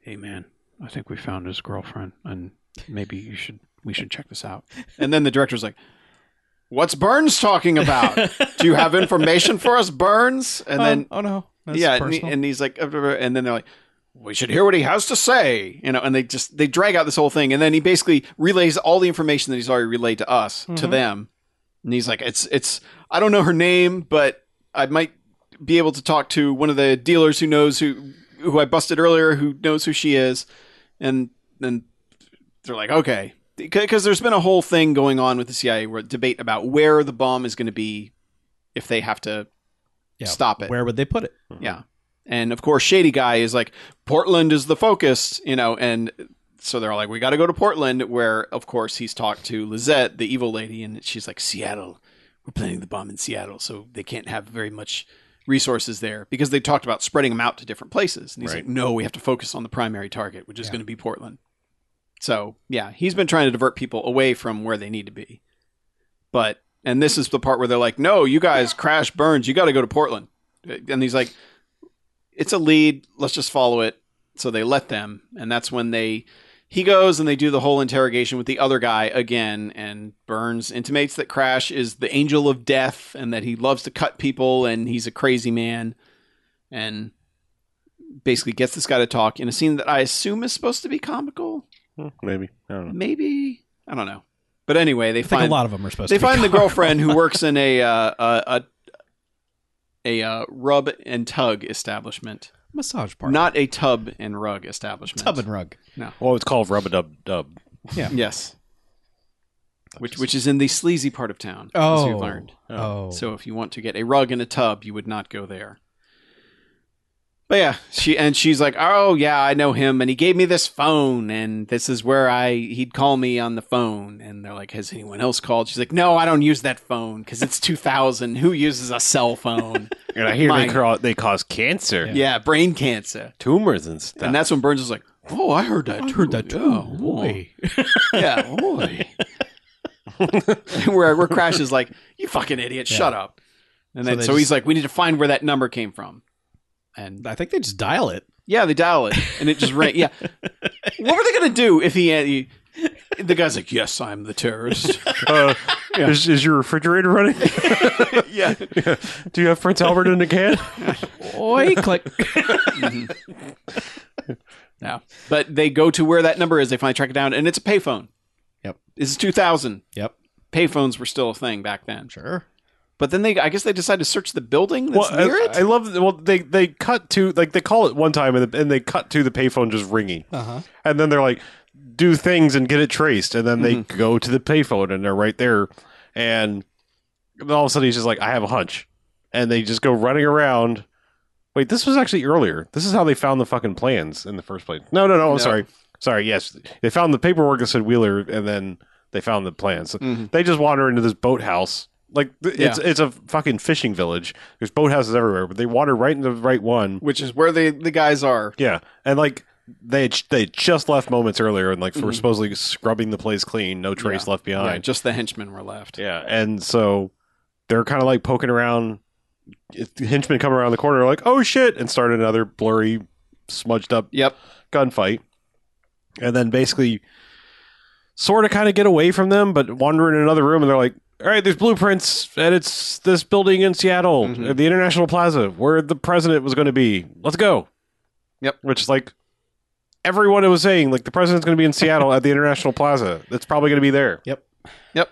Speaker 2: "Hey man, I think we found his girlfriend and maybe you should we should check this out." And then the director's like, "What's Burns talking about? Do you have information for us, Burns?" And
Speaker 3: Um,
Speaker 2: then
Speaker 3: oh no, That's
Speaker 2: yeah, and, he-
Speaker 3: personal.
Speaker 2: and he's like, "Uh, uh, uh," and then they're like, we should hear what he has to say, you know. And they just they drag out this whole thing, and then he basically relays all the information that he's already relayed to us to
Speaker 3: Mhm.
Speaker 2: them. And he's like, "It's it's I don't know her name, but I might be able to talk to one of the dealers who knows who who I busted earlier, who knows who she is." And then they're like, "Okay." Because there's been a whole thing going on with the CIA where debate about where the bomb is going to be if they have to
Speaker 3: Yeah.
Speaker 2: stop it.
Speaker 3: where would they put it?
Speaker 2: Yeah. And of course, Shady Guy is like, Portland is the focus, you know, and so they're all like, we got to go to Portland, where, of course, he's talked to Lizette, the evil lady, and she's like, Seattle, we're planning the bomb in Seattle, so they can't have very much resources there because they talked about spreading them out to different places. And he's
Speaker 1: Right.
Speaker 2: like, no, we have to focus on the primary target, which is
Speaker 3: Yeah.
Speaker 2: going to be Portland. So, yeah, he's been trying to divert people away from where they need to be. But, and this is the part where they're like, no, you guys, Crash Burns, you got to go to Portland. And he's like, it's a lead. Let's just follow it. So they let them, and that's when they he goes and they do the whole interrogation with the other guy again. And Burns intimates that Crash is the angel of death and that he loves to cut people and he's a crazy man, and basically gets this guy to talk in a scene that I assume is supposed to be comical.
Speaker 1: Hmm, Maybe. I don't know.
Speaker 2: Maybe I don't know, but anyway, they
Speaker 3: I think
Speaker 2: find
Speaker 3: a lot of them are supposed
Speaker 2: they
Speaker 3: to. be
Speaker 2: find the
Speaker 3: gone.
Speaker 2: girlfriend who works in a uh, a a, a uh, rub and tug establishment.
Speaker 3: massage parlor,
Speaker 2: Not a tub and rug establishment.
Speaker 3: tub and rug.
Speaker 1: Well, it's called Rub a Dub Dub.
Speaker 2: Yes. Which which is in the sleazy part of town, as
Speaker 3: Oh.
Speaker 2: we've learned.
Speaker 3: Oh.
Speaker 2: So if you want to get a rug and a tub, you would not go there. But yeah, she and she's like, "Oh yeah, I know him, and he gave me this phone, and this is where I he'd call me on the phone." And they're like, "Has anyone else called?" She's like, "No, I don't use that phone because it's 2000. Who uses a cell phone?
Speaker 1: And I hear they,
Speaker 2: Mine.
Speaker 1: cra- they cause cancer,
Speaker 3: Yeah.
Speaker 2: yeah, brain cancer."
Speaker 1: tumors and stuff.
Speaker 2: And that's when Burns is like, "Oh, I heard that. too. Yeah, oh." Yeah, boy. where, where Crash is like, you fucking idiot,
Speaker 3: Yeah.
Speaker 2: shut up. And
Speaker 3: So
Speaker 2: then
Speaker 3: they
Speaker 2: so,
Speaker 3: just-
Speaker 2: he's like, we need to find where that number came from. And
Speaker 3: I think they just dial it.
Speaker 2: yeah, they dial it, and it just rang. Yeah, what were they gonna do if he, had- he the guy's like, yes, I'm the terrorist.
Speaker 1: Uh, is, is your refrigerator running?
Speaker 2: yeah,
Speaker 1: Yeah. Do you have Prince Albert in a can?
Speaker 3: Oi, click.
Speaker 2: no, but they go to where that number is. They finally track it down, and it's a payphone.
Speaker 3: Yep.
Speaker 2: this is 2000.
Speaker 3: Yep.
Speaker 2: Payphones were still a thing back then.
Speaker 3: Sure.
Speaker 2: But then they, I guess, they decided to search the building that's
Speaker 1: I,
Speaker 2: near it.
Speaker 1: I love. Well, they they cut to like they call it one time and, and they cut to the payphone just ringing,
Speaker 3: Uh-huh.
Speaker 1: and then they're like, do things and get it traced, and then they go to the payphone and they're right there, and all of a sudden he's just like, I have a hunch, and they just go running around. Wait, this was actually earlier. This is how they found the fucking plans in the first place. No, no, no. I'm
Speaker 2: No.
Speaker 1: sorry, sorry. Yes, they found the paperwork that said Wheeler, and then they found the plans.
Speaker 2: Mhm.
Speaker 1: They just wander into this boathouse. Like th- it's it's a fucking fishing village. There's boathouses everywhere, but they wander right into the right one.
Speaker 2: Which is where the the guys are.
Speaker 1: Yeah, and like they had, they had just left moments earlier, and like were
Speaker 2: Mhm.
Speaker 1: supposedly scrubbing the place clean, no trace left
Speaker 2: Yeah,
Speaker 1: behind.
Speaker 2: just the henchmen were left.
Speaker 1: Yeah, and so they're kind of like poking around. It- the Henchmen come around the corner, like oh shit, and start another blurry, smudged up
Speaker 2: Yep.
Speaker 1: gunfight, and then basically sort of kind of get away from them, but wander in another room, and they're like, "All right, there's blueprints, and it's this building in Seattle,
Speaker 2: Mhm.
Speaker 1: at the International Plaza, where the president was going to be. Let's go."
Speaker 2: Yep.
Speaker 1: Which is like everyone was saying, like the president's going to be in Seattle at the International Plaza. It's probably going to be there.
Speaker 3: Yep.
Speaker 2: Yep.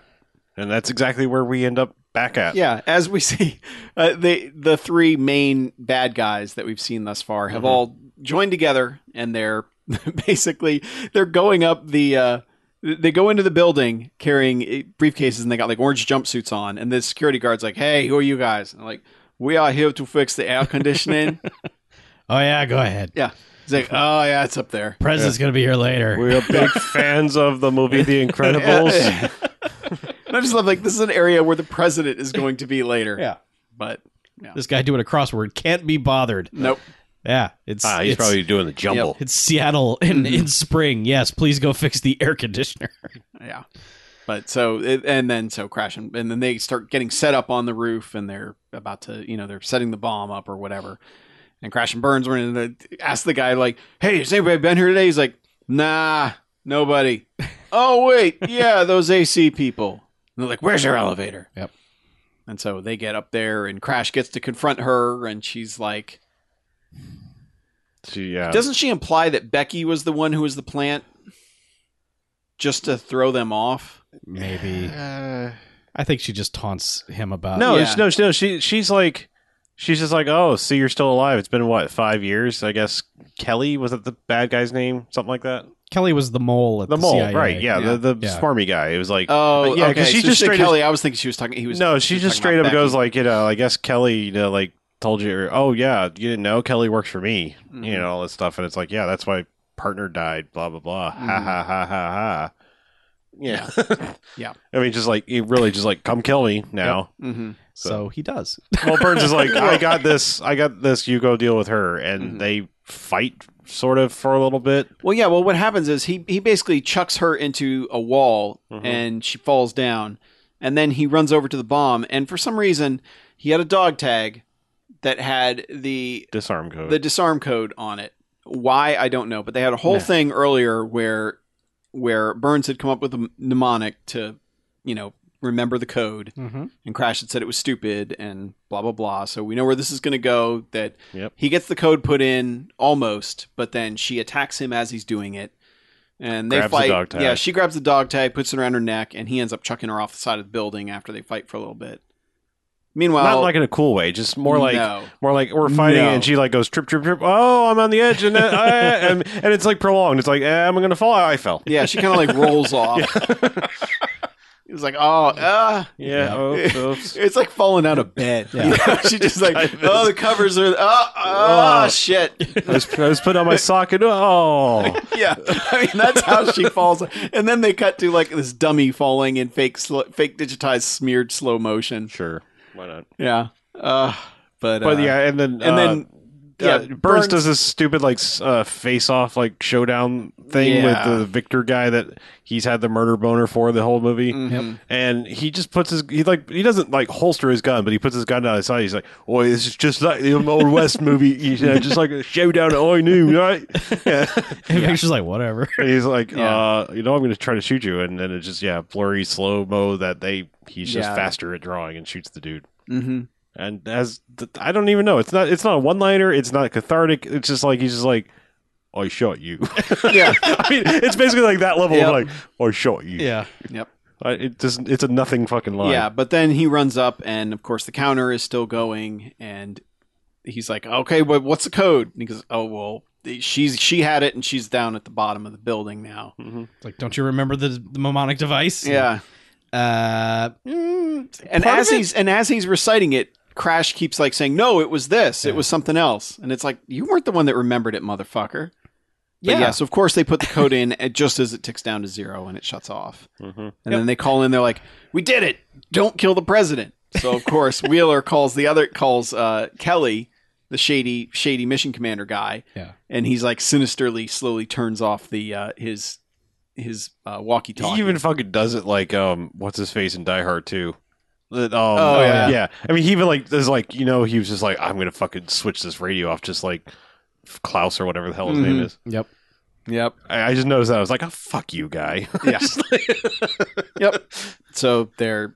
Speaker 1: And that's exactly where we end up back at.
Speaker 2: Yeah, as we see, uh, the the three main bad guys that we've seen thus far have
Speaker 1: Mhm.
Speaker 2: all joined together, and they're basically they're going up the. Uh, they go into the building carrying eh, briefcases, and they got like orange jumpsuits on. And the security guard's like, "Hey, who are you guys?" And I'm like, "We are here to fix the air conditioning."
Speaker 3: Oh yeah, go ahead.
Speaker 2: He's like, "Oh yeah, it's up there."
Speaker 3: President's gonna be here later.
Speaker 1: We are big fans of the movie The Incredibles.
Speaker 2: Yeah. and I just love like this is an area where the president is going to be later.
Speaker 3: Yeah.
Speaker 2: but
Speaker 3: This guy doing a crossword can't be bothered.
Speaker 2: nope.
Speaker 3: Yeah, it's
Speaker 1: Ah, he's
Speaker 3: it's,
Speaker 1: probably doing the jumble.
Speaker 3: it's Seattle in in spring. Yes, please go fix the air conditioner.
Speaker 2: Yeah. But so it, and then so crash and, and then they start getting set up on the roof and they're about to you know they're setting the bomb up or whatever. And crash and burns when and they ask the guy like, "Hey, has anybody been here today?" He's like, "Nah, nobody." oh wait, yeah, those AC people. And they're like, "Where's your elevator?"
Speaker 3: Yep.
Speaker 2: And so they get up there and Crash gets to confront her and she's like,
Speaker 1: She, yeah.
Speaker 2: doesn't she imply that Becky was the one who was the plant just to throw them off?
Speaker 3: Maybe
Speaker 2: Uh,
Speaker 3: I think she just taunts him about
Speaker 1: No,
Speaker 2: Yeah.
Speaker 1: it's- no, no. She she's like, she's just like, oh, see, you're still alive. It's been what five years, I guess. Kelly was it the bad guy's name, something like that.
Speaker 3: Kelly was the mole at
Speaker 1: The
Speaker 3: the,
Speaker 1: mole,
Speaker 3: CIA.
Speaker 1: right? Yeah,
Speaker 2: Yeah.
Speaker 1: the the
Speaker 3: Yeah.
Speaker 1: smarmy guy. It was like,
Speaker 2: Oh,
Speaker 1: But yeah,
Speaker 2: okay.
Speaker 1: 'cause she
Speaker 2: so
Speaker 1: just
Speaker 2: she said
Speaker 1: straight
Speaker 2: Kelly. I was thinking she was talking. He was
Speaker 1: no, she
Speaker 2: was
Speaker 1: just
Speaker 2: talking
Speaker 1: straight
Speaker 2: about
Speaker 1: up goes
Speaker 2: Becky.
Speaker 1: like, you know, I guess Kelly, you know, like told you, oh yeah, you didn't know Kelly works for me,
Speaker 2: Mhm.
Speaker 1: you know, all this stuff, and it's like, yeah, that's why partner died, blah blah blah, ha
Speaker 2: Mhm.
Speaker 1: ha ha ha ha. Yeah,
Speaker 2: Yeah.
Speaker 1: I mean, just like he really just like come kill me now.
Speaker 2: Mhm.
Speaker 3: So he does.
Speaker 1: Well, Burns is like, I got this, I got this. You go deal with her, and
Speaker 2: Mhm.
Speaker 1: they fight sort of for a little bit.
Speaker 2: Well, yeah. Well, what happens is he he basically chucks her into a wall
Speaker 1: Mhm.
Speaker 2: and she falls down, and then he runs over to the bomb. And for some reason, he had a dog tag that had the
Speaker 1: Disarm code.
Speaker 2: the disarm code on it. Why I don't know, but they had a whole
Speaker 3: Yeah.
Speaker 2: thing earlier where where Burns had come up with a mnemonic to, you know, remember the code.
Speaker 3: Mm-hmm.
Speaker 2: and Crash had said it was stupid and blah blah blah. So we know where this is going to go. That
Speaker 1: Yep.
Speaker 2: he gets the code put in almost, but then she attacks him as he's doing it, and they
Speaker 1: Grabs the
Speaker 2: fight.
Speaker 1: dog tag.
Speaker 2: Yeah, she grabs the dog tag, puts it around her neck, and he ends up chucking her off the side of the building after they fight for a little bit. Meanwhile,
Speaker 1: Not like in a cool way, just more like
Speaker 2: no.
Speaker 1: more like we're fighting,
Speaker 2: No.
Speaker 1: and she like goes trip, trip, trip. Oh, I'm on the edge, and then, I- and, and it's like prolonged. It's like eh, I'm gonna fall. I fell.
Speaker 2: yeah, she kind of like rolls off. It was like, oh, uh.
Speaker 1: Yeah.
Speaker 3: Yeah.
Speaker 1: Oops, oops.
Speaker 2: it's like falling out of bed.
Speaker 3: Yeah.
Speaker 2: You know, She just like,
Speaker 1: Kind of
Speaker 2: oh,
Speaker 1: is.
Speaker 2: the covers are, oh, oh,
Speaker 1: Oh.
Speaker 2: shit.
Speaker 1: I was, I was put on my socket. Oh,
Speaker 2: Yeah, I mean that's how she falls. And then they cut to like this dummy falling in fake, sl- fake digitized, smeared slow motion.
Speaker 1: sure. Why not?
Speaker 2: Yeah, uh, but
Speaker 1: But
Speaker 2: uh,
Speaker 1: yeah, and then
Speaker 2: and then yeah,
Speaker 1: yeah, Burns does this stupid like s- uh, face-off like showdown thing
Speaker 2: Yeah.
Speaker 1: with the Victor guy that he's had the murder boner for the whole movie,
Speaker 2: Mhm.
Speaker 1: and he just puts his he like he doesn't like holster his gun, but he puts his gun down his side. He's like, "Oi, this is just like the old West movie, you know, just like a showdown I knew, right?" Yeah.
Speaker 3: And Victor's like, whatever.
Speaker 1: And he's like,
Speaker 2: Yeah.
Speaker 1: uh, "You know, I'm going to try to shoot you," and then it's just yeah, blurry slow mo that they he's just
Speaker 2: Yeah.
Speaker 1: faster at drawing and shoots the dude.
Speaker 2: Mhm.
Speaker 1: and as th- I don't even know, it's not it's not a one liner. It's not cathartic. It's just like he's just like, I shot you.
Speaker 2: yeah,
Speaker 1: I mean, it's basically like that level
Speaker 2: Yep.
Speaker 1: of like, I shot you.
Speaker 3: Yeah.
Speaker 1: I, it just it's a nothing fucking line.
Speaker 2: yeah. But then he runs up, and of course the counter is still going, and he's like, okay, but what's the code? And he goes, oh well, she's she had it, and she's down at the bottom of the building now.
Speaker 1: Mhm.
Speaker 3: It's like, don't you remember the, the mnemonic device?
Speaker 2: Yeah,
Speaker 3: Uh, mm,
Speaker 2: and
Speaker 3: part
Speaker 2: as
Speaker 3: of it-
Speaker 2: he's and as he's reciting it crash keeps like saying no it was this it was something else and it's like you weren't the one that remembered it motherfucker but yeah. so of course they put the code in and just as it ticks down to zero and it shuts off
Speaker 1: Mhm.
Speaker 2: and then they call in they're like we did it don't kill the president so of course wheeler calls the other calls uh, kelly the shady shady mission commander guy
Speaker 3: Yeah.
Speaker 2: and he's like sinisterly slowly turns off the uh, his his uh, walkie
Speaker 1: He
Speaker 2: talkie
Speaker 1: even fucking does it like um, what's his face in Die Hard too. That, um,
Speaker 2: Oh, yeah.
Speaker 1: yeah. I mean, he even like is like you know he was just like I'm gonna fucking switch this radio off, just like Klaus or whatever the hell his
Speaker 2: Mhm.
Speaker 1: name is.
Speaker 3: Yep.
Speaker 2: yep
Speaker 1: I, I just noticed that I was like, oh, fuck you, guy.
Speaker 2: Yeah. yep. So they're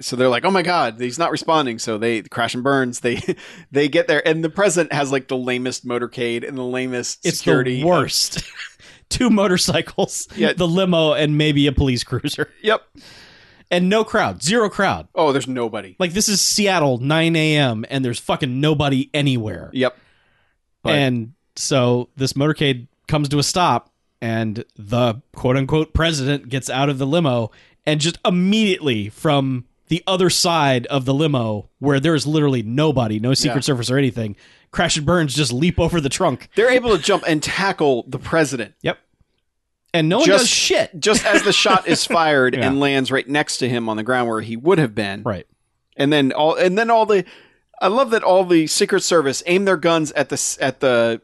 Speaker 2: so they're like, oh my god, he's not responding. So they crash and burns. They they get there, and the president has like the lamest motorcade and the lamest
Speaker 3: It's
Speaker 2: security. uh,
Speaker 3: the worst. Two motorcycles,
Speaker 2: Yeah.
Speaker 3: the limo, and maybe a police cruiser.
Speaker 2: Yep.
Speaker 3: And no crowd. Zero crowd.
Speaker 2: Oh, there's nobody.
Speaker 3: Like, this is Seattle, 9 a.m., and there's fucking nobody anywhere.
Speaker 2: Yep. But-
Speaker 3: And so this motorcade comes to a stop, and the quote unquote president gets out of the limo, and just immediately from the other side of the limo, where there is literally nobody, no Secret
Speaker 2: Yeah.
Speaker 3: Service or anything, Crash and Burns just leap over the trunk.
Speaker 2: They're able to jump and tackle the president
Speaker 3: And no one
Speaker 2: Just-
Speaker 3: does shit.
Speaker 2: just as the shot is fired
Speaker 3: Yeah.
Speaker 2: and lands right next to him on the ground where he would have been.
Speaker 3: Right.
Speaker 2: And then all and then all the I love that all the Secret Service aim their guns at the s- at the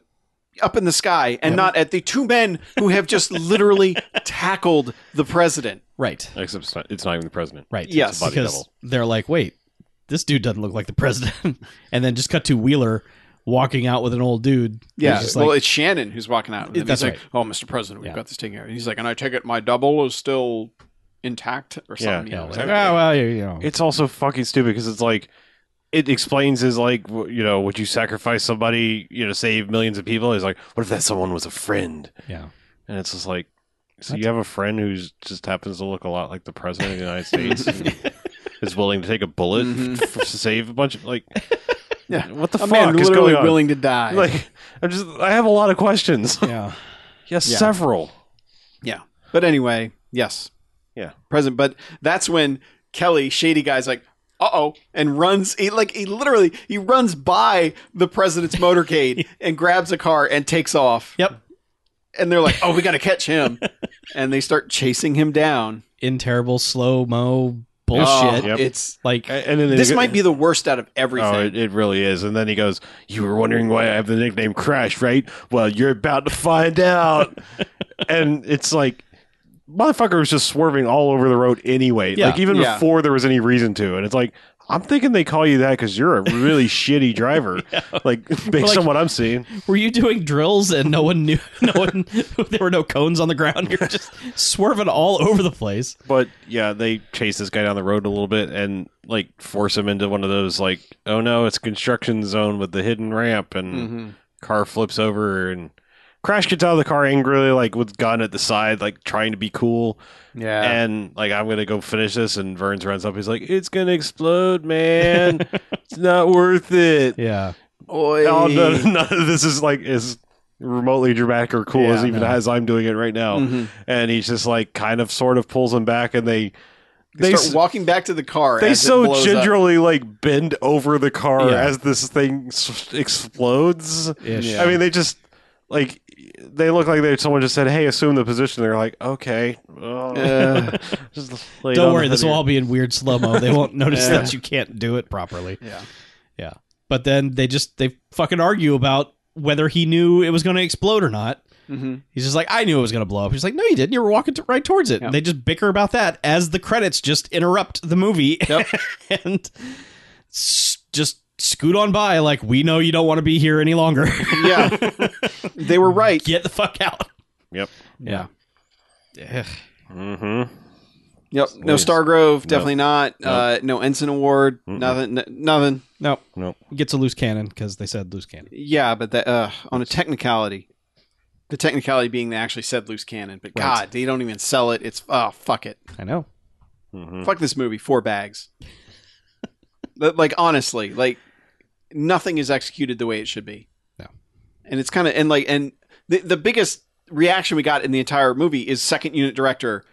Speaker 2: up in the sky and
Speaker 3: Yeah.
Speaker 2: not at the two men who have just literally tackled the president.
Speaker 3: Right.
Speaker 1: Except it's not, it's not even the president.
Speaker 3: Right.
Speaker 2: Yes.
Speaker 1: Body
Speaker 3: because
Speaker 1: double.
Speaker 3: they're like, wait, this dude doesn't look like the president. and then just cut to Wheeler walking out with an old dude.
Speaker 2: Yeah,
Speaker 3: He's just
Speaker 2: well,
Speaker 3: like,
Speaker 2: it's Shannon who's walking out. With him.
Speaker 3: That's
Speaker 2: he's
Speaker 3: right.
Speaker 2: like, "Oh, Mr. President, we've
Speaker 3: Yeah.
Speaker 2: got this taken care." of." And he's like, "And I take it my double is still intact or
Speaker 1: Yeah.
Speaker 2: something."
Speaker 3: yeah,
Speaker 2: you know,
Speaker 3: like,
Speaker 2: it's like,
Speaker 3: oh, well, you you know.
Speaker 1: It's also fucking stupid because it's like it explains his like w- you know would you sacrifice somebody you know save millions of people? He's like, what if that someone was a friend?
Speaker 3: yeah.
Speaker 1: And it's just like, so
Speaker 3: That's-
Speaker 1: you have a friend who's just happens to look a lot like the president of the United States. and Is willing to take a bullet
Speaker 2: Mhm.
Speaker 1: f- f- to save a bunch of like,
Speaker 2: Yeah.
Speaker 1: What the
Speaker 2: a
Speaker 1: fuck
Speaker 2: man
Speaker 1: is
Speaker 2: literally
Speaker 1: going on?
Speaker 2: willing to die.
Speaker 1: Like, I'm just, I have a lot of questions.
Speaker 3: Yeah.
Speaker 1: yes,
Speaker 2: Yeah.
Speaker 1: several.
Speaker 2: Yeah. But anyway, yes.
Speaker 1: Yeah.
Speaker 2: Present. But that's when Kelly, shady guy's like, uh oh, and runs. He, like, he literally he runs by the president's motorcade and grabs a car and takes off.
Speaker 3: Yep.
Speaker 2: And they're like, oh, we got to catch him. and they start chasing him down.
Speaker 3: In terrible slow mo bullshit.
Speaker 2: Oh,
Speaker 1: Yep.
Speaker 2: It's.
Speaker 3: Like,
Speaker 1: A- And then
Speaker 2: This
Speaker 1: you go-
Speaker 2: might be the worst out of everything.
Speaker 1: Oh, it, it really is. And then he goes, "You were wondering why I have the nickname Crash, right? Well, you're about to find out." and it's like, motherfucker was just swerving all over the road anyway.
Speaker 3: Yeah,
Speaker 1: like even
Speaker 2: yeah.
Speaker 1: before there was any reason to. And it's like, I'm thinking they call you that because you're a really shitty driver. Like based
Speaker 3: like-
Speaker 1: on what I'm seeing,
Speaker 3: were you doing drills and no one knew? No one. there were no cones on the ground. You're just swerving all over the place.
Speaker 1: but yeah, they chase this guy down the road a little bit and like force him into one of those like,
Speaker 2: Mm-hmm.
Speaker 1: oh no, it's construction zone with the hidden ramp and.
Speaker 2: Mhm.
Speaker 1: car flips over and Crash gets out of the car angrily, like with gun at the side, like trying to be cool.
Speaker 2: Yeah.
Speaker 1: And like I'm gonna go finish this, and Verns runs up. He's like, "It's gonna explode, man. it's not worth it."
Speaker 3: Yeah.
Speaker 2: Oy.
Speaker 1: Oh, no, none of this is like is remotely dramatic or cool
Speaker 2: Yeah,
Speaker 1: as even
Speaker 3: no.
Speaker 1: as I'm doing it right now.
Speaker 2: Mhm.
Speaker 1: And he's just like kind of sort of pulls him back, and they
Speaker 2: They,
Speaker 1: they
Speaker 2: start walking back to the car.
Speaker 1: they
Speaker 2: as it
Speaker 1: so
Speaker 2: blows up.
Speaker 1: gingerly like bend over the car
Speaker 3: Yeah.
Speaker 1: as this thing s- explodes.
Speaker 3: Ish.
Speaker 2: Yeah.
Speaker 1: I mean, they just like they look like they someone just said, "Hey, assume the position." They're like, "Okay." Oh.
Speaker 2: Yeah.
Speaker 1: Just lay it on
Speaker 3: Don't
Speaker 1: the
Speaker 3: worry, this
Speaker 1: head
Speaker 3: will
Speaker 1: here.
Speaker 3: all be in weird slow mo. They won't notice
Speaker 2: Yeah.
Speaker 3: that you can't do it properly.
Speaker 2: Yeah.
Speaker 3: But then they just they fucking argue about whether he knew it was going to explode or not.
Speaker 2: Mm-hmm.
Speaker 3: He's just like, I knew it was going to blow up. He's like, No, you didn't. You were walking to, right towards it.
Speaker 2: Yeah.
Speaker 3: And they just bicker about that as the credits just interrupt the movie
Speaker 2: Yep.
Speaker 3: and s- just scoot on by. Like, we know you don't want to be here any longer.
Speaker 2: yeah. They were right.
Speaker 3: Get the fuck out.
Speaker 1: Yep.
Speaker 2: Yeah.
Speaker 3: Ugh.
Speaker 1: Mm-hmm.
Speaker 2: Yep. No
Speaker 1: Yes.
Speaker 2: Stargrove, definitely not.
Speaker 1: No.
Speaker 2: Uh, no Ensign Award,
Speaker 1: Mm-mm.
Speaker 2: nothing. n- nothing.
Speaker 3: No,
Speaker 1: Nope.
Speaker 3: gets a loose cannon because they said loose cannon.
Speaker 2: Yeah, but that uh, on a technicality. The technicality being they actually said loose cannon, but
Speaker 3: Right.
Speaker 2: God, they don't even sell it. It's oh fuck it,
Speaker 3: I know.
Speaker 1: Mm-hmm.
Speaker 2: fuck this movie. Four bags. But, like honestly, like nothing is executed the way it should be.
Speaker 3: No.
Speaker 2: and it's kind of and like and the the biggest reaction we got in the entire movie is second unit director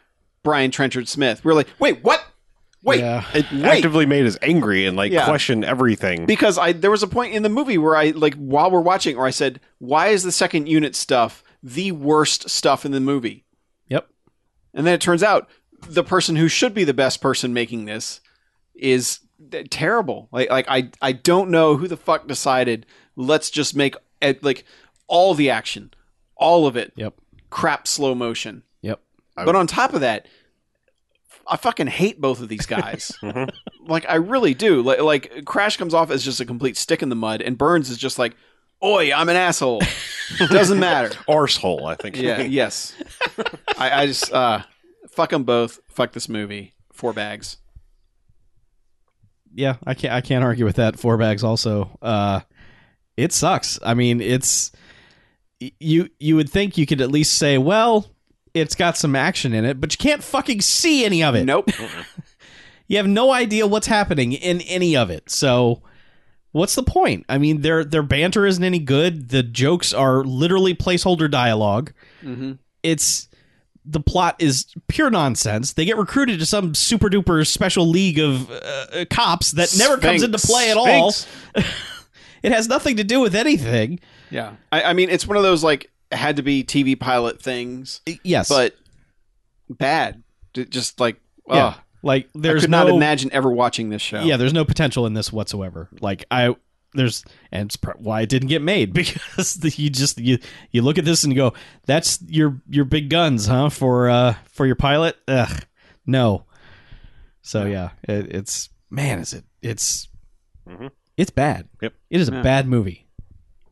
Speaker 2: Brian Trenchard Smith. We're like, wait, what? Wait, uh,
Speaker 3: Yeah.
Speaker 1: It
Speaker 2: Wait.
Speaker 1: actively made us angry and like
Speaker 2: Yeah.
Speaker 1: question everything.
Speaker 2: because I there was a point in the movie where I like while we're watching where I said, "Why is the second unit stuff the worst stuff in the movie?"
Speaker 3: Yep.
Speaker 2: And then it turns out the person who should be the best person making this is th- terrible. Like like I I don't know who the fuck decided let's just make eh, like all the action, all of it,
Speaker 3: Yep.
Speaker 2: crap slow motion.
Speaker 3: Yep.
Speaker 2: But on top of that, I fucking hate both of these guys.
Speaker 1: Mhm.
Speaker 2: Like I really do. Like, like Crash comes off as just a complete stick in the mud, and Burns is just like, "Oi, I'm an asshole." Doesn't matter.
Speaker 1: Arsehole, I think.
Speaker 2: Yeah. Yes. I, I just uh, fuck them both. Fuck this movie. Four bags.
Speaker 3: yeah, I can't I can't argue with that. Four bags also. Uh it sucks. I mean, it's y- you you would think you could at least say, well, it's got some action in it, but you can't fucking see any of it.
Speaker 2: Nope.
Speaker 3: You have no idea what's happening in any of it. So what's the point? I mean, their their banter isn't any good. The jokes are literally placeholder dialogue.
Speaker 2: hmm
Speaker 3: It's the plot is pure nonsense. They get recruited to some super duper special league of uh, uh, cops that never comes
Speaker 2: Sphinx.
Speaker 3: into play at all.
Speaker 1: Thanks.
Speaker 3: It has nothing to do with anything.
Speaker 2: Yeah. I, I mean, it's one of those like had to be TV pilot things,
Speaker 3: Yes,
Speaker 2: but bad. J- Just like, oh,
Speaker 3: yeah,
Speaker 2: ugh.
Speaker 3: like
Speaker 2: uh, I
Speaker 3: there's
Speaker 2: could
Speaker 3: no,
Speaker 2: not imagine ever watching this show.
Speaker 3: yeah, there's no potential in this whatsoever. Like I, there's, and it's pr- why it didn't get made because the, you just you you look at this and you go, that's your your big guns, huh? For uh for your pilot, ugh, no. So yeah, it, it's man, is it? It's
Speaker 1: Mhm.
Speaker 3: it's bad.
Speaker 1: Yep.
Speaker 3: it is a
Speaker 2: Yeah.
Speaker 3: bad movie.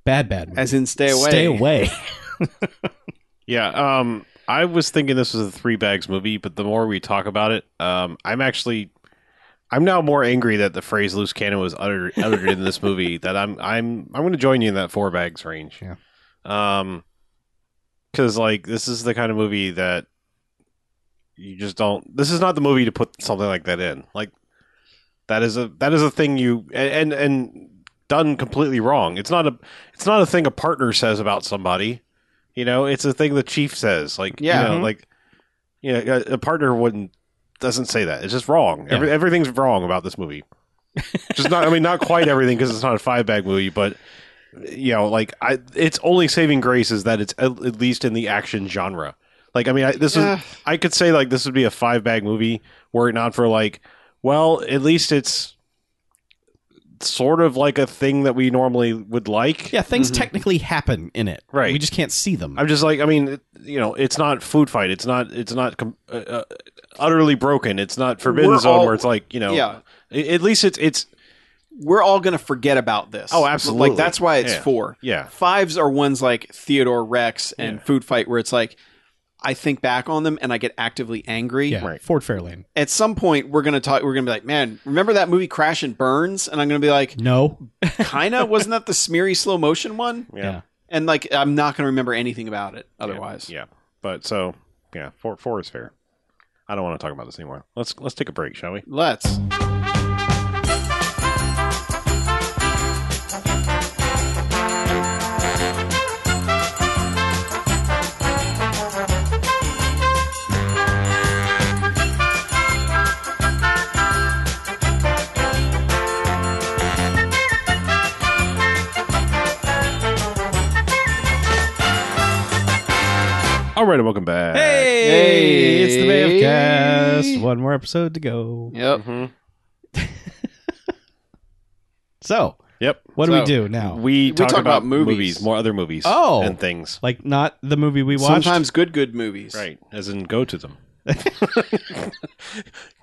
Speaker 3: Bad, bad movie.
Speaker 2: As in, stay away.
Speaker 3: Stay away.
Speaker 1: Yeah. Um, I was thinking this was a three bags movie, but the more we talk about it, um, I'm actually, I'm now more angry that the phrase "loose cannon" was uttered, uttered in this movie. That I'm, I'm, I'm going to join you in that four bags range.
Speaker 3: Yeah.
Speaker 1: Um, because like this is the kind of movie that you just don't. This is not the movie to put something like that in. Like that is a that is a thing you and and. and done completely wrong. It's not a it's not a thing a partner says about somebody. You know, it's a thing the chief says. Like,
Speaker 2: Yeah.
Speaker 1: you know,
Speaker 3: Mhm.
Speaker 1: like, you know, a- a partner wouldn't doesn't say that. It's just wrong. Every, everything's wrong about this movie. just not. I mean, not quite everything because it's not a five bag movie, but you know, like, I it's only saving grace is that it's at, at least in the action genre. Like, I mean, I, this
Speaker 2: Yeah.
Speaker 1: is I could say like this would be a five bag movie were it not for like, well, at least it's sort of like a thing that we normally would like.
Speaker 3: yeah, things
Speaker 2: Mhm.
Speaker 3: technically happen in it.
Speaker 1: Right.
Speaker 3: we just can't see them.
Speaker 1: I'm just like I mean, it- you know, it's not food fight. It's not. It's not com- uh, uh, utterly broken. It's not forbidden
Speaker 2: We're
Speaker 1: zone
Speaker 2: all-
Speaker 1: where it's like you know.
Speaker 2: Yeah.
Speaker 1: a- At least it's it's
Speaker 2: we're all gonna forget about this.
Speaker 1: Oh, absolutely.
Speaker 2: Like that's why it's
Speaker 1: Yeah.
Speaker 2: four.
Speaker 1: yeah
Speaker 2: Fives are ones like Theodore Rex and
Speaker 1: Yeah.
Speaker 2: Food Fight, where it's like I think back on them and I get actively angry.
Speaker 3: yeah,
Speaker 1: right.
Speaker 3: Ford Fairlane.
Speaker 2: At some point, we're gonna talk. We're gonna be like, man, remember that movie Crash and Burns? And I'm gonna be like,
Speaker 3: No,
Speaker 2: kinda. Wasn't that the smeary slow motion one?
Speaker 1: yeah.
Speaker 3: Yeah.
Speaker 2: And and like I'm not going to remember anything about it otherwise.
Speaker 1: Yeah. But so yeah, four four is fair. I don't want to talk about this anymore. Let's let's take a break, shall we?
Speaker 2: Let's.
Speaker 1: All right, and welcome back.
Speaker 3: Hey, it's the
Speaker 2: Hey.
Speaker 3: Bamcast. One more episode to go.
Speaker 2: Yep.
Speaker 1: Mhm.
Speaker 3: So,
Speaker 1: Yep.
Speaker 3: what do we
Speaker 2: So,
Speaker 3: do now?
Speaker 1: We talk,
Speaker 2: talk
Speaker 1: about,
Speaker 2: about movies.
Speaker 1: more other movies,
Speaker 3: Oh.
Speaker 1: and things.
Speaker 3: like not the movie we watched.
Speaker 2: Sometimes good, good movies.
Speaker 1: Right, as in go to them.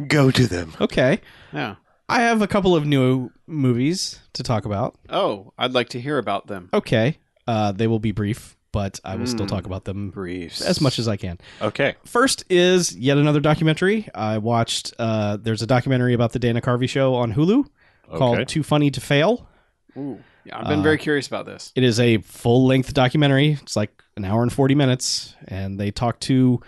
Speaker 1: go to them.
Speaker 3: Okay,
Speaker 2: Yeah.
Speaker 3: I have a couple of new movies to talk about.
Speaker 2: Oh, I'd like to hear about them.
Speaker 3: Okay, uh, they will be brief, but I will still
Speaker 2: Mm.
Speaker 3: talk about them
Speaker 2: Briefs.
Speaker 3: as much as I can.
Speaker 1: Okay.
Speaker 3: First is yet another documentary. I watched. Uh, there's a documentary about the Dana Carvey show on Hulu called
Speaker 1: Okay.
Speaker 3: "Too Funny to Fail."
Speaker 2: Ooh. Yeah, I've been
Speaker 3: Uh,
Speaker 2: very curious about this.
Speaker 3: It is a full length documentary. It's like an hour and 40 minutes. And they talk to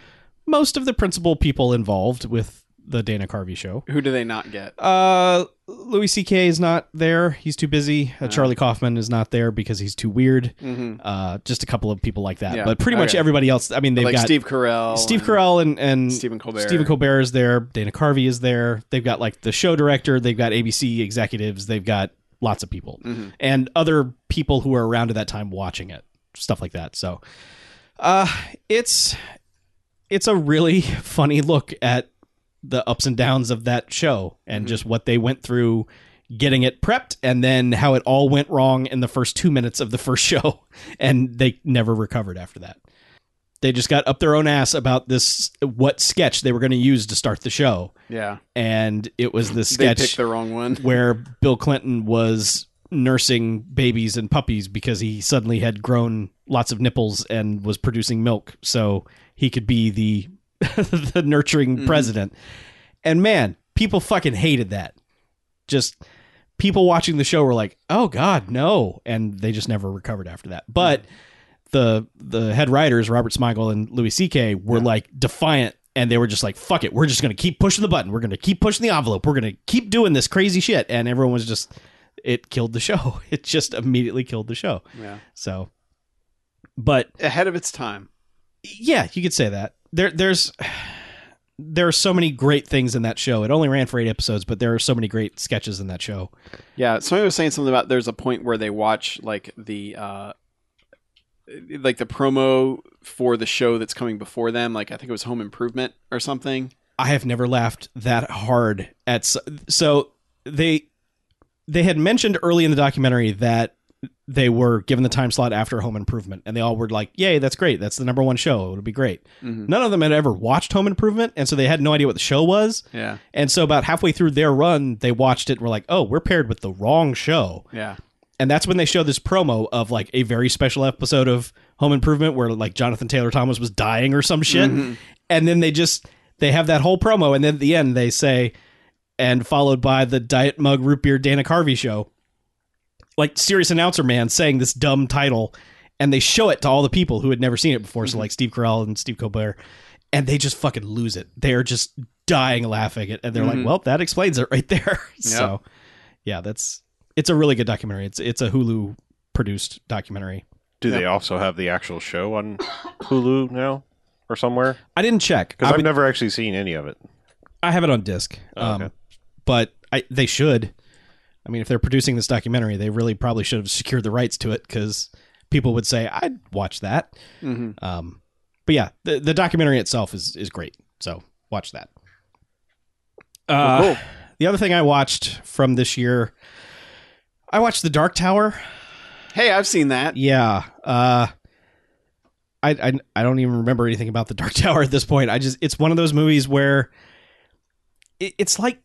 Speaker 3: most of the principal people involved with the Dana Carvey show.
Speaker 2: Who do they not get?
Speaker 3: Uh, Louis C.K. is not there. He's too busy. Uh,
Speaker 2: Oh.
Speaker 3: Charlie Kaufman is not there because he's too weird.
Speaker 2: Mm-hmm.
Speaker 3: Uh, just a couple of people like that.
Speaker 2: Yeah.
Speaker 3: But pretty much
Speaker 2: Okay.
Speaker 3: everybody else. I mean, they've
Speaker 2: Like
Speaker 3: got
Speaker 2: Steve Carell.
Speaker 3: Steve
Speaker 2: and
Speaker 3: Carell and, and
Speaker 2: Stephen Colbert.
Speaker 3: Stephen Colbert is there. Dana Carvey is there. They've got like the show director. They've got ABC executives. They've got lots of people
Speaker 2: Mhm.
Speaker 3: and other people who are around at that time watching it, stuff like that. So, uh, it's it's a really funny look at the ups and downs of that show and
Speaker 2: Mhm.
Speaker 3: just what they went through getting it prepped and then how it all went wrong in the first two minutes of the first show and they never recovered after that they just got up their own ass about this what sketch they were going to use to start the show
Speaker 2: Yeah.
Speaker 3: and it was this
Speaker 2: They picked
Speaker 3: sketch
Speaker 2: the wrong one.
Speaker 3: where Bill Clinton was nursing babies and puppies because he suddenly had grown lots of nipples and was producing milk so he could be the the nurturing
Speaker 2: Mhm.
Speaker 3: president. And man, people fucking hated that. Just people watching the show were like, "Oh god, no." And they just never recovered after that. But the the head writers Robert Smigel and Louis CK were like defiant and they were just like fuck it we're just going to keep pushing the button we're going to keep pushing the envelope we're going to keep doing this crazy shit and everyone was just it killed the show it just immediately killed the show
Speaker 2: Yeah.
Speaker 3: so but
Speaker 2: Ahead of its time.
Speaker 3: yeah you could say that there there's there are so many great things in that show it only ran for 8 episodes but there are so many great sketches in that show
Speaker 2: Yeah, somebody was saying something about there's a point where they watch like the uh like the promo for the show that's coming before them, like I think it was Home Improvement or something.
Speaker 3: I have never laughed that hard at s- so they they had mentioned early in the documentary that they were given the time slot after Home Improvement and they all were like, "Yay, that's great. That's the number 1 show. It'll be great."
Speaker 2: Mhm.
Speaker 3: None of them had ever watched Home Improvement and so they had no idea what the show was.
Speaker 2: Yeah.
Speaker 3: And so about halfway through their run, they watched it and were like, "Oh, we're paired with the wrong show."
Speaker 2: Yeah.
Speaker 3: and that's when they show this promo of like a very special episode of Home Improvement where like Jonathan Taylor Thomas was dying or some shit,
Speaker 2: Mhm.
Speaker 3: and then they just they have that whole promo, and then at the end they say, and followed by the Diet Mug Root Beer Dana Carvey show, like serious announcer man saying this dumb title, and they show it to all the people who had never seen it before, so like Steve Carell and Steve Colbert, and they just fucking lose it. They are just dying laughing at, and they're
Speaker 2: Mhm.
Speaker 3: like, well, that explains it right there. so, yeah, that's it's a really good documentary. It's it's a Hulu produced documentary.
Speaker 1: Do
Speaker 2: Yeah.
Speaker 1: they also have the actual show on Hulu now or somewhere?
Speaker 3: I didn't check.
Speaker 1: Because
Speaker 3: I,
Speaker 1: I've
Speaker 3: would-
Speaker 1: never actually seen any of it.
Speaker 3: I have it on disc.
Speaker 1: Oh, okay.
Speaker 3: Um, but I they should. I mean, if they're producing this documentary, they really probably should have secured the rights to it because people would say, "I'd watch that."
Speaker 2: Mhm.
Speaker 3: Um, but yeah, the the documentary itself is is great. So watch that. Uh,
Speaker 1: Oh,
Speaker 2: Well, cool.
Speaker 3: The other thing I watched from this year, I watched The Dark Tower.
Speaker 2: Hey, I've seen that.
Speaker 3: Yeah. Uh I, I I don't even remember anything about the Dark Tower at this point. I just it's one of those movies where it, it's like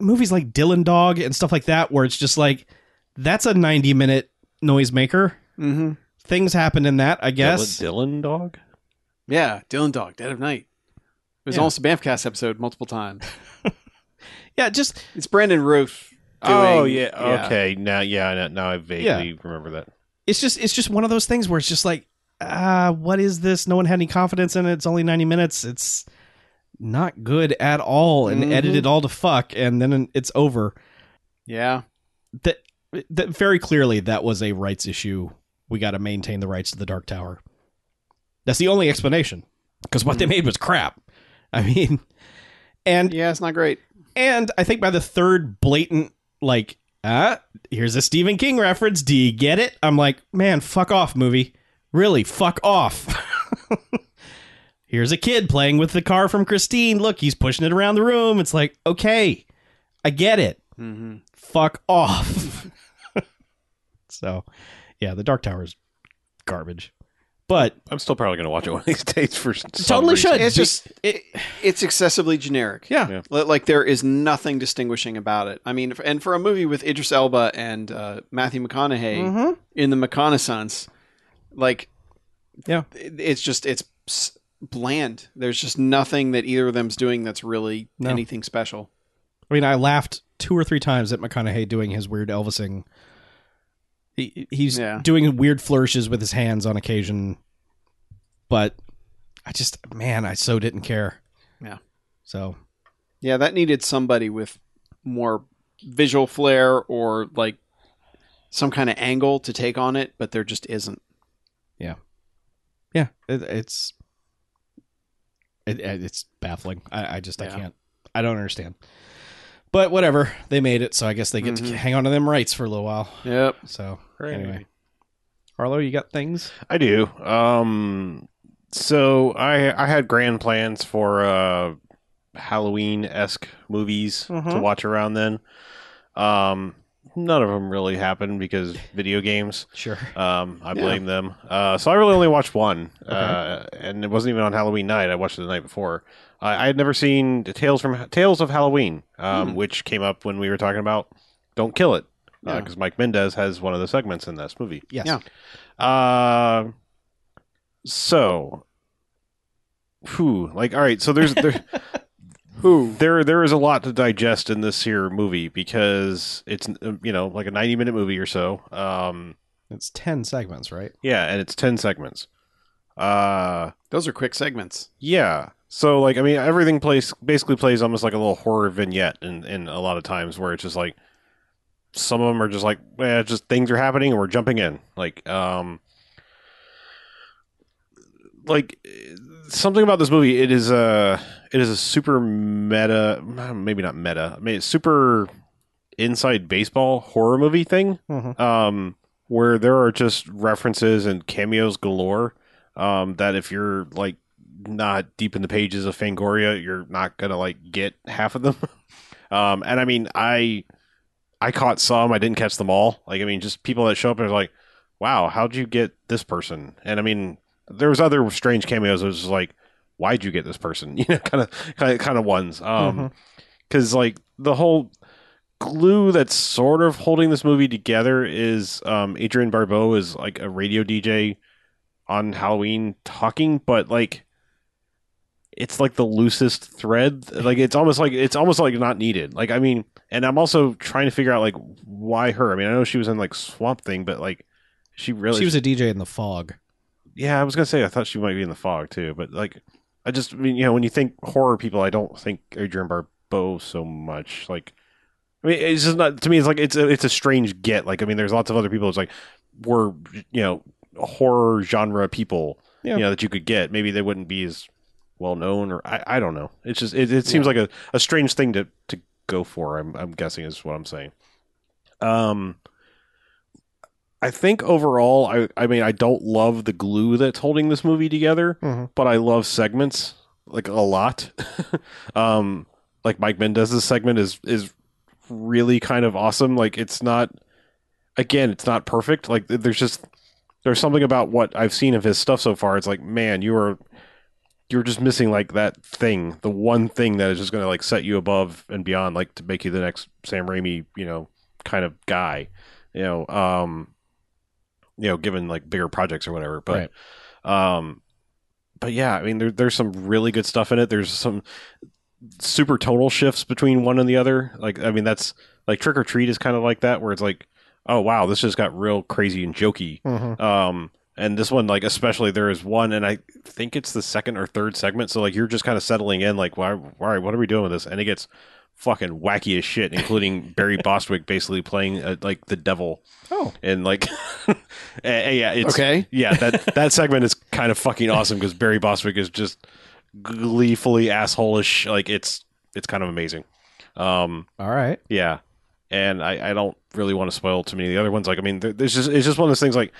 Speaker 3: movies like Dylan Dog and stuff like that where it's just like that's a 90 minute noisemaker.
Speaker 2: Mm-hmm.
Speaker 3: Things happened in that, I guess.
Speaker 1: Dylan Dog?
Speaker 2: Yeah, Dylan Dog, Dead of Night. It was
Speaker 3: Yeah.
Speaker 2: almost a Bamfcast episode multiple times.
Speaker 3: Yeah, just
Speaker 2: It's Brandon Roof doing
Speaker 3: Oh,
Speaker 1: oh, yeah. Okay. Now, yeah, now, now I vaguely remember that.
Speaker 3: it's just it's just one of those things where it's just like, ah, what is this? No one had any confidence in it. It's only ninety minutes. It's not good at all, and
Speaker 2: Mhm.
Speaker 3: edited all to fuck, and then it's over.
Speaker 2: Yeah.
Speaker 3: That that very clearly that was a rights issue. We got to maintain the rights to the Dark Tower. That's the only explanation, because what they made was crap. I mean, and
Speaker 2: Yeah, it's not great.
Speaker 3: and I think by the third blatant, like, ah, here's a Stephen King reference. Do you get it? I'm like, man, fuck off, movie. Really, fuck off. here's a kid playing with the car from Christine. Look, he's pushing it around the room. It's like, okay, I get it.
Speaker 2: Mm-hmm.
Speaker 3: Fuck off. so, yeah, The Dark Tower is garbage. But
Speaker 1: I'm still probably going to watch it one of these days for s- some
Speaker 3: Totally
Speaker 1: reason.
Speaker 3: should.
Speaker 2: It's
Speaker 3: Be-
Speaker 2: just it, it's excessively generic.
Speaker 3: yeah,
Speaker 1: Yeah.
Speaker 2: Li- Like there is nothing distinguishing about it. I mean, f- and for a movie with Idris Elba and uh, Matthew McConaughey
Speaker 3: Mhm.
Speaker 2: in the McConaissance, like,
Speaker 3: Yeah.
Speaker 2: it- it's just it's s- bland. There's just nothing that either of them's doing that's really
Speaker 3: No.
Speaker 2: anything special.
Speaker 3: I mean, I laughed two or three times at McConaughey doing his weird Elvising. He, he's
Speaker 2: Yeah.
Speaker 3: doing weird flourishes with his hands on occasion, but I just, man, I so didn't care.
Speaker 2: Yeah.
Speaker 3: So
Speaker 2: Yeah, that needed somebody with more visual flair or like some kind of angle to take on it, but there just isn't.
Speaker 3: yeah, it, it's it, it- it's baffling. I, I just I
Speaker 2: Yeah.
Speaker 3: can't. I don't understand. But whatever, they made it, so I guess they get
Speaker 2: Mhm.
Speaker 3: to hang on to them rights for a little while.
Speaker 2: Yep.
Speaker 3: So
Speaker 1: Right.
Speaker 3: anyway, Arlo, you got things?
Speaker 1: I do. Um, so I I had grand plans for uh, Halloween esque movies to
Speaker 3: Mhm.
Speaker 1: watch around then. Um, none of them really happened because video games.
Speaker 3: Sure.
Speaker 1: Um, I
Speaker 2: Yeah.
Speaker 1: blame them. Uh, so I really only watched one,
Speaker 3: Okay.
Speaker 1: uh, and it wasn't even on Halloween night. I watched it the night before. I, I had never seen Tales from Tales of Halloween, um,
Speaker 2: Hmm.
Speaker 1: which came up when we were talking about "Don't Kill It,"
Speaker 2: Yeah.
Speaker 1: because Mike Mendez has one of the segments in this movie.
Speaker 3: Yes.
Speaker 2: Yeah.
Speaker 1: Uh, so, who like all right? So there's there,
Speaker 2: Who?
Speaker 1: there there is a lot to digest in this here movie because it's uh, you know like a ninety minute movie or so. Um,
Speaker 3: It's ten segments, right?
Speaker 1: yeah, and it's ten segments. Uh,
Speaker 2: Those are quick segments.
Speaker 1: yeah. So like I mean everything plays basically plays almost like a little horror vignette in, in a lot of times where it's just like some of them are just like eh, just things are happening and we're jumping in like um like eh, something about this movie it is a it is a super meta maybe not meta I mean it's super inside baseball horror movie thing
Speaker 3: Mm-hmm.
Speaker 1: um, where there are just references and cameos galore. Um, that if you're like not deep in the pages of Fangoria, you're not gonna like get half of them. um, and I mean, I I caught some, I didn't catch them all. Like, I mean, just people that show up and are like, "Wow, how'd you get this person?" And I mean, there was other strange cameos. It was just like, "Why'd you get this person?" You know, kind of kind of kind of ones. Um,
Speaker 3: Mhm.
Speaker 1: because like the whole glue that's sort of holding this movie together is um Adrian Barbeau is like a radio DJ on Halloween talking, but like it's like the loosest thread. Like it's almost like it's almost like not needed. Like I mean, and I'm also trying to figure out like why her. I mean, I know she was in like Swamp Thing, but like she really
Speaker 3: She was a DJ in the fog.
Speaker 1: yeah, I was gonna say I thought she might be in the fog too, but like, I just I mean you know when you think horror people, I don't think Adrian Barbeau so much. Like, I mean it's just not to me. It's like it's a, it's a strange get. Like I mean, there's lots of other people. It's like we're you know horror genre people.
Speaker 3: Yeah.
Speaker 1: You know that you could get. Maybe they wouldn't be as well known, or I, I don't know. It's just it, it seems like a, a strange thing to to go for. I'm I'm guessing is what I'm saying. Um. I think overall, I, I mean, I don't love the glue that's holding this movie together,
Speaker 3: Mhm.
Speaker 1: but I love segments like a lot. um, like Mike Mendez's segment is is really kind of awesome. Like it's not, again, it's not perfect. Like th- there's just there's something about what I've seen of his stuff so far. It's like, man, you are you're just missing like that thing, the one thing that is just going to like set you above and beyond, like to make you the next Sam Raimi, you know, kind of guy. You know, um, you know, given like bigger projects or whatever. But um but yeah, I mean there there's some really good stuff in it. There's some super tonal shifts between one and the other. Like I mean that's like Trick or Treat is kind of like that where it's like oh wow, this just got real crazy and jokey. Um, and this one, like especially, there is one, and I think it's the second or third segment. So like you're just kind of settling in, like why, why, what are we doing with this? And it gets fucking wacky as shit, including Barry Bostwick basically playing uh, like the devil,
Speaker 4: Oh,
Speaker 1: and like, eh, eh, yeah, it's
Speaker 2: Okay.
Speaker 1: yeah that that segment is kind of fucking awesome because Barry Bostwick is just gleefully assholish. Like it's it's kind of amazing. Um,
Speaker 3: All right.
Speaker 1: yeah, and I, I don't really want to spoil too many of the other ones. Like I mean, there- there's just it's just one of those things. Like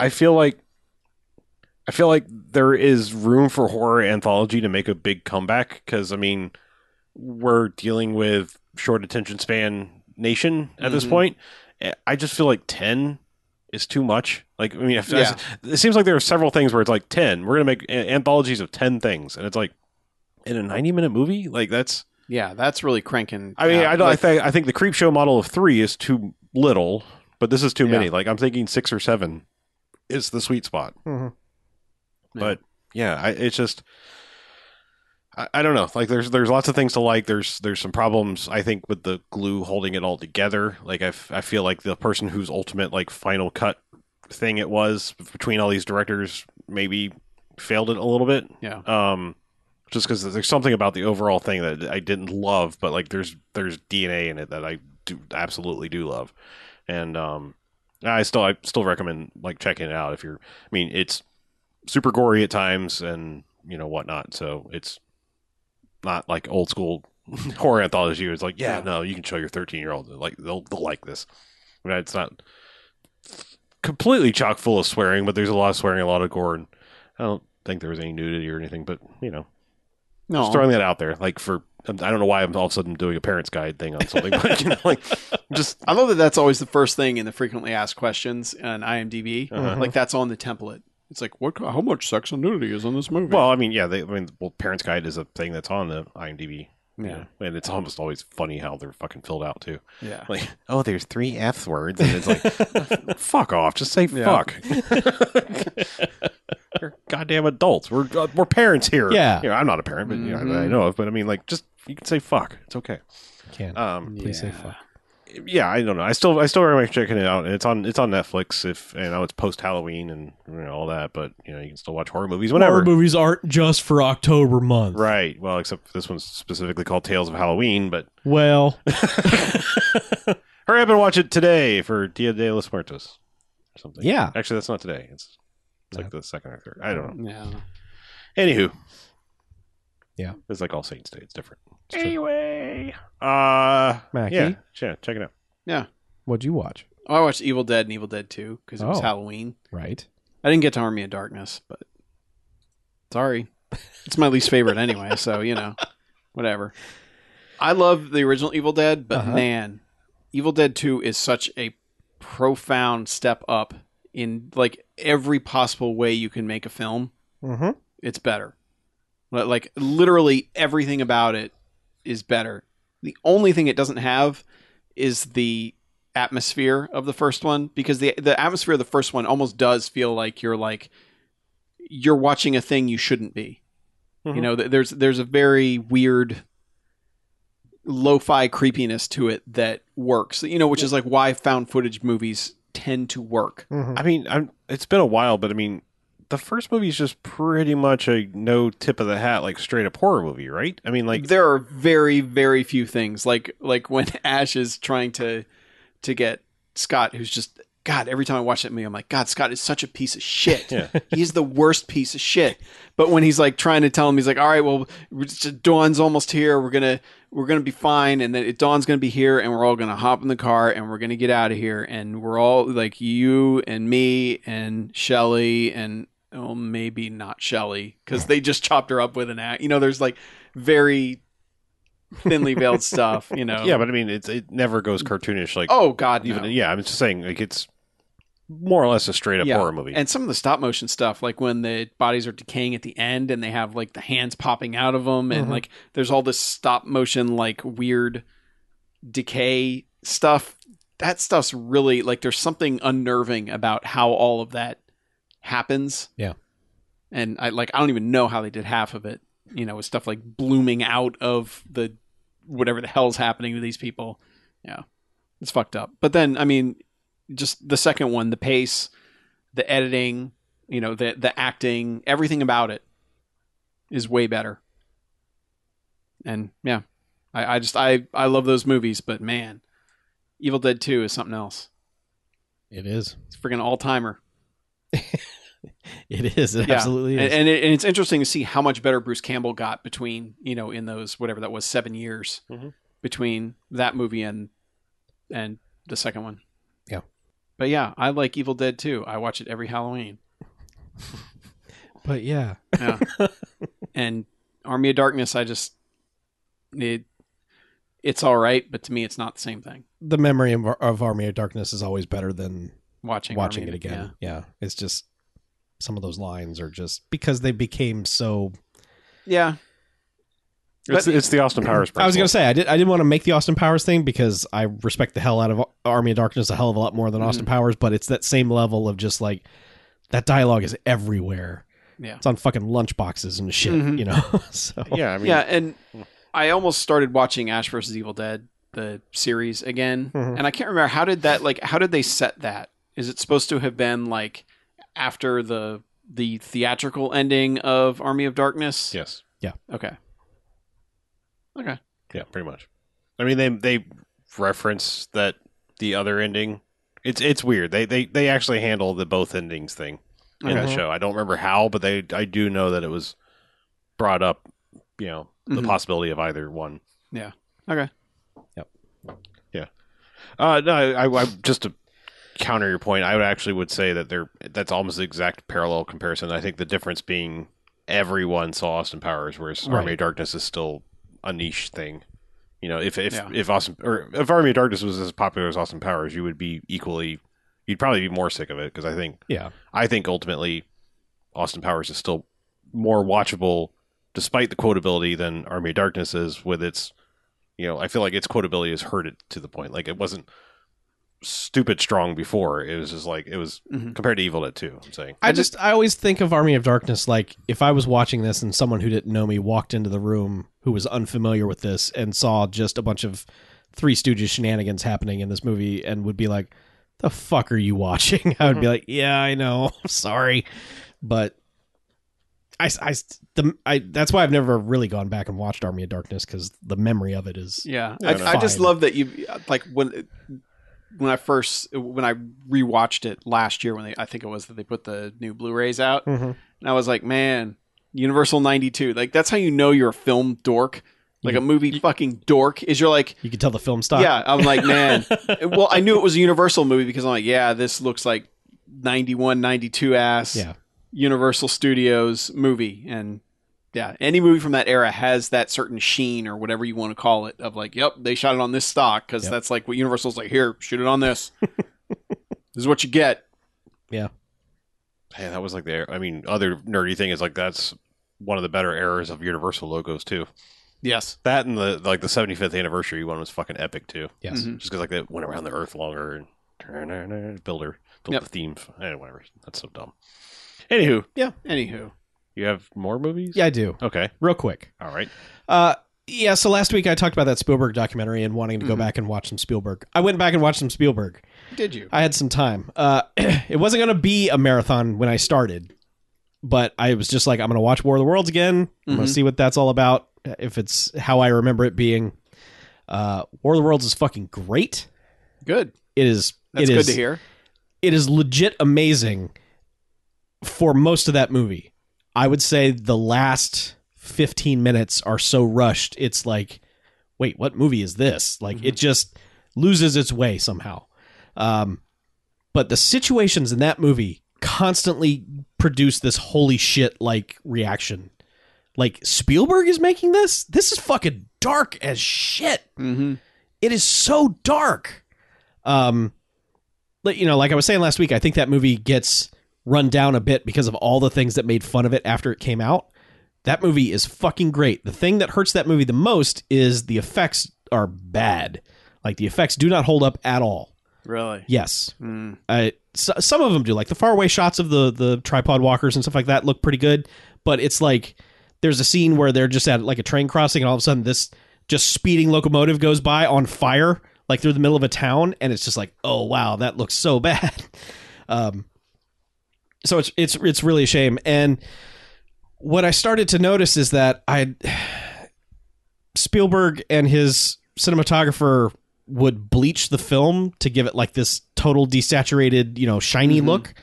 Speaker 1: I feel like I feel like there is room for horror anthology to make a big comeback because I mean we're dealing with short attention span nation at this
Speaker 2: Mhm.
Speaker 1: point. Eh, I just feel like ten is too much. Like I mean, if
Speaker 2: Yeah.
Speaker 1: it seems like there are several things where it's like ten. We're gonna make a- anthologies of ten things, and it's like in a ninety minute movie. Like that's
Speaker 2: Yeah, that's really cranking.
Speaker 1: I mean,
Speaker 2: out.
Speaker 1: I don't.
Speaker 2: Like,
Speaker 1: I think I think the creep show model of three is too little, but this is too
Speaker 2: Yeah.
Speaker 1: many. Like I'm thinking six or seven is the sweet spot.
Speaker 4: Mhm.
Speaker 1: But yeah, I, it's just I, I don't know. Like there's there's lots of things to like. There's there's some problems I think with the glue holding it all together. Like I f- I feel like the person whose ultimate like final cut thing it was between all these directors maybe failed it a little bit
Speaker 2: yeah.
Speaker 1: um just because there's something about the overall thing that i didn't love but like there's there's dna in it that i do absolutely do love and um i still i still recommend like checking it out if you're i mean it's super gory at times and you know whatnot so it's not like old school horror anthology it's like yeah,
Speaker 2: Yeah.
Speaker 1: no you can show your 13 year old like they'll, they'll like this I mean, it's not completely chock full of swearing but there's a lot of swearing a lot of gore and i don't think there was any nudity or anything but you know
Speaker 2: No,
Speaker 1: just throwing that out there. Like for I don't know why I'm all of a sudden doing a parents guide thing on something, but you know, like just
Speaker 2: I love that that's always the first thing in the frequently asked questions on IMDb.
Speaker 1: Uh-huh.
Speaker 2: Like that's on the template. It's like what? How much sex and nudity is on this movie?
Speaker 1: well, I mean, yeah, they, I mean, well, parents guide is a thing that's on the IMDb. you
Speaker 2: yeah,
Speaker 1: know, and it's almost always funny how they're fucking filled out too.
Speaker 2: yeah.
Speaker 1: Like, oh, there's three f words, and it's like, fuck off, just say
Speaker 2: Yeah.
Speaker 1: fuck. You're goddamn adults. We're uh, we're parents here.
Speaker 3: Yeah. Mm-hmm.
Speaker 1: You know, I'm not a parent, but you know, I
Speaker 2: Mhm.
Speaker 1: know of. But I mean, like, just you can say fuck. It's okay.
Speaker 3: Can't.
Speaker 1: Um,
Speaker 3: Please say
Speaker 2: Yeah.
Speaker 3: fuck.
Speaker 1: yeah, I don't know. I still I still recommend checking it out. It's on it's on Netflix. If you know it's post Halloween and you know, all that, but you know you can still watch horror movies whenever.
Speaker 3: Horror movies aren't just for October month.
Speaker 1: Right. Well, except for this one's specifically called Tales of Halloween. But
Speaker 3: Well,
Speaker 1: hurry up and watch it today for Dia de los Muertos. Or something.
Speaker 3: Yeah.
Speaker 1: Actually, that's not today. It's, it's like the second or third. I don't know.
Speaker 2: Yeah.
Speaker 1: Anywho.
Speaker 3: Yeah.
Speaker 1: It's like All Saints Day. It's different.
Speaker 3: It's true.
Speaker 1: anyway. Uh.
Speaker 4: Mackie,
Speaker 1: Yeah. Yeah. Check it out.
Speaker 4: what'd you watch?
Speaker 2: Oh, I watched Evil Dead and Evil Dead Two because it was
Speaker 4: Oh.
Speaker 2: Halloween.
Speaker 4: Right.
Speaker 2: I didn't get to Army of Darkness, but sorry, it's my least favorite anyway. So you know, whatever. I love the original Evil Dead, but
Speaker 4: Uh-huh.
Speaker 2: man, Evil Dead Two is such a profound step up in like every possible way you can make a film.
Speaker 4: Mm-hmm.
Speaker 2: it's better. Li- Like literally everything about it is better. The only thing it doesn't have is the atmosphere of the first one because the the atmosphere of the first one almost does feel like you're like you're watching a thing you shouldn't be.
Speaker 1: Mhm.
Speaker 2: You know, th- there's there's a very weird lo-fi creepiness to it that works. You know, which is like why found footage movies tend to work.
Speaker 4: Mm-hmm.
Speaker 1: I mean, I'm, it's been a while, but I mean, the first movie is just pretty much a no tip of the hat, like straight up horror movie, right? I mean, like,
Speaker 2: there are very very few things like like when ash is trying to to get scott who's just god every time i watch that movie i'm like god scott is such a piece of shit
Speaker 1: Yeah.
Speaker 2: he's the worst piece of shit but when he's like trying to tell him he's like all right well we're just- dawn's almost here we're gonna we're gonna be fine and then it dawn's gonna be here and we're all gonna hop in the car and we're gonna get out of here and we're all like you and me and shelly and oh maybe not shelly because they just chopped her up with an axe you know there's like very thinly veiled stuff, you know.
Speaker 1: yeah, but I mean, it's it never goes cartoonish, like,
Speaker 2: oh god,
Speaker 1: even
Speaker 2: no.
Speaker 1: yeah. I'm just saying, like, it's more or less a straight up
Speaker 2: Yeah.
Speaker 1: horror movie.
Speaker 2: And some of the stop motion stuff, like when the bodies are decaying at the end and they have like the hands popping out of them, and
Speaker 4: Mhm.
Speaker 2: like there's all this stop motion, like weird decay stuff. That stuff's really like there's something unnerving about how all of that happens.
Speaker 3: Yeah.
Speaker 2: And I like, I don't even know how they did half of it, you know, with stuff like blooming out of the whatever the hell's happening to these people. Yeah. It's fucked up. But then, I mean, just the second one, the pace, the editing, you know, the the acting, everything about it is way better. And yeah, I, I just I I love those movies, but man, Evil Dead Two is something else.
Speaker 3: It is.
Speaker 2: It's freaking all timer.
Speaker 3: It is. It
Speaker 2: Yeah.
Speaker 3: absolutely is.
Speaker 2: And, and, it, and it's interesting to see how much better Bruce Campbell got between, you know, in those whatever that was, seven years
Speaker 3: Mm-hmm.
Speaker 1: Mhm.
Speaker 2: between that movie and and the second one.
Speaker 3: Yeah.
Speaker 2: But yeah, I like Evil Dead too. I watch it every Halloween.
Speaker 3: but yeah,
Speaker 2: Yeah. and Army of Darkness, I just it it's all right, but to me, it's not the same thing.
Speaker 3: the memory of, of Army of Darkness is always better than
Speaker 2: Watching
Speaker 3: watching
Speaker 2: Army-
Speaker 3: it again. Yeah. It's just some of those lines are just because they became so.
Speaker 2: Yeah. yeah.
Speaker 1: It's,
Speaker 2: But-
Speaker 1: it's the Austin Powers.
Speaker 3: I was
Speaker 1: principle.
Speaker 3: gonna say I did. I didn't want to make the Austin Powers thing because I respect the hell out of Army of Darkness a hell of a lot more than Austin Powers, but it's that same level of just like that dialogue is everywhere.
Speaker 2: Yeah.
Speaker 3: it's on fucking lunchboxes and shit.
Speaker 2: Mhm.
Speaker 3: You know, so
Speaker 1: Yeah, I mean,
Speaker 2: yeah, and
Speaker 3: hmm.
Speaker 2: I almost started watching Ash versus Evil Dead the series again,
Speaker 3: Mhm.
Speaker 2: and I can't remember how did that like how did they set that? Is it supposed to have been like after the the theatrical ending of Army of Darkness?
Speaker 1: yes,
Speaker 2: Okay. Okay.
Speaker 1: yeah, pretty much. I mean, they they reference that the other ending. It's it's weird. They they they actually handle the both endings thing in that
Speaker 2: Mm-hmm.
Speaker 3: Mhm.
Speaker 1: show. I don't remember how, but they I do know that it was brought up. You know, the
Speaker 2: Mhm.
Speaker 1: possibility of either one.
Speaker 2: Yeah. Okay.
Speaker 3: Yep.
Speaker 1: Yeah. Uh, no, I, I, I just to counter your point, I would actually would say that they're that's almost the exact parallel comparison. I think the difference being everyone saw Austin Powers, whereas Army
Speaker 3: Right.
Speaker 1: of Darkness is still a niche thing. You know, if if
Speaker 2: Yeah.
Speaker 1: if Austin or if Army of Darkness was as popular as Austin Powers, you would be equally, you'd probably be more sick of it because I think
Speaker 3: yeah,
Speaker 1: I think ultimately Austin Powers is still more watchable despite the quotability than Army of Darkness is with its you know, I feel like its quotability has hurt it to the point. Like it wasn't stupid strong before. It was just like it was
Speaker 2: Mhm.
Speaker 1: compared to Evil Dead 2, I'm saying.
Speaker 3: I just I always think of Army of Darkness like if I was watching this and someone who didn't know me walked into the room who was unfamiliar with this and saw just a bunch of Three Stooges shenanigans happening in this movie and would be like, "The fuck are you watching?" I would be like, "Yeah, I know, I'm sorry," but I s- I s- the I that's why I've never really gone back and watched Army of Darkness because the memory of it is
Speaker 2: Yeah,
Speaker 1: Yeah,
Speaker 2: I,
Speaker 1: no.
Speaker 2: I just
Speaker 3: Fine.
Speaker 2: love that you like when when I first when I rewatched it last year when they I think it was that they put the new Blu-rays out,
Speaker 3: Mhm.
Speaker 2: and I was like, man, Universal '92, like that's how you know you're a film dork, like a movie fucking dork is you're like.
Speaker 3: you can tell the film stock.
Speaker 2: Yeah, I'm like, man. well, I knew it was a Universal movie because I'm like, yeah, this looks like 91, 92 ass
Speaker 3: Yeah.
Speaker 2: Universal Studios movie. And yeah, any movie from that era has that certain sheen or whatever you want to call it of like, yep, they shot it on this stock because
Speaker 3: Yep.
Speaker 2: that's like what Universal's like, here, shoot it on this. this is what you get.
Speaker 1: Yeah, that was like the I mean, other nerdy thing is like that's one of the better eras of Universal logos too.
Speaker 2: Yes.
Speaker 1: That and the like the 75th anniversary one was fucking epic too.
Speaker 3: Yes.
Speaker 2: Mhm.
Speaker 1: just because like they went around the earth longer and builder built
Speaker 2: Yep.
Speaker 1: the theme eh, whatever that's so dumb anywho
Speaker 2: Anywho.
Speaker 1: you have more movies
Speaker 3: Yeah, I do.
Speaker 1: okay
Speaker 3: Real quick.
Speaker 1: all right
Speaker 3: Uh, yeah. So last week I talked about that Spielberg documentary and wanting to go
Speaker 2: Mhm.
Speaker 3: back and watch some Spielberg. I went back and watched some Spielberg.
Speaker 2: Did you?
Speaker 3: I had some time. Uh, it wasn't going to be a marathon when I started, but I was just like, I'm going to watch War of the Worlds again. I'm going
Speaker 2: Mhm.
Speaker 3: to see what that's all about. If it's how I remember it being, uh, War of the Worlds is fucking great.
Speaker 2: Good.
Speaker 3: It is.
Speaker 2: That's
Speaker 3: it
Speaker 2: good
Speaker 3: is-
Speaker 2: to hear.
Speaker 3: it is legit amazing for most of that movie. I would say the last 15 minutes are so rushed. It's like, wait, what movie is this? Like, it just loses its way somehow. Um, but the situations in that movie constantly produce this holy shit like reaction. Like, Spielberg is making this? This is fucking dark as shit
Speaker 2: Mm-hmm.
Speaker 3: it is so dark. Um, but, you know, like I was saying last week, I think that movie gets run down a bit because of all the things that made fun of it after it came out. That movie is fucking great. The thing that hurts that movie the most is the effects are bad. Like the effects do not hold up at all.
Speaker 2: Really?
Speaker 3: Yes,
Speaker 2: Mm.
Speaker 3: uh, so, some of them do. Like the faraway shots of the the tripod walkers and stuff like that look pretty good, but it's like there's a scene where they're just at like a train crossing, and all of a sudden this just speeding locomotive goes by on fire. like through the middle of a town, and it's just like, oh wow, that looks so bad. Um, so it's it's it's really a shame. And what I started to notice is that I Spielberg and his cinematographer would bleach the film to give it like this total desaturated, you know, shiny
Speaker 2: Mhm.
Speaker 3: look,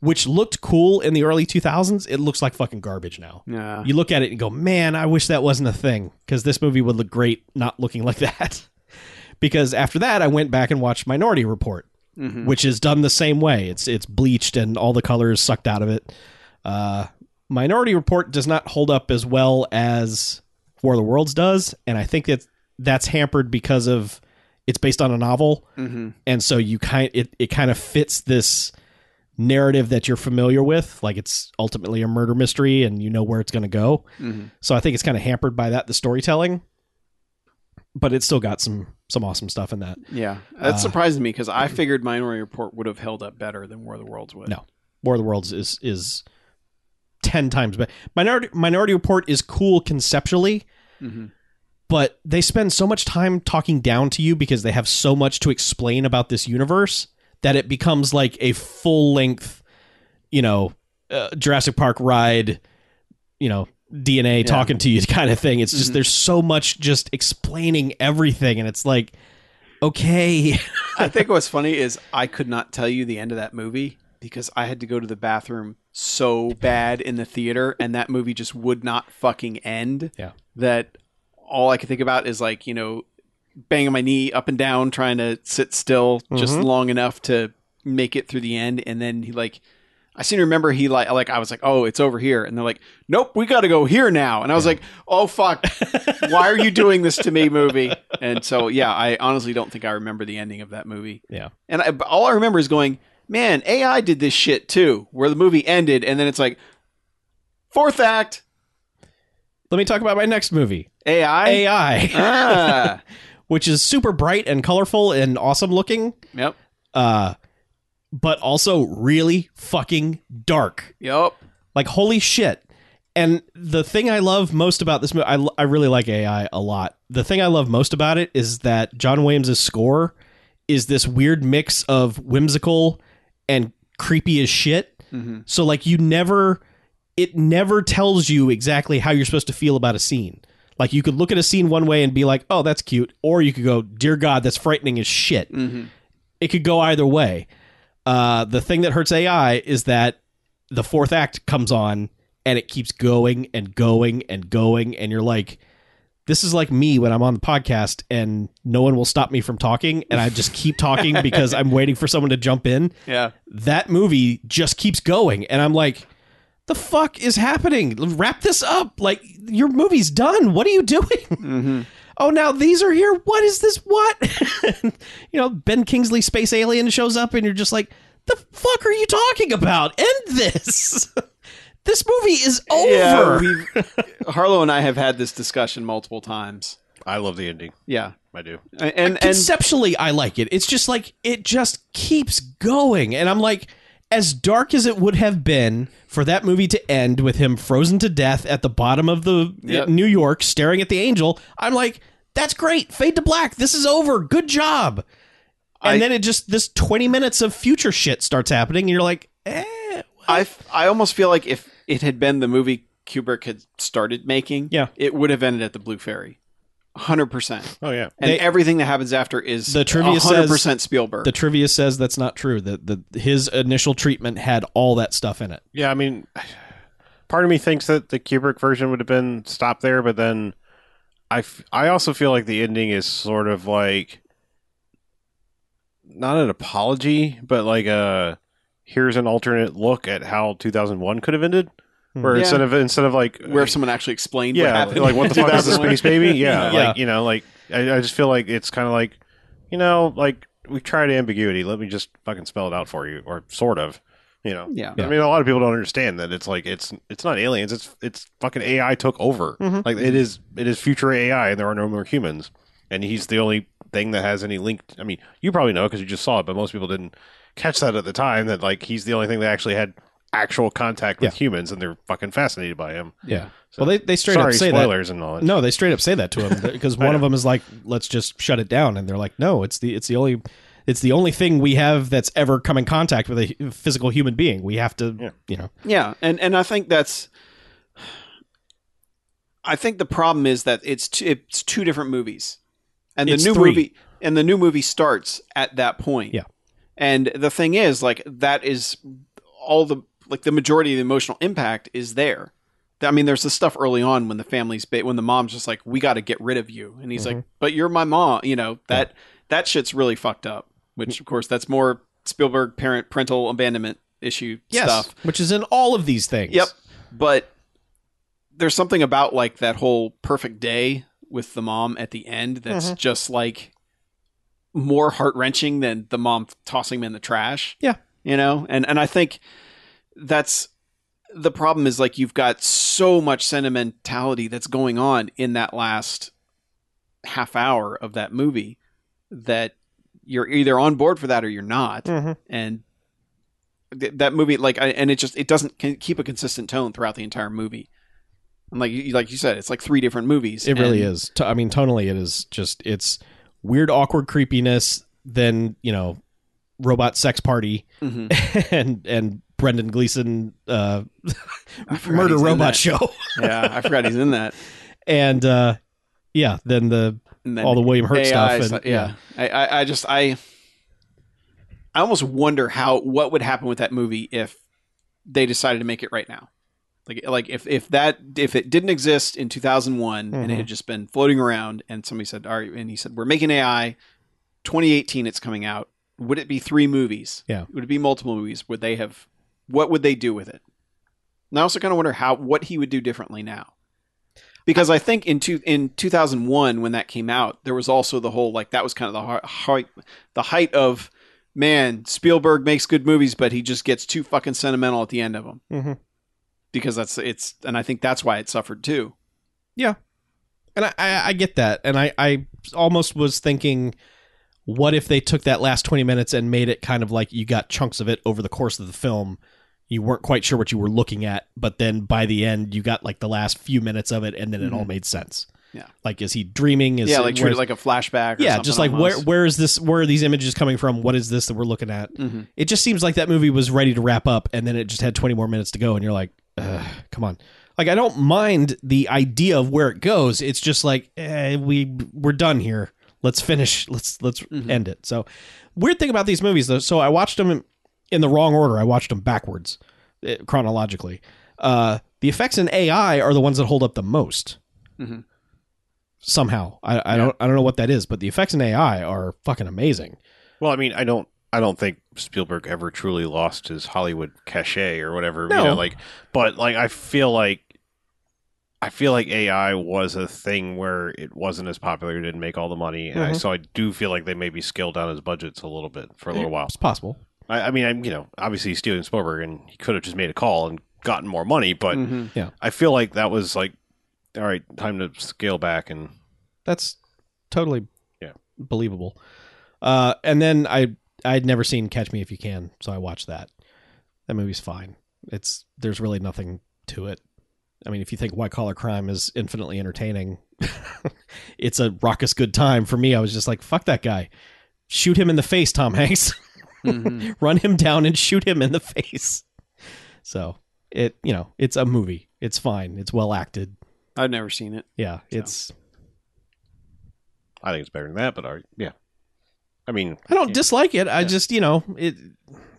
Speaker 3: which looked cool in the early 2000s. It looks like fucking garbage now.
Speaker 2: Yeah.
Speaker 3: You look at it and go, man, I wish that wasn't a thing because this movie would look great not looking like that. because after that, I went back and watched Minority Report,
Speaker 2: Mhm.
Speaker 3: which is done the same way. It's it's bleached and all the color is sucked out of it. Uh, Minority Report does not hold up as well as War of the Worlds does, and I think that that's hampered because of it's based on a novel
Speaker 2: Mhm.
Speaker 3: and so you kind it, it kind of fits this narrative that you're familiar with like it's ultimately a murder mystery and you know where it's going to go
Speaker 2: Mhm.
Speaker 3: so i think it's kind of hampered by that the storytelling but it's still got some some awesome stuff in that
Speaker 2: Yeah. That
Speaker 3: Uh,
Speaker 2: surprised me because I figured Minority Report would have held up better than War of the Worlds would.
Speaker 3: No. war of the worlds is is 10 times better minority minority report is cool conceptually
Speaker 2: Mhm.
Speaker 3: but they spend so much time talking down to you because they have so much to explain about this universe that it becomes like a full length, you know, uh, Jurassic Park ride, you know, DNA
Speaker 2: Yeah.
Speaker 3: talking to you kind of thing. It's just
Speaker 2: Mhm.
Speaker 3: there's so much just explaining everything, and it's like, okay,
Speaker 2: I think what's funny is I could not tell you the end of that movie because I had to go to the bathroom so bad in the theater and that movie just would not fucking end.
Speaker 3: Yeah.
Speaker 2: That all I could think about is like, you know, banging my knee up and down trying to sit still just
Speaker 3: Mm-hmm.
Speaker 1: Mhm.
Speaker 2: long enough to make it through the end and then he like I seem to remember he like like I was like, "Oh, it's over here." And they're like, "Nope, we got to go here now." And I was like, "Oh fuck. Why are you doing this to me, movie?" And so, yeah, I honestly don't think I remember the ending of that movie.
Speaker 3: Yeah.
Speaker 2: And I, but all I remember is going, "Man, AI did this shit too." Where the movie ended and then it's like fourth act
Speaker 3: let me talk about my next movie,
Speaker 2: AI.
Speaker 3: AI,
Speaker 2: Ah.
Speaker 3: which is super bright and colorful and awesome looking,
Speaker 2: yep.
Speaker 3: uh, but also really fucking dark.
Speaker 2: Yep.
Speaker 3: Like, holy shit. And the thing I love most about this movie, I, l- I really like AI a lot. The thing I love most about it is that John Williams' score is this weird mix of whimsical and creepy as shit.
Speaker 2: Mhm.
Speaker 3: So, like, you never, it never tells you exactly how you're supposed to feel about a scene. Like, you could look at a scene one way and be like, oh, that's cute. Or you could go, dear God, that's frightening as shit
Speaker 2: Mhm.
Speaker 3: it could go either way. Uh, the thing that hurts AI is that the fourth act comes on and it keeps going and going and going, and you're like, this is like me when I'm on the podcast and no one will stop me from talking, and I just keep talking because I'm waiting for someone to jump in.
Speaker 2: Yeah.
Speaker 3: That movie just keeps going, and I'm like, the fuck is happening? Wrap this up. Like, your movie's done. What are you doing?
Speaker 2: Mhm.
Speaker 3: oh now these are here what is this what you know ben kingsley space alien shows up and you're just like the fuck are you talking about end this this movie is over
Speaker 2: Yeah, we've- Harlow and I have had this discussion multiple times.
Speaker 1: I love the ending.
Speaker 2: Yeah,
Speaker 1: I do.
Speaker 2: and and
Speaker 3: conceptually i like it it's just like it just keeps going and i'm like as dark as it would have been for that movie to end with him frozen to death at the bottom of the uh,
Speaker 2: Yep.
Speaker 3: new york staring at the angel i'm like that's great fade to black this is over good job and
Speaker 2: I-
Speaker 3: then it just this 20 minutes of future shit starts happening and you're like eh, what?
Speaker 2: I f- I almost feel like if it had been the movie Kubrick had started making,
Speaker 3: Yeah.
Speaker 2: it would have ended at the Blue Fairy, hundred percent.
Speaker 1: Oh yeah.
Speaker 2: And
Speaker 3: They-
Speaker 2: everything that happens after is
Speaker 3: The trivia says-
Speaker 2: hundred percent Spielberg.
Speaker 3: the trivia says that's not true that the, his initial treatment had all that stuff in it
Speaker 1: Yeah, I mean, part of me thinks that the Kubrick version would have been stopped there, but then I, f- I also feel like the ending is sort of like not an apology, but like a here's an alternate look at how 2001 could have ended. Where
Speaker 2: Yeah.
Speaker 1: instead of instead of like
Speaker 2: where someone actually explained what
Speaker 1: yeah,
Speaker 2: happened.
Speaker 1: like what the fuck is the
Speaker 2: 2001?
Speaker 1: space baby? Yeah,
Speaker 3: Yeah.
Speaker 1: like you know, like I, I just feel like it's kind of like you know, like we tried ambiguity. Let me just fucking spell it out for you, or sort of, you know.
Speaker 2: Yeah.
Speaker 1: I mean, a lot of people don't understand that it's like it's it's not aliens. It's it's fucking AI took over.
Speaker 3: Mhm.
Speaker 1: Like it is it is future AI, and there are no more humans. And he's the only thing that has any link. I mean, you probably know because you just saw it, but most people didn't catch that at the time. That like he's the only thing that actually had actual contact with humans, and they're fucking fascinated by him.
Speaker 3: Yeah. well, they, they straight
Speaker 1: Sorry,
Speaker 3: up say
Speaker 1: spoilers and all
Speaker 3: that.
Speaker 1: that.
Speaker 3: No, they straight up say that to him because one of them is like, "Let's just shut it down," and they're like, "No, it's the it's the only it's the only thing we have that's ever come in contact with a hu- physical human being. We have to,
Speaker 1: Yeah.
Speaker 3: you know,
Speaker 2: Yeah, and and I think that's I think the problem is that it's two, it's two different movies. And the
Speaker 3: It's
Speaker 2: new
Speaker 3: three.
Speaker 2: movie and the new movie starts at that point.
Speaker 3: Yeah.
Speaker 2: And the thing is like that is all the like the majority of the emotional impact is there. I mean, there's the stuff early on when the family's ba- when the mom's just like, "We got to get rid of you," and he's like,
Speaker 3: Mm-hmm.
Speaker 2: "But you're my mom," you know that that shit's really fucked up. Which, of course, that's more Spielberg parent parental abandonment issue stuff.
Speaker 3: which is in all of these things.
Speaker 2: Yep. But there's something about like that whole perfect day with the mom at the end that's
Speaker 3: Mm-hmm.
Speaker 2: just like more heart wrenching than the mom tossing him in the trash.
Speaker 3: Yeah.
Speaker 2: You know? And and I think that's the problem is like you've got so much sentimentality that's going on in that last half hour of that movie that you're either on board for that or you're not
Speaker 3: Mm-hmm.
Speaker 1: Mhm.
Speaker 2: and th- that movie like I, and it just it doesn't can keep a consistent tone throughout the entire movie and like you like you said it's like three different movies
Speaker 3: It really
Speaker 2: and-
Speaker 3: is. To- I mean, tonally, it is just it's weird, awkward creepiness. Then you know, robot sex party
Speaker 2: Mhm.
Speaker 3: and and Brendan Gleeson uh,
Speaker 2: I forgot
Speaker 3: murder
Speaker 2: he's in
Speaker 3: robot
Speaker 2: that.
Speaker 3: show,
Speaker 2: yeah i forgot he's in that
Speaker 3: and uh, yeah, then the
Speaker 2: and then
Speaker 3: all the William Hurt stuff.
Speaker 2: AI
Speaker 3: And,
Speaker 2: stuff, yeah, I, I i just i i almost wonder how what would happen with that movie if they decided to make it right now like like if if that if it didn't exist in 2001 and it
Speaker 3: Mm-hmm.
Speaker 2: had just been floating around and somebody said all right and he said we're making ai 2018 it's coming out would it be three movies
Speaker 3: Yeah.
Speaker 2: would it be multiple movies would they have what would they do with it and i also kind of wonder how what he would do differently now because i think in two, in 2001 when that came out there was also the whole like that was kind of the height the height of man spielberg makes good movies but he just gets too fucking sentimental at the end of them
Speaker 3: Mm-hmm.
Speaker 4: Mhm.
Speaker 2: because that's it's and i think that's why it suffered too
Speaker 3: and I, I, I get that, and I, I almost was thinking, what if they took that last twenty minutes and made it kind of like you got chunks of it over the course of the film, you weren't quite sure what you were looking at, but then by the end you got like the last few minutes of it, and then it all made sense.
Speaker 2: Mm-hmm. Yeah.
Speaker 3: like is he dreaming? Is
Speaker 2: yeah like treat
Speaker 3: where's-
Speaker 2: it like a flashback or
Speaker 3: yeah,
Speaker 2: something
Speaker 3: just like where
Speaker 2: almost.
Speaker 3: where is this? Where are these images coming from? What is this that we're looking at?
Speaker 2: Mhm.
Speaker 3: It just seems like that movie was ready to wrap up, and then it just had twenty more minutes to go, and you're like, Ugh, come on. Like I don't mind the idea of where it goes. It's just like eh, we we're done here. Let's finish. Let's let's
Speaker 2: Mhm.
Speaker 3: end it. So weird thing about these movies though. So I watched them in, in the wrong order. I watched them backwards eh, chronologically. Uh, the effects in AI are the ones that hold up the most somehow. I, I don't I don't know what that is, but the effects in AI are fucking amazing.
Speaker 1: Well, I mean, I don't, I don't think Spielberg ever truly lost his Hollywood cachet or whatever.
Speaker 3: No.
Speaker 1: You know, like, but like, I feel like, I feel like AI was a thing where it wasn't as popular, it didn't make all the money, and I, so I do feel like they maybe scaled down his budgets a little bit for a little while.
Speaker 3: It's possible.
Speaker 1: I, I mean, I'm you know, obviously he's stealing Spielberg, and he could have just made a call and gotten more money, but
Speaker 2: Mhm.
Speaker 1: I feel like that was like, all right, time to scale back and
Speaker 3: That's totally
Speaker 1: Yeah.
Speaker 3: believable. Uh, and then I I'd never seen Catch Me If You Can, so I watched that. That movie's fine. It's there's really nothing to it. I mean, if you think white collar crime is infinitely entertaining, it's a raucous good time. For me, I was just like, fuck that guy. Shoot him in the face, Tom Hanks.
Speaker 2: Mhm.
Speaker 3: run him down and shoot him in the face. So it, you know, it's a movie. It's fine. It's well acted.
Speaker 2: i've never seen it
Speaker 3: Yeah, it's.
Speaker 1: I think it's better than that. But all right, yeah, I mean,
Speaker 3: I don't dislike it. I
Speaker 1: Yeah.
Speaker 3: just, you know, it.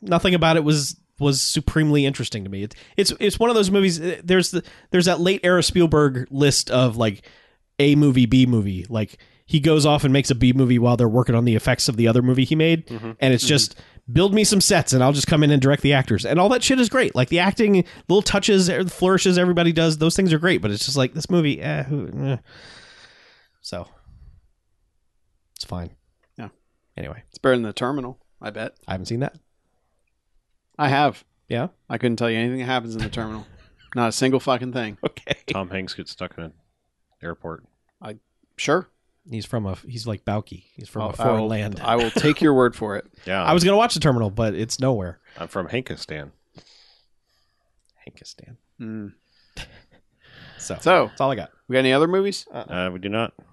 Speaker 3: Nothing about it was was supremely interesting to me. It, it's it's one of those movies. eh, There's the there's that late era Spielberg list of like A movie, B movie. Like he goes off and makes a B movie while they're working on the effects of the other movie he made,
Speaker 1: Mm-hmm.
Speaker 3: and it's just build me some sets and I'll just come in and direct the actors, and all that shit is great. Like the acting, little touches, eh, flourishes everybody does, those things are great. But it's just like this movie, eh, who, eh. so it's fine.
Speaker 2: Yeah.
Speaker 3: Anyway,
Speaker 2: it's better than the terminal i bet
Speaker 3: I haven't seen that.
Speaker 2: i have
Speaker 3: Yeah.
Speaker 2: i couldn't tell you anything that happens in the terminal not a single fucking thing
Speaker 3: Okay.
Speaker 1: Tom Hanks gets stuck in an airport.
Speaker 2: sure
Speaker 3: He's from a. He's like Bauke. He's from
Speaker 2: I'll-
Speaker 3: a foreign
Speaker 2: Oh, I will,
Speaker 3: land.
Speaker 2: I will take your word for it
Speaker 1: Yeah,
Speaker 3: I was gonna watch the terminal, but it's nowhere.
Speaker 1: I'm from Hankistan. Tankistan.
Speaker 2: Mm.
Speaker 3: So that's
Speaker 2: So,
Speaker 3: all I got.
Speaker 2: we got any other movies?
Speaker 1: Uh, we do not.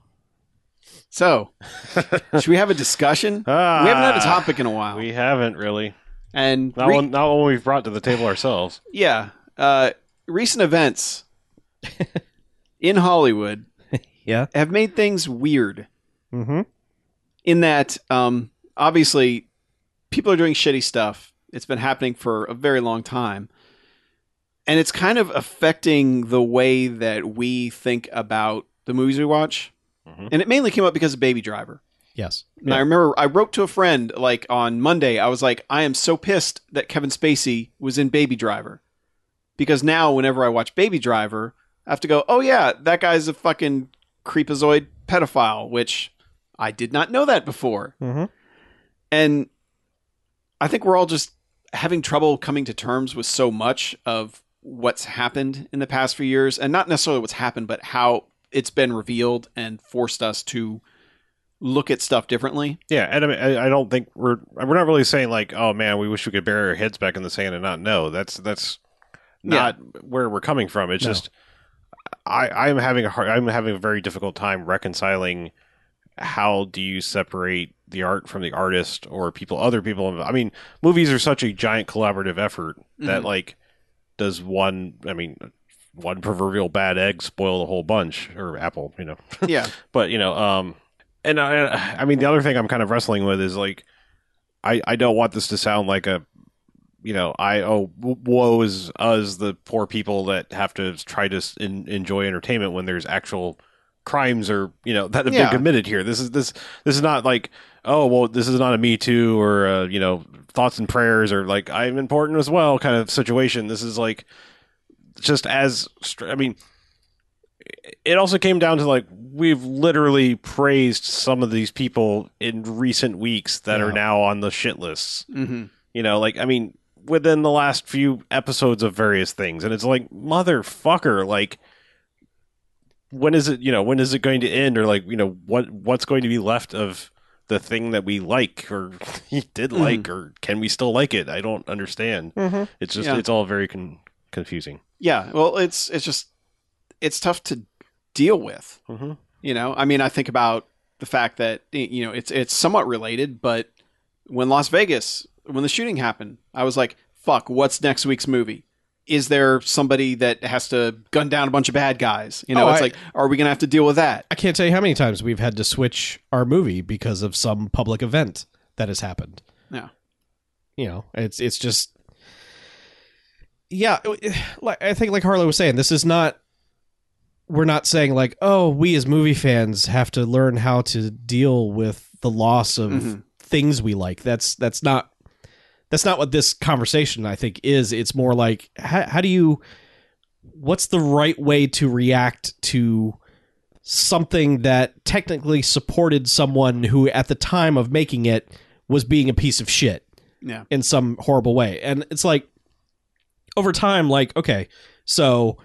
Speaker 2: So, should we have a discussion?
Speaker 1: Ah,
Speaker 2: we haven't had a topic in a while.
Speaker 1: We haven't really.
Speaker 2: and
Speaker 1: Not
Speaker 2: re-
Speaker 1: one. Not one we've brought to the table ourselves.
Speaker 2: yeah, uh, recent events in Hollywood
Speaker 3: Yeah.
Speaker 2: have made things weird.
Speaker 4: Mm-hmm.
Speaker 2: in that um, obviously people are doing shitty stuff. It's been happening for a very long time. And it's kind of affecting the way that we think about the movies we watch.
Speaker 1: Mhm.
Speaker 2: And it mainly came up because of Baby Driver.
Speaker 3: Yes.
Speaker 2: And I remember I wrote to a friend like on Monday. I was like, I am so pissed that Kevin Spacey was in Baby Driver. Because now whenever I watch Baby Driver, I have to go, oh yeah, that guy's a fucking creepazoid pedophile, which I did not know that before.
Speaker 4: Mhm.
Speaker 2: And I think we're all just having trouble coming to terms with so much of what's happened in the past few years and not necessarily what's happened, but how it's been revealed and forced us to look at stuff differently.
Speaker 1: Yeah, and I, mean, I, I don't think we're we're not really saying like, oh man, we wish we could bury our heads back in the sand and not know. That's that's not where we're coming from. It's
Speaker 3: No.
Speaker 1: just I I'm having a hard I'm having a very difficult time reconciling how do you separate the art from the artist or people other people. I mean, movies are such a giant collaborative effort that
Speaker 2: Mhm.
Speaker 1: like does one I mean one proverbial bad egg spoil the whole bunch or apple, you know
Speaker 2: Mm-hmm. yeah.
Speaker 1: but you know um and I, I mean the other thing i'm kind of wrestling with is like i i don't want this to sound like a you know i oh w- woe is us the poor people that have to try to s- en- enjoy entertainment when there's actual crimes or you know that have
Speaker 2: Yeah.
Speaker 1: been committed here this is this this is not like oh well this is not a me too or uh, you know thoughts and prayers or like i'm important as well kind of situation this is like just as str- i mean it also came down to like we've literally praised some of these people in recent weeks that are
Speaker 3: Yeah.
Speaker 1: now on the shit lists.
Speaker 2: Mm-hmm.
Speaker 1: You know, like I mean, within the last few episodes of various things, and it's like motherfucker, like when is it? You know, when is it going to end? Or like, you know, what what's going to be left of the thing that we like or he did
Speaker 2: Mhm.
Speaker 1: like or can we still like it? I don't understand.
Speaker 4: Mm-hmm.
Speaker 1: It's just
Speaker 2: Yeah.
Speaker 1: it's all very con- confusing.
Speaker 2: Yeah. Well, it's it's just it's tough to deal with.
Speaker 1: Mm-hmm.
Speaker 2: You know, I mean, I think about the fact that y- you know it's it's somewhat related, but when Las Vegas, when the shooting happened, I was like, "Fuck, what's next week's movie? Is there somebody that has to gun down a bunch of bad guys? You know,
Speaker 3: Oh,
Speaker 2: it's
Speaker 3: I-
Speaker 2: like, are we gonna have to deal with that?
Speaker 3: I can't tell you how many times we've had to switch our movie because of some public event that has happened.
Speaker 2: Yeah.
Speaker 3: You know, it's it's just Yeah, it- like I think like Harlow was saying, this is not we're not saying like, oh, we as movie fans have to learn how to deal with the loss of
Speaker 2: Mhm.
Speaker 3: things we like. That's that's not that's not what this conversation I think is. It's more like how, how do you what's the right way to react to something that technically supported someone who at the time of making it was being a piece of shit
Speaker 2: Yeah.
Speaker 3: in some horrible way and it's like over time like okay so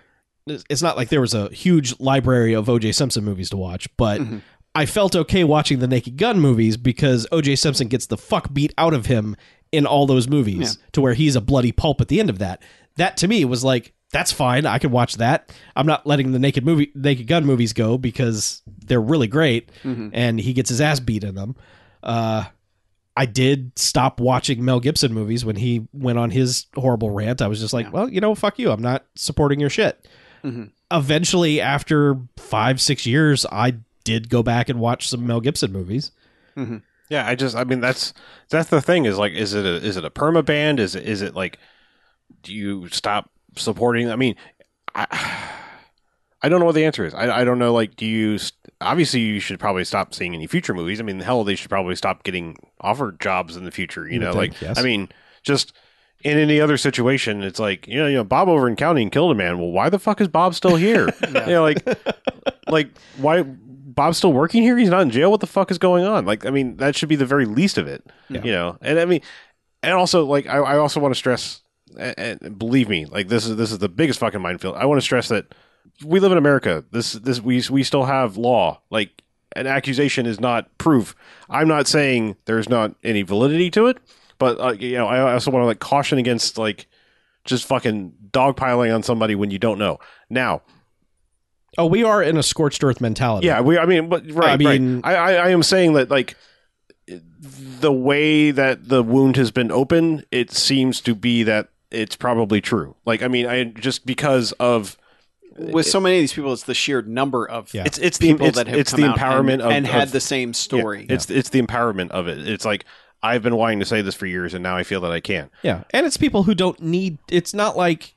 Speaker 3: it's not like there was a huge library of oj simpson movies to watch but
Speaker 2: Mhm.
Speaker 3: i felt okay watching the naked gun movies because oj simpson gets the fuck beat out of him in all those movies to where he's a bloody pulp at the end of that that to me was like that's fine i can watch that i'm not letting the naked movie naked gun movies go because they're really great
Speaker 2: Mhm.
Speaker 3: and he gets his ass beat in them uh I did stop watching Mel Gibson movies when he went on his horrible rant. I was just like,
Speaker 2: Yeah.
Speaker 3: well, you know, fuck you. I'm not supporting your shit.
Speaker 2: Mhm.
Speaker 3: Eventually, after five, six years, I did go back and watch some Mel Gibson movies.
Speaker 1: Yeah, I just I mean that's that's the thing is like is it a is it a perma band? Is it is it like do you stop supporting? I mean, I I don't know what the answer is. I I don't know like do you st- obviously you should probably stop seeing any future movies. I mean, hell, they should probably stop getting offered jobs in the future. You
Speaker 3: You would
Speaker 1: know,
Speaker 3: think,
Speaker 1: like
Speaker 3: yes.
Speaker 1: I mean, just in any other situation, it's like you know you know Bob over in County and killed a man. Well, why the fuck is Bob still here?
Speaker 2: Yeah.
Speaker 1: you know, like like why Bob's still working here? He's not in jail. What the fuck is going on? Like, I mean, that should be the very least of it,
Speaker 2: Yeah.
Speaker 1: you know. And I mean, and also like I, I also want to stress, and, and believe me, like this is this is the biggest fucking minefield. I want to stress that we live in America. This this we we still have law. Like an accusation is not proof. I'm not saying there's not any validity to it, but uh, you know, I also want to like caution against like just fucking dogpiling on somebody when you don't know. Now,
Speaker 3: Oh, we are in a scorched earth mentality.
Speaker 1: yeah, we. I mean, but right.
Speaker 3: I mean-
Speaker 1: right. I, I, I am saying that like the way that the wound has been open, it seems to be that it's probably true. Like, I mean, I just because of
Speaker 2: With so many of these people, it's the sheer number of
Speaker 3: Yeah.
Speaker 1: it's it's the
Speaker 2: people
Speaker 1: it's,
Speaker 2: that have
Speaker 1: it's
Speaker 2: come
Speaker 1: the
Speaker 2: out
Speaker 1: empowerment
Speaker 2: and,
Speaker 1: of
Speaker 2: and had
Speaker 1: of-
Speaker 2: the same
Speaker 1: yeah,
Speaker 2: story.
Speaker 1: it's it's the empowerment of it. It's like I've been wanting to say this for years, and now I feel that I can.
Speaker 3: Yeah. And it's people who don't need it's not like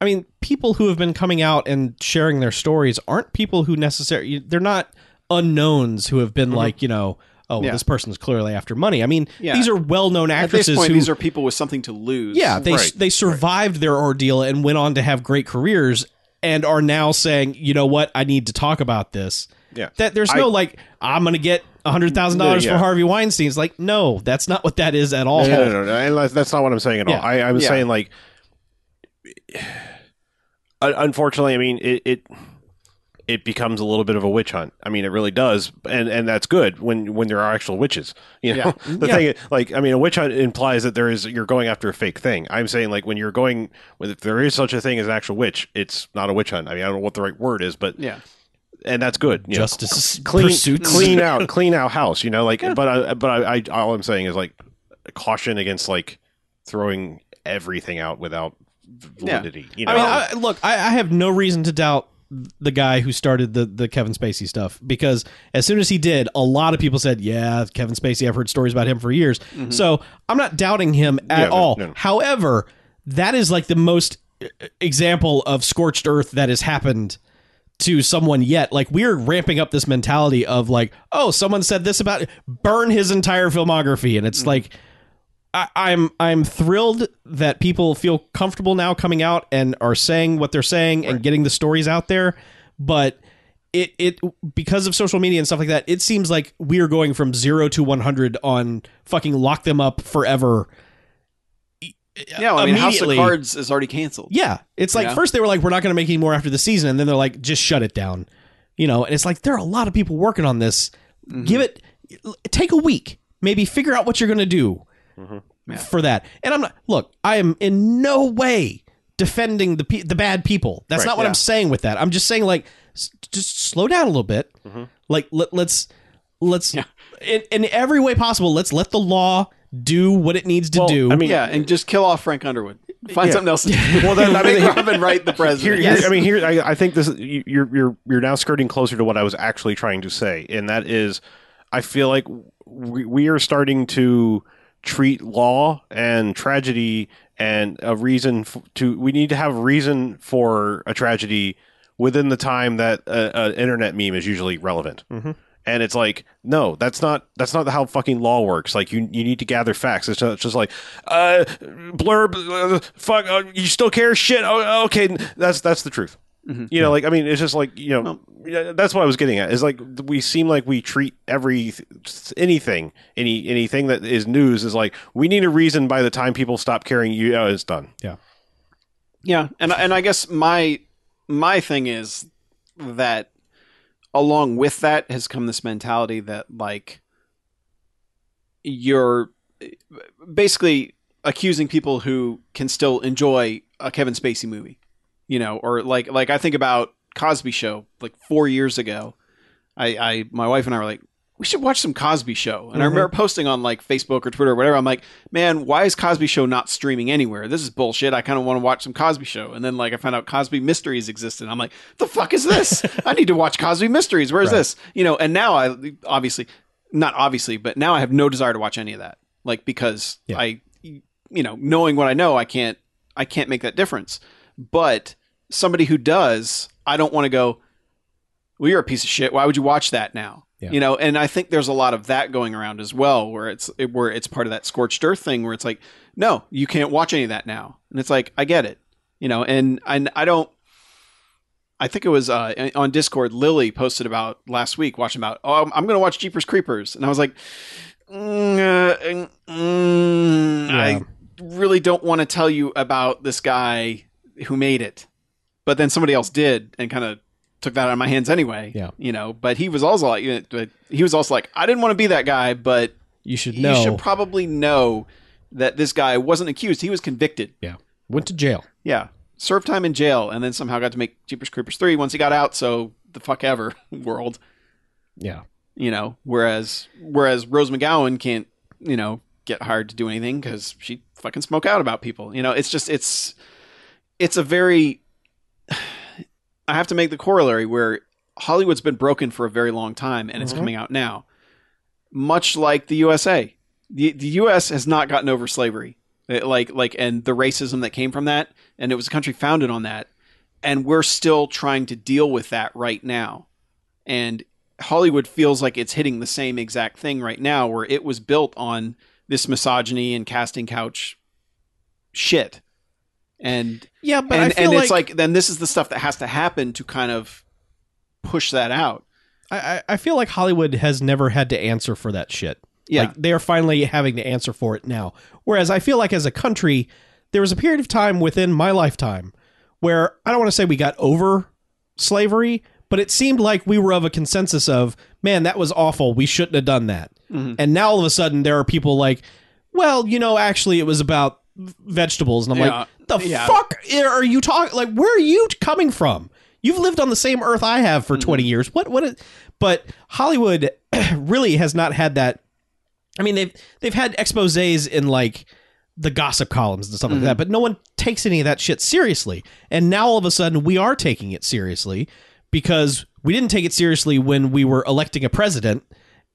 Speaker 3: I mean, people who have been coming out and sharing their stories aren't people who necessarily they're not unknowns who have been like, you know, oh,
Speaker 2: Mm-hmm. Yeah.
Speaker 3: this person's clearly after money. I mean,
Speaker 2: Yeah.
Speaker 3: these are well-known
Speaker 2: At this
Speaker 3: actresses
Speaker 2: point,
Speaker 3: who
Speaker 2: these are people with something to lose.
Speaker 3: yeah, they
Speaker 1: Right.
Speaker 3: they survived their ordeal and went on to have great careers and are now saying, "You know what? I need to talk about this."
Speaker 1: Yeah.
Speaker 3: That there's
Speaker 1: I-
Speaker 3: no like I'm going to get $100,000
Speaker 1: Yeah.
Speaker 3: for Harvey Weinstein. It's like, "No, that's not what that is at all."
Speaker 1: No, no, no, no, and that's- that's not what I'm saying at
Speaker 3: Yeah.
Speaker 1: all. I, I'm
Speaker 2: Yeah.
Speaker 1: saying like, un- unfortunately, I mean it, it it becomes a little bit of a witch hunt. I mean, it really does, and and that's good when when there are actual witches. You know, the
Speaker 3: Yeah.
Speaker 1: thing is, like I mean, a witch hunt implies that there is you're going after a fake thing. I'm saying like when you're going, if there is such a thing as an actual witch, it's not a witch hunt. I mean, I don't know what the right word is, but
Speaker 2: Yeah.
Speaker 1: and that's good. You know,
Speaker 3: Justice
Speaker 1: clean
Speaker 3: pursuits.
Speaker 1: clean out clean out house you know like but I, but I, I all i'm saying is like caution against like throwing everything out without validity you know
Speaker 3: I mean, I, look, I, I have no reason to doubt the guy who started the the Kevin Spacey stuff because as soon as he did, a lot of people said, "Yeah, Kevin Spacey." I've heard stories about him for years,
Speaker 1: Mm-hmm.
Speaker 3: so I'm not doubting him at
Speaker 1: Yeah, no,
Speaker 3: all.
Speaker 1: no, no.
Speaker 3: However, that is like the most uh, example of scorched earth that has happened to someone yet like we're ramping up this mentality of like oh someone said this about burn his entire filmography and it's
Speaker 1: Mm.
Speaker 3: like I, I'm I'm thrilled that people feel comfortable now coming out and are saying what they're saying and getting the stories out there, but it it because of social media and stuff like that, it seems like we are going from zero to one hundred on fucking lock them up forever.
Speaker 2: Yeah, well, I mean, House of
Speaker 3: Immediately.
Speaker 2: Cards is already canceled.
Speaker 3: Yeah, it's like
Speaker 2: Yeah.
Speaker 3: first they were like we're not going to make any more after the season, and then they're like just shut it down, you know. And it's like there are a lot of people working on this. Give it take a week, maybe figure out what you're going to do
Speaker 2: Yeah.
Speaker 3: for that. And I'm not look, I am in no way defending the pe- the bad people. That's
Speaker 1: Right,
Speaker 3: not what
Speaker 2: yeah.
Speaker 3: I'm saying with that. I'm just saying like s- just slow down a little bit. Like let, let's let's
Speaker 2: Yeah.
Speaker 3: in, in every way possible, let's let the law do what it needs to
Speaker 1: Well,
Speaker 3: do.
Speaker 1: I mean-
Speaker 2: Yeah, and just kill off Frank Underwood. Find
Speaker 1: Yeah.
Speaker 2: something else. To do.
Speaker 1: Well, then, I mean,
Speaker 2: Make Robin Wright the
Speaker 1: here,
Speaker 2: president.
Speaker 1: here- I mean, here. I, I think this. you- You're you're you're now skirting closer to what I was actually trying to say, and that is, I feel like we, we are starting to treat law and tragedy and a reason f- to. We need to have reason for a tragedy within the time that an internet meme is usually relevant. And it's like, no, that's not that's not how fucking law works. Like, you you need to gather facts. It's not just like, uh, blurb, uh, fuck, uh, you still care? Shit, oh, okay, that's that's the truth. You know, like I mean, it's just like you know, yeah, that's what I was getting at. Is like we seem like we treat every anything, any anything that is news is like we need a reason. By the time people stop caring, you oh, it's done.
Speaker 2: Yeah, and and I guess my my thing is that along with that has come this mentality that like you're basically accusing people who can still enjoy a Kevin Spacey movie, you know, or like like I think about Cosby Show like four years ago. I, I my wife and I were like, we should watch some Cosby Show, and I remember posting on like Facebook or Twitter or whatever. I'm like, man, why is Cosby Show not streaming anywhere? This is bullshit. I kind of want to watch some Cosby Show, and then like I found out Cosby Mysteries existed. I'm like, the fuck is this? I need to watch Cosby Mysteries. Where's this? You know, and now I obviously not obviously, but now I have no desire to watch any of that. Like because
Speaker 3: Yeah.
Speaker 2: I you know, knowing what I know, I can't I can't make that difference. But somebody who does, I don't want to go, Well, you're a piece of shit. Why would you watch that now?
Speaker 3: Yeah.
Speaker 2: You know, and I think there's a lot of that going around as well, where it's it, where it's part of that scorched earth thing, where it's like, no, you can't watch any of that now, and it's like, I get it, you know, and and I don't, I think it was uh, on Discord. Lily posted about last week watching about. Oh, I'm, I'm going to watch Jeepers Creepers, and I was like, mm, uh, mm,
Speaker 3: Yeah.
Speaker 2: I really don't want to tell you about this guy who made it, but then somebody else did and kind of took that out of my hands anyway.
Speaker 3: Yeah.
Speaker 2: you know. But he was also like, you know, but he was also like, I didn't want to be that guy, but
Speaker 3: you should
Speaker 2: you
Speaker 3: know.
Speaker 2: should probably know that this guy wasn't accused; he was convicted.
Speaker 3: Yeah. Went to jail.
Speaker 2: Yeah, served time in jail, and then somehow got to make Jeepers Creepers three once he got out. So the fuck ever world,
Speaker 3: Yeah.
Speaker 2: you know. Whereas whereas Rose McGowan can't, you know, get hired to do anything because she fucking smoke out about people. You know, it's just it's it's a very. I have to make the corollary where Hollywood's been broken for a very long time, and it's
Speaker 1: Mhm.
Speaker 2: coming out now. Much like the USA, the the U.S. has not gotten over slavery, It- like like and the racism that came from that, and it was a country founded on that, and we're still trying to deal with that right now, and Hollywood feels like it's hitting the same exact thing right now, where it was built on this misogyny and casting couch shit, and
Speaker 3: Yeah, but
Speaker 2: and,
Speaker 3: I feel
Speaker 2: and
Speaker 3: like,
Speaker 2: it's like then this is the stuff that has to happen to kind of push that out.
Speaker 3: I, I I feel like Hollywood has never had to answer for that shit.
Speaker 2: Yeah,
Speaker 3: Like they are finally having to answer for it now. Whereas I feel like as a country, there was a period of time within my lifetime where I don't want to say we got over slavery, but it seemed like we were of a consensus of, man, that was awful. We shouldn't have done that.
Speaker 2: Mhm.
Speaker 3: And now all of a sudden there are people like, well, you know, actually it was about v- vegetables. And I'm
Speaker 2: Yeah.
Speaker 3: like, the
Speaker 2: Yeah.
Speaker 3: fuck eh, are you talking? Like, where are you t- coming from? You've lived on the same earth I have for 20 years. What, what? Is, but Hollywood really has not had that I mean, they've they've had exposes in like the gossip columns and stuff like that, but no one takes any of that shit seriously. And now all of a sudden, we are taking it seriously because we didn't take it seriously when we were electing a president.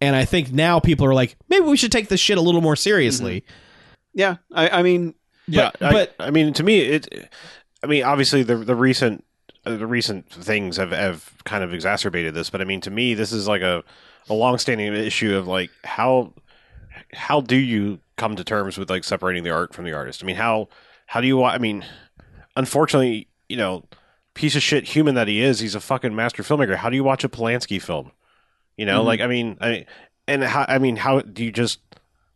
Speaker 3: And I think now people are like, maybe we should take this shit a little more seriously.
Speaker 2: yeah. I, I mean,
Speaker 1: Mm-hmm. Yeah,
Speaker 3: But- but-
Speaker 1: I, I mean, to me, it. I mean, obviously, the the recent uh, the recent things have have kind of exacerbated this, but I mean, to me, this is like a a longstanding issue of like how how do you come to terms with like separating the art from the artist? I mean, how how do you? wa- I mean, unfortunately, you know, piece of shit human that he is, he's a fucking master filmmaker. How do you watch a Polanski film? You know,
Speaker 2: Mhm.
Speaker 1: like I mean, I and how I mean, how do you just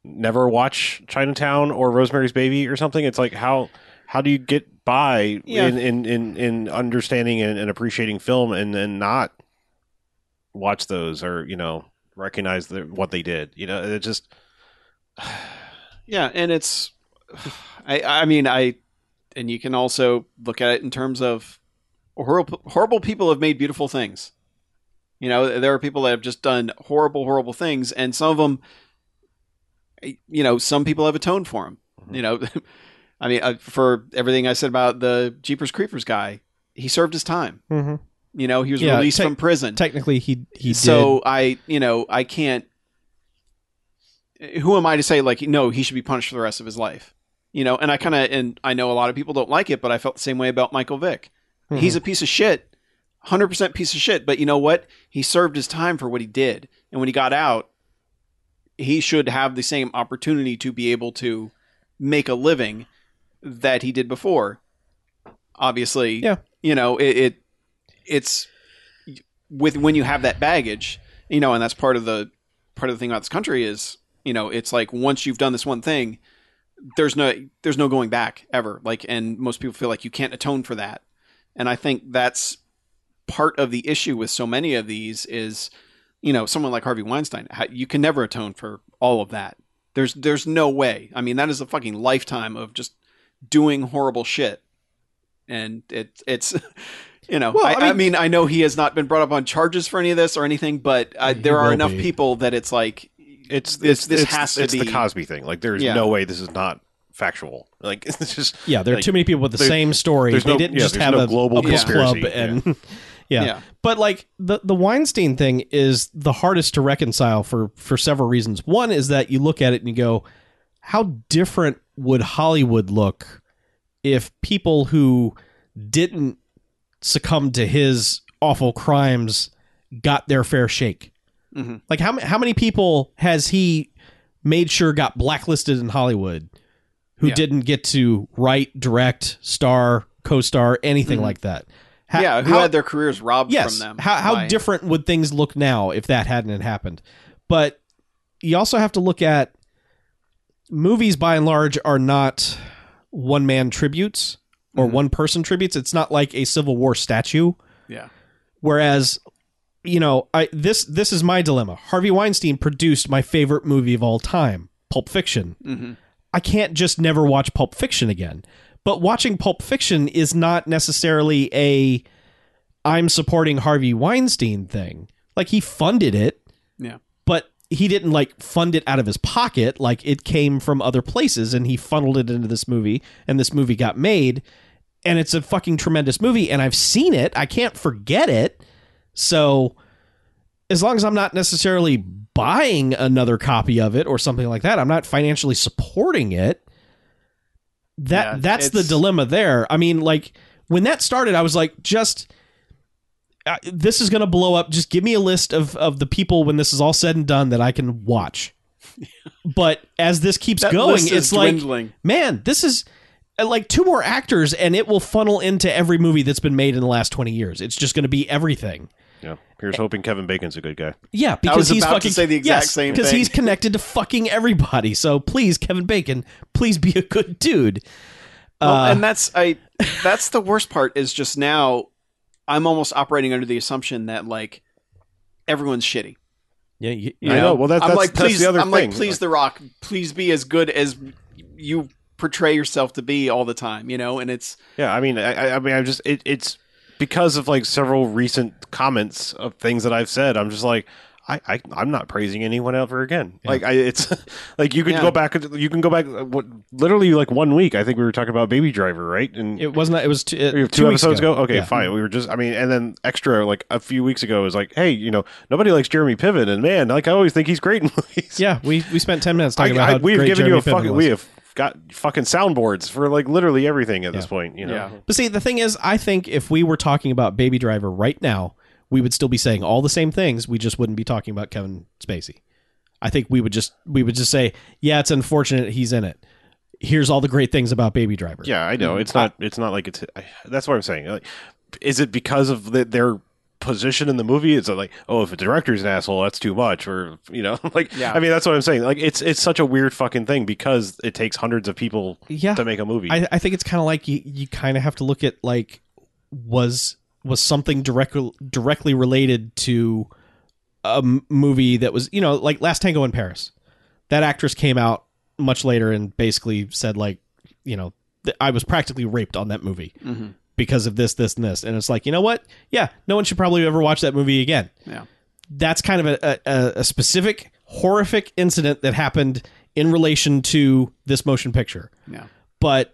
Speaker 1: never watch Chinatown or Rosemary's Baby or something? It's like how how do you get by
Speaker 2: Yeah.
Speaker 1: in, in in in understanding and, and appreciating film and and not watch those or you know recognize the, what they did? You know, it just
Speaker 2: yeah, and it's. I I mean I, and you can also look at it in terms of horrible horrible people have made beautiful things. You know, there are people that have just done horrible, horrible things, and some of them, you know, some people have atoned for them.
Speaker 1: Mhm.
Speaker 2: You know, I mean, uh, for everything I said about the Jeepers Creepers guy, he served his time.
Speaker 3: Mm-hmm.
Speaker 2: You know, he was
Speaker 3: Yeah,
Speaker 2: released
Speaker 3: tech-
Speaker 2: from prison.
Speaker 3: Technically, he he
Speaker 2: so I, you know, I can't. Who am I to say like no? He should be punished for the rest of his life, you know? And I kind of and I know a lot of people don't like it, but I felt the same way about Michael Vick.
Speaker 3: did.
Speaker 2: He's a piece of shit, hundred percent piece of shit. But you know what? He served his time for what he did, and when he got out, he should have the same opportunity to be able to make a living that he did before. Obviously,
Speaker 3: Yeah.
Speaker 2: You know, it, it it's with when you have that baggage, you know, and that's part of the part of the thing about this country is, you know, it's like once you've done this one thing, there's no there's no going back ever. Like, and most people feel like you can't atone for that, and I think that's part of the issue with so many of these is, you know, someone like Harvey Weinstein, how- you can never atone for all of that. There's there's no way. I mean, that is a fucking lifetime of just doing horrible shit, and it it's. You know,
Speaker 3: Well,
Speaker 2: I,
Speaker 3: I
Speaker 2: I
Speaker 3: mean-
Speaker 2: mean, I know he has not been brought up on charges for any of this or anything, but uh,
Speaker 3: He
Speaker 2: there are
Speaker 3: will
Speaker 2: enough
Speaker 3: be.
Speaker 2: people that it's like
Speaker 1: it's
Speaker 2: This- this
Speaker 1: it's-
Speaker 2: has to
Speaker 1: it's
Speaker 2: be-
Speaker 1: the Cosby thing. Like, there's
Speaker 2: Yeah.
Speaker 1: no way this is not factual. Like, it's just
Speaker 3: yeah, there are
Speaker 1: like,
Speaker 3: too many people with the
Speaker 1: there-
Speaker 3: same story.
Speaker 1: there's
Speaker 3: They
Speaker 1: no-
Speaker 3: didn't
Speaker 1: yeah,
Speaker 3: just
Speaker 1: there's
Speaker 3: have
Speaker 1: no
Speaker 3: a
Speaker 1: global
Speaker 3: a book club
Speaker 1: conspiracy,
Speaker 3: and yeah.
Speaker 2: Yeah.
Speaker 3: But like the the Weinstein thing is the hardest to reconcile for for several reasons. One is that you look at it and you go, how different would Hollywood look if people who didn't succumb to his awful crimes got their fair shake?
Speaker 2: Mhm.
Speaker 3: Like how ma- how many people has he made sure got blacklisted in Hollywood who
Speaker 2: Yeah.
Speaker 3: didn't get to write, direct, star, co-star, anything
Speaker 2: Mhm.
Speaker 3: like that? Ha-
Speaker 2: yeah, who
Speaker 3: how-
Speaker 2: had their careers robbed
Speaker 3: yes,
Speaker 2: from them.
Speaker 3: How how
Speaker 2: by-
Speaker 3: different would things look now if that hadn't happened? But you also have to look at movies by and large are not one man tributes or
Speaker 2: Mhm.
Speaker 3: one person tributes. It's not like a Civil War statue.
Speaker 2: Yeah.
Speaker 3: Whereas, you know, I this this is my dilemma. Harvey Weinstein produced my favorite movie of all time, Pulp Fiction.
Speaker 2: Mhm.
Speaker 3: I can't just never watch Pulp Fiction again. But watching Pulp Fiction is not necessarily a I'm supporting Harvey Weinstein thing. Like he funded it.
Speaker 2: Yeah.
Speaker 3: But he didn't like fund it out of his pocket. Like it came from other places and he funneled it into this movie and this movie got made. And it's a fucking tremendous movie and I've seen it. I can't forget it. So as long as I'm not necessarily buying another copy of it or something like that, I'm not financially supporting it. That
Speaker 2: Yeah,
Speaker 3: that's the
Speaker 2: it's-
Speaker 3: dilemma there. I mean, like when that started, I was like, just uh, this is going to blow up. Just give me a list of of the people when this is all said and done that I can watch. but as this keeps
Speaker 2: That
Speaker 3: going,
Speaker 2: list is
Speaker 3: it's like
Speaker 2: dwindling.
Speaker 3: man, this is uh, like two more actors and it will funnel into every movie that's been made in the last 20 years. It's just going to be everything.
Speaker 1: Yeah. Here's hoping Kevin Bacon's a good guy.
Speaker 3: Yeah, because
Speaker 2: I was
Speaker 3: he's
Speaker 2: about to
Speaker 3: fucking
Speaker 2: say the exact
Speaker 3: yes,
Speaker 2: same
Speaker 3: because
Speaker 2: thing.
Speaker 3: he's connected to fucking everybody. So please, Kevin Bacon, please be a good dude.
Speaker 2: Well,
Speaker 3: Uh,
Speaker 2: and that's I. That's the worst part is just now. I'm almost operating under the assumption that like everyone's shitty.
Speaker 3: yeah, you,
Speaker 2: you
Speaker 1: I know. Well, that's-
Speaker 2: I'm
Speaker 1: that's-
Speaker 2: like,
Speaker 1: that's
Speaker 2: please,
Speaker 1: the other
Speaker 2: I'm
Speaker 1: thing.
Speaker 2: like, please, The Rock, please be as good as you portray yourself to be all the time. You know, and it's
Speaker 1: Yeah, I mean, I, I- I mean, I'm just it, it's because of like several recent comments of things that I've said. I'm just like, I, I I'm not praising anyone ever again. Like, I it's like you can
Speaker 2: Yeah.
Speaker 1: go back, you can go back, uh, what literally like one week. I think we were talking about Baby Driver, right? And
Speaker 3: it wasn't. It was two, uh,
Speaker 1: two,
Speaker 3: weeks
Speaker 1: episodes ago. Okay,
Speaker 3: Yeah. Mm-hmm.
Speaker 1: fine. We were just, I mean, and then extra like a few weeks ago was like, hey, you know, nobody likes Jeremy Piven, and man, like I always think he's great in movies.
Speaker 3: Yeah, we we spent ten minutes talking
Speaker 1: I-
Speaker 3: about
Speaker 1: I-
Speaker 3: how
Speaker 1: we've
Speaker 3: great
Speaker 1: given
Speaker 3: Jeremy
Speaker 1: you a
Speaker 3: Piven
Speaker 1: fucking,
Speaker 3: was.
Speaker 1: we have got fucking soundboards for like literally everything at this
Speaker 3: Yeah.
Speaker 1: point. You know,
Speaker 2: Yeah.
Speaker 3: But see, the thing is, I think if we were talking about Baby Driver right now, we would still be saying all the same things. We just wouldn't be talking about Kevin Spacey. I think we would just we would just say, yeah, it's unfortunate he's in it. Here's all the great things about Baby Driver.
Speaker 1: Yeah, I know. It's not. It's not like it's. I, that's what I'm saying. Like, is it because of the, their position in the movie? Is it like, oh, if a director's an asshole, that's too much, or you know, like,
Speaker 2: Yeah.
Speaker 1: I mean, that's what I'm saying. Like, it's it's such a weird fucking thing because it takes hundreds of people
Speaker 3: yeah.
Speaker 1: to make a movie.
Speaker 3: I, I think it's kind of like you, you kind of have to look at like was was something directly directly related to a m- movie that was you know like Last Tango in Paris. That actress came out much later and basically said like you know th- I was practically raped on that movie because of this this and this and it's like you know what yeah no one should probably ever watch that movie again
Speaker 2: yeah,
Speaker 3: that's kind of a, a, a specific horrific incident that happened in relation to this motion picture
Speaker 2: yeah.
Speaker 3: but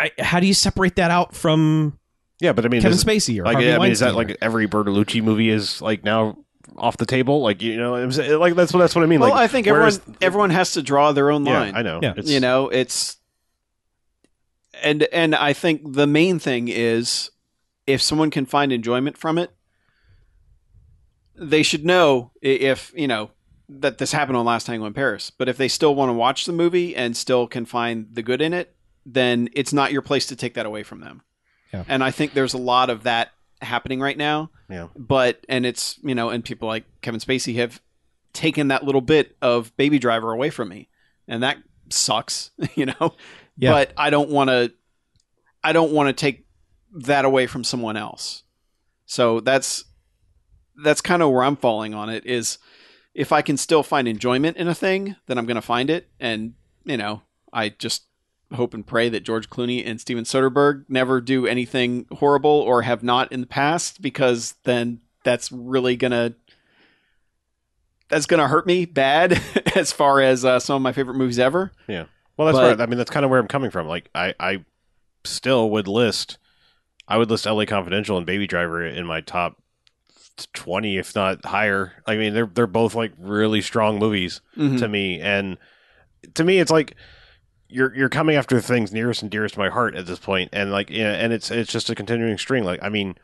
Speaker 3: I, how do you separate that out from
Speaker 1: yeah, but I mean,
Speaker 3: Kevin
Speaker 1: is-
Speaker 3: Spacey or
Speaker 1: like,
Speaker 3: Harvey
Speaker 1: I mean, is that
Speaker 3: Weinstein?
Speaker 1: like every Bertolucci movie is like now off the table? Like, you know, I'm saying, like that's what that's what I mean.
Speaker 2: Well,
Speaker 1: like,
Speaker 2: I think
Speaker 1: where
Speaker 2: everyone
Speaker 1: is-
Speaker 2: everyone has to draw their own
Speaker 1: Yeah,
Speaker 2: line.
Speaker 1: I know.
Speaker 3: Yeah.
Speaker 1: It's,
Speaker 2: you know it's and and i think the main thing is if someone can find enjoyment from it they should know i- if you know that this happened on last tango in paris but if they still want to watch the movie and still can find the good in it then it's not your place to take that away from them
Speaker 3: Yeah.
Speaker 2: and i think there's a lot of that happening right now
Speaker 1: Yeah.
Speaker 2: but and it's you know and people like kevin spacey have taken that little bit of baby driver away from me and that sucks, you know.
Speaker 3: Yeah.
Speaker 2: But I don't want to I don't want to take that away from someone else. So that's that's kind of where I'm falling on it is if I can still find enjoyment in a thing, then I'm going to find it and, you know, I just hope and pray that George Clooney and Steven Soderbergh never do anything horrible or have not in the past because then that's really going to that's going to hurt me bad as far as uh, some of my favorite movies ever.
Speaker 1: Well, that's
Speaker 2: But-
Speaker 1: where I mean that's kind of where I'm coming from. Like I, I still would list, I would list L.A. Confidential and Baby Driver in my top twenty, if not higher. I mean, they're they're both like really strong movies
Speaker 2: Mm-hmm.
Speaker 1: to me, and to me, it's like you're you're coming after the things nearest and dearest to my heart at this point, and like yeah, and it's it's just a continuing string. Like I mean,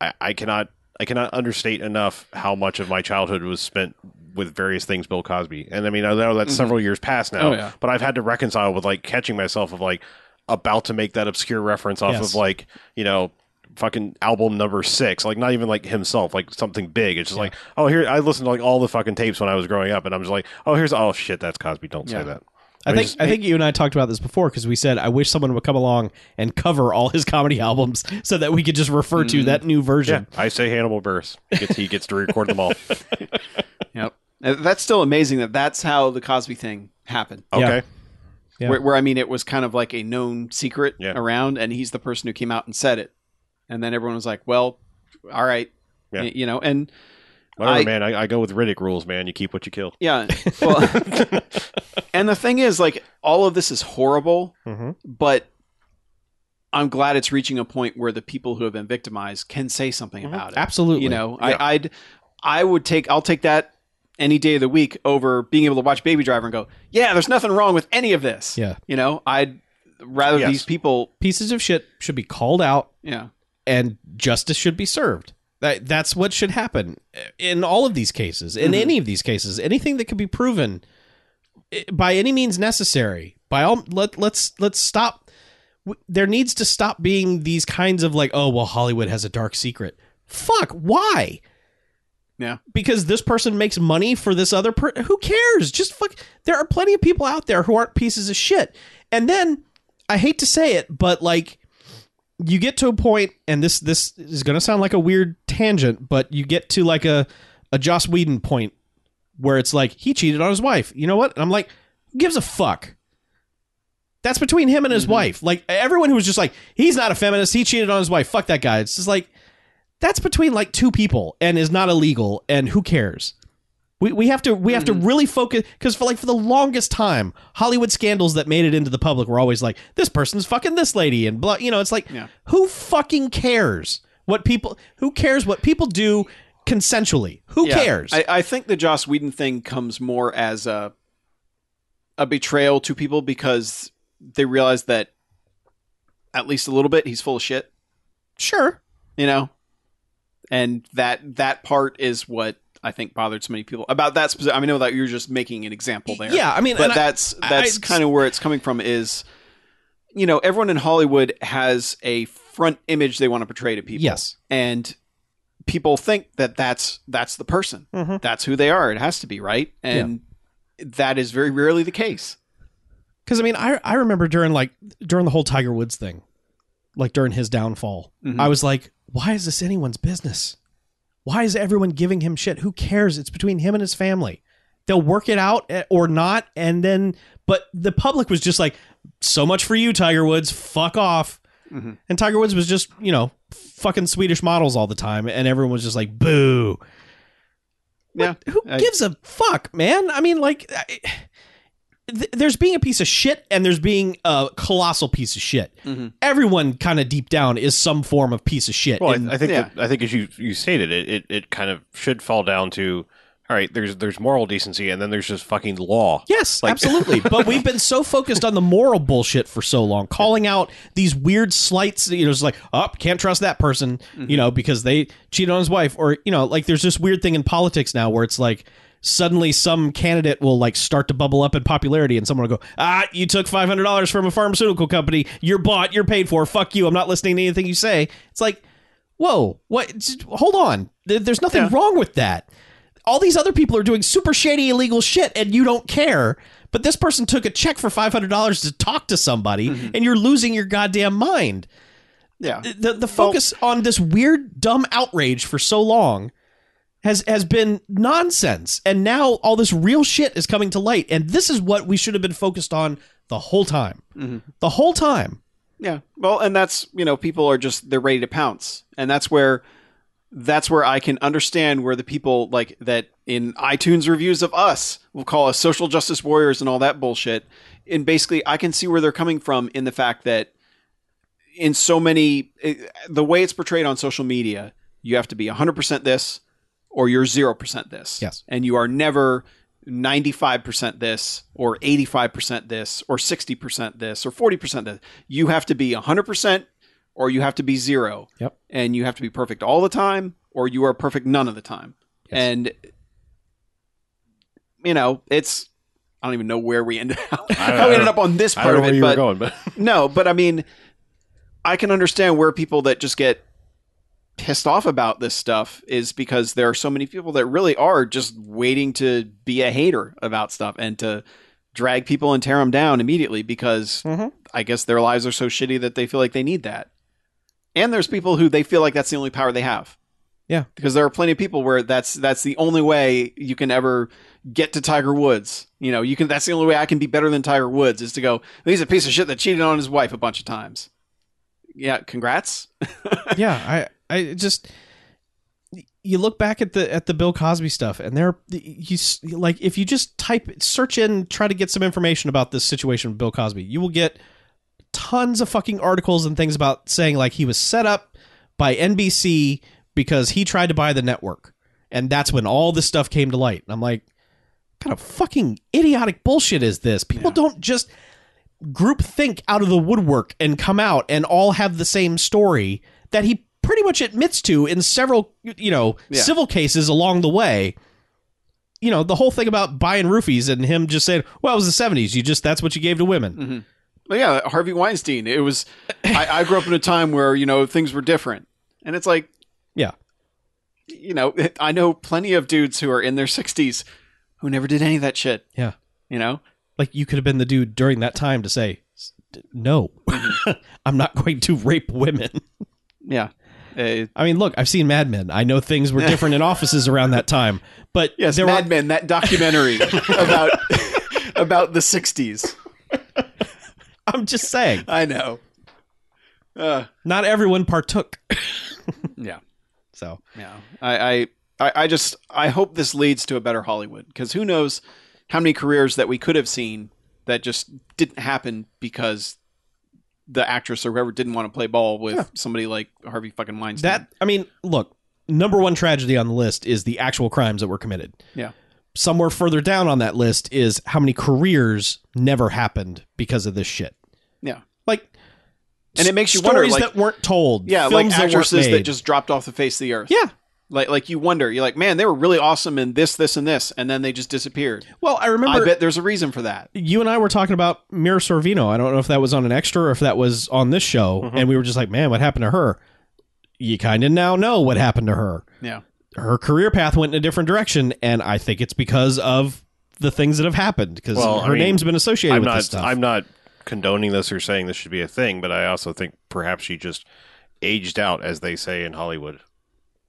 Speaker 1: I, I cannot. I cannot understate enough how much of my childhood was spent with various things Bill Cosby. And I mean, I know that's
Speaker 2: Mhm.
Speaker 1: several years past now,
Speaker 2: Oh, yeah.
Speaker 1: but I've had to reconcile with like catching myself of like about to make that obscure reference off
Speaker 3: Yes.
Speaker 1: of like, you know, fucking album number six, like not even like himself, like something big. It's just like, oh, here, I listened to like all the fucking tapes when I was growing up and I'm just like, oh, here's, oh shit, that's Cosby. Don't
Speaker 2: Yeah.
Speaker 1: say that.
Speaker 3: I
Speaker 1: I
Speaker 3: think
Speaker 1: just-
Speaker 3: I think you and I talked about this before because we said I wish someone would come along and cover all his comedy albums so that we could just refer to
Speaker 2: Mm.
Speaker 3: that new
Speaker 1: Yeah.
Speaker 3: version.
Speaker 1: I say Hannibal Burris. He gets, he gets to record them all. Oh,
Speaker 2: Yep. Uh, That's still amazing that that's how the Cosby thing happened.
Speaker 3: Yeah.
Speaker 1: Okay.
Speaker 4: Yeah.
Speaker 2: Where, where I mean, it was kind of like a known secret
Speaker 1: Yeah.
Speaker 2: around, and he's the person who came out and said it, and then everyone was like, "Well, all right."
Speaker 1: Yeah.
Speaker 2: Y- You know, and
Speaker 1: Whatever,
Speaker 2: I-
Speaker 1: man. I, I go with Riddick rules, man. You keep what you kill.
Speaker 2: yeah, well, and the thing is, like, all of this is horrible,
Speaker 1: Mhm.
Speaker 2: but I'm glad it's reaching a point where the people who have been victimized can say something
Speaker 1: Mhm.
Speaker 2: about it.
Speaker 3: Absolutely.
Speaker 2: You know,
Speaker 1: Yeah.
Speaker 2: I, I'd, I would take, I'll take that any day of the week over being able to watch Baby Driver and go, yeah, there's nothing wrong with any of this.
Speaker 3: Yeah.
Speaker 2: You know, I'd rather
Speaker 1: Yes.
Speaker 2: these people,
Speaker 3: pieces of shit should be called out
Speaker 2: yeah,
Speaker 3: and justice should be served. That that's what should happen in all of these cases. In
Speaker 2: Mhm.
Speaker 3: any of these cases, anything that can be proven eh, by any means necessary. By all let let's let's stop. w- There needs to stop being these kinds of like, oh well, Hollywood has a dark secret. Fuck, why?
Speaker 2: Yeah.
Speaker 3: because this person makes money for this other person. Who cares? Just fuck. There are plenty of people out there who aren't pieces of shit. And then I hate to say it, but like you get to a point and this this is going to sound like a weird tangent but you get to like a a joss whedon point where it's like he cheated on his wife you know what and i'm like who gives a fuck that's between him and his
Speaker 2: Mhm.
Speaker 3: wife like everyone who was just like he's not a feminist he cheated on his wife fuck that guy it's just like that's between like two people and is not illegal and who cares we, we have to we have to really focus because for like for the longest time Hollywood scandals that made it into the public were always like this person's fucking this lady and blah you know it's like
Speaker 2: Yeah.
Speaker 3: who fucking cares what people who cares what people do consensually who
Speaker 2: Yeah.
Speaker 3: cares
Speaker 2: I, I think the Joss Whedon thing comes more as a a betrayal to people because they realize that at least a little bit he's full of shit,
Speaker 3: sure
Speaker 2: you know, and that that part is what I think bothered so many people about that. Specific, I mean, I know that you're just making an example there,
Speaker 3: yeah I mean
Speaker 2: but
Speaker 3: and I-
Speaker 2: that's
Speaker 3: I-
Speaker 2: that's
Speaker 3: I-
Speaker 2: kind of where it's coming from. Is you know everyone in Hollywood has a front image they want to portray to people
Speaker 3: yes
Speaker 2: and people think that that's that's the person
Speaker 3: Mhm.
Speaker 2: that's who they are it has to be right and that is very rarely the case
Speaker 3: because I mean I I remember during like during the whole Tiger Woods thing like during his downfall
Speaker 2: Mhm.
Speaker 3: I was like why is this anyone's business why is everyone giving him shit who cares it's between him and his family they'll work it out eh, or not and then but the public was just like so much for you Tiger Woods fuck off
Speaker 2: Mhm.
Speaker 3: and Tiger Woods was just you know fucking Swedish models all the time and everyone was just like boo
Speaker 2: yeah
Speaker 3: who
Speaker 2: I-
Speaker 3: gives a fuck, man? I mean, like, I, th- there's being a piece of shit and there's being a colossal piece of shit.
Speaker 2: Mhm.
Speaker 3: Everyone kind of deep down is some form of piece of shit.
Speaker 1: Well,
Speaker 3: And-
Speaker 1: I, I think
Speaker 2: yeah.
Speaker 1: that, I think as you you stated it, it, it kind of should fall down to all right. There's there's moral decency, and then there's just fucking law.
Speaker 3: yes,
Speaker 1: like-
Speaker 3: absolutely. but we've been so focused on the moral bullshit for so long, calling out these weird slights. You know, it's like, oh, can't trust that person, you know, because they cheated on his wife, or you know, like there's this weird thing in politics now where it's like. Suddenly, some candidate will like start to bubble up in popularity, and someone will go, "Ah, you took five hundred dollars from a pharmaceutical company. You're bought. You're paid for. Fuck you. I'm not listening to anything you say." It's like, whoa, what? just Hold on. There- There's nothing wrong with that. All these other people are doing super shady illegal shit, and you don't care. But this person took a check for five hundred dollars to talk to somebody, and you're losing your goddamn mind
Speaker 2: yeah
Speaker 3: the the focus on this weird dumb outrage for so long has has been nonsense and now all this real shit is coming to light and this is what we should have been focused on the whole time
Speaker 2: Mhm.
Speaker 3: the whole time
Speaker 2: yeah well and that's you know people are just they're ready to pounce and that's where that's where i can understand where the people like that in itunes reviews of us will call us social justice warriors and all that bullshit and basically i can see where they're coming from in the fact that in so many it- the way it's portrayed on social media you have to be 100% this or you're 0% this
Speaker 3: Yes.
Speaker 2: and you are never 95% this or 85% this or 60% this or 40% this you have to be 100% or you have to be 0
Speaker 3: Yep.
Speaker 2: and you have to be perfect all the time or you are perfect none of the time
Speaker 3: Yes.
Speaker 2: and you know it's i don't even know where we ended up
Speaker 1: I don't-
Speaker 2: how we ended up on this
Speaker 1: I don't
Speaker 2: part
Speaker 1: know
Speaker 2: of
Speaker 1: where
Speaker 2: it
Speaker 1: you were
Speaker 2: but
Speaker 1: going, but
Speaker 2: no, but I mean, I can understand where people that just get pissed off about this stuff is because there are so many people that really are just waiting to be a hater about stuff and to drag people and tear them down immediately because
Speaker 3: Mhm.
Speaker 2: I guess their lives are so shitty that they feel like they need that. And there's people who they feel like that's the only power they have.
Speaker 3: Yeah.
Speaker 2: because there are plenty of people where that's that's the only way you can ever get to Tiger Woods. You know, you can that's the only way I can be better than Tiger Woods is to go. He's a piece of shit that cheated on his wife a bunch of times. Yeah, congrats.
Speaker 3: yeah, I I just you look back at the at the Bill Cosby stuff, and there you s- like if you just type search in try to get some information about this situation with Bill Cosby, you will get tons of fucking articles and things about saying like he was set up by NBC because he tried to buy the network, and that's when all this stuff came to light. And I'm like, what kind of fucking idiotic bullshit is this? People don't just group think out of the woodwork and come out and all have the same story that he pretty much admits to in several you know
Speaker 2: Yeah.
Speaker 3: civil cases along the way you know the whole thing about buying roofies and him just saying well it was the 70s you just that's what you gave to women
Speaker 2: Mm-hmm. But yeah, Harvey Weinstein. It was. I, I grew up in a time where you know things were different, and it's like,
Speaker 3: Yeah.
Speaker 2: you know, I know plenty of dudes who are in their sixties who never did any of that shit.
Speaker 3: Yeah.
Speaker 2: you know,
Speaker 3: like you could have been the dude during that time to say "S- no
Speaker 2: Mm-hmm.
Speaker 3: i'm not going to rape women
Speaker 2: yeah, uh,
Speaker 3: i mean look i've seen mad men i know things were different in offices around that time but
Speaker 2: yes,
Speaker 3: there
Speaker 2: Mad
Speaker 3: were
Speaker 2: Men, that documentary about about the sixties.
Speaker 3: i'm just saying
Speaker 2: I know. Uh,
Speaker 3: not everyone partook
Speaker 2: yeah,
Speaker 3: so
Speaker 2: yeah. I, I, I, I just, I hope this leads to a better Hollywood because who knows how many careers that we could have seen that just didn't happen because the actress or whoever didn't want to play ball with somebody like Harvey fucking Weinstein.
Speaker 3: That I mean, look, number one tragedy on the list is the actual crimes that were committed.
Speaker 2: Yeah.
Speaker 3: Somewhere further down on that list is how many careers never happened because of this shit.
Speaker 2: Yeah.
Speaker 3: Like
Speaker 2: And it makes you
Speaker 3: stories
Speaker 2: wonder, like-
Speaker 3: that weren't told.
Speaker 2: yeah,
Speaker 3: films
Speaker 2: like
Speaker 3: that weren't
Speaker 2: actresses that,
Speaker 3: made.
Speaker 2: just dropped off the face of the earth.
Speaker 3: Yeah.
Speaker 2: Like, like you wonder, you're like, man, they were really awesome in this, this, and this, and then they just disappeared.
Speaker 3: Well, I remember
Speaker 2: I bet there's a reason for that.
Speaker 3: you and I were talking about Mira Sorvino. I don't know if that was on an extra or if that was on this show,
Speaker 1: Mm-hmm.
Speaker 3: and we were just like, "Man, what happened to her?" You kind of now know what happened to her.
Speaker 2: Yeah.
Speaker 3: her career path went in a different direction, and I think it's because of the things that have happened. Because
Speaker 1: Well, I
Speaker 3: her
Speaker 1: mean,
Speaker 3: name's been associated
Speaker 1: I'm
Speaker 3: with
Speaker 1: not.
Speaker 3: this stuff.
Speaker 1: I'm not condoning this or saying this should be a thing, but I also think perhaps she just aged out, as they say in Hollywood.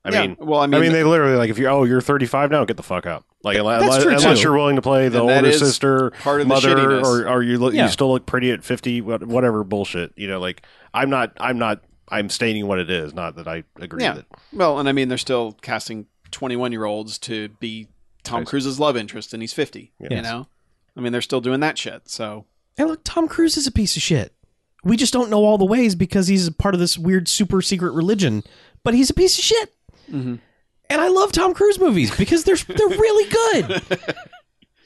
Speaker 1: I
Speaker 2: Yeah.
Speaker 1: mean,
Speaker 2: well, I
Speaker 1: I
Speaker 2: mean,
Speaker 1: mean, they literally like if you oh you're 35 now, get the fuck up. Like unless,
Speaker 3: That's true,
Speaker 1: unless
Speaker 3: too.
Speaker 1: you're willing to play the
Speaker 2: And that
Speaker 1: older
Speaker 2: is
Speaker 1: sister,
Speaker 2: part of the
Speaker 1: mother,
Speaker 2: shittiness.
Speaker 1: or or you look
Speaker 3: Yeah.
Speaker 1: you still look pretty at 50, what- whatever bullshit. You know, like I'm not. I'm not. I'm stating what it is. Not that I agree
Speaker 2: Yeah.
Speaker 1: with it.
Speaker 2: Well, and I mean, they're still casting 21 year olds to be Tom
Speaker 1: Right.
Speaker 2: Cruise's love interest, and he's 50. You
Speaker 3: Yes.
Speaker 2: know? I mean, they're still doing that shit. So,
Speaker 3: hey, look, Tom Cruise is a piece of shit. We just don't know all the ways because he's a part of this weird super secret religion. But he's a piece of shit.
Speaker 1: Mm-hmm.
Speaker 2: Mhm.
Speaker 3: And I love Tom Cruise movies because they're they're really good.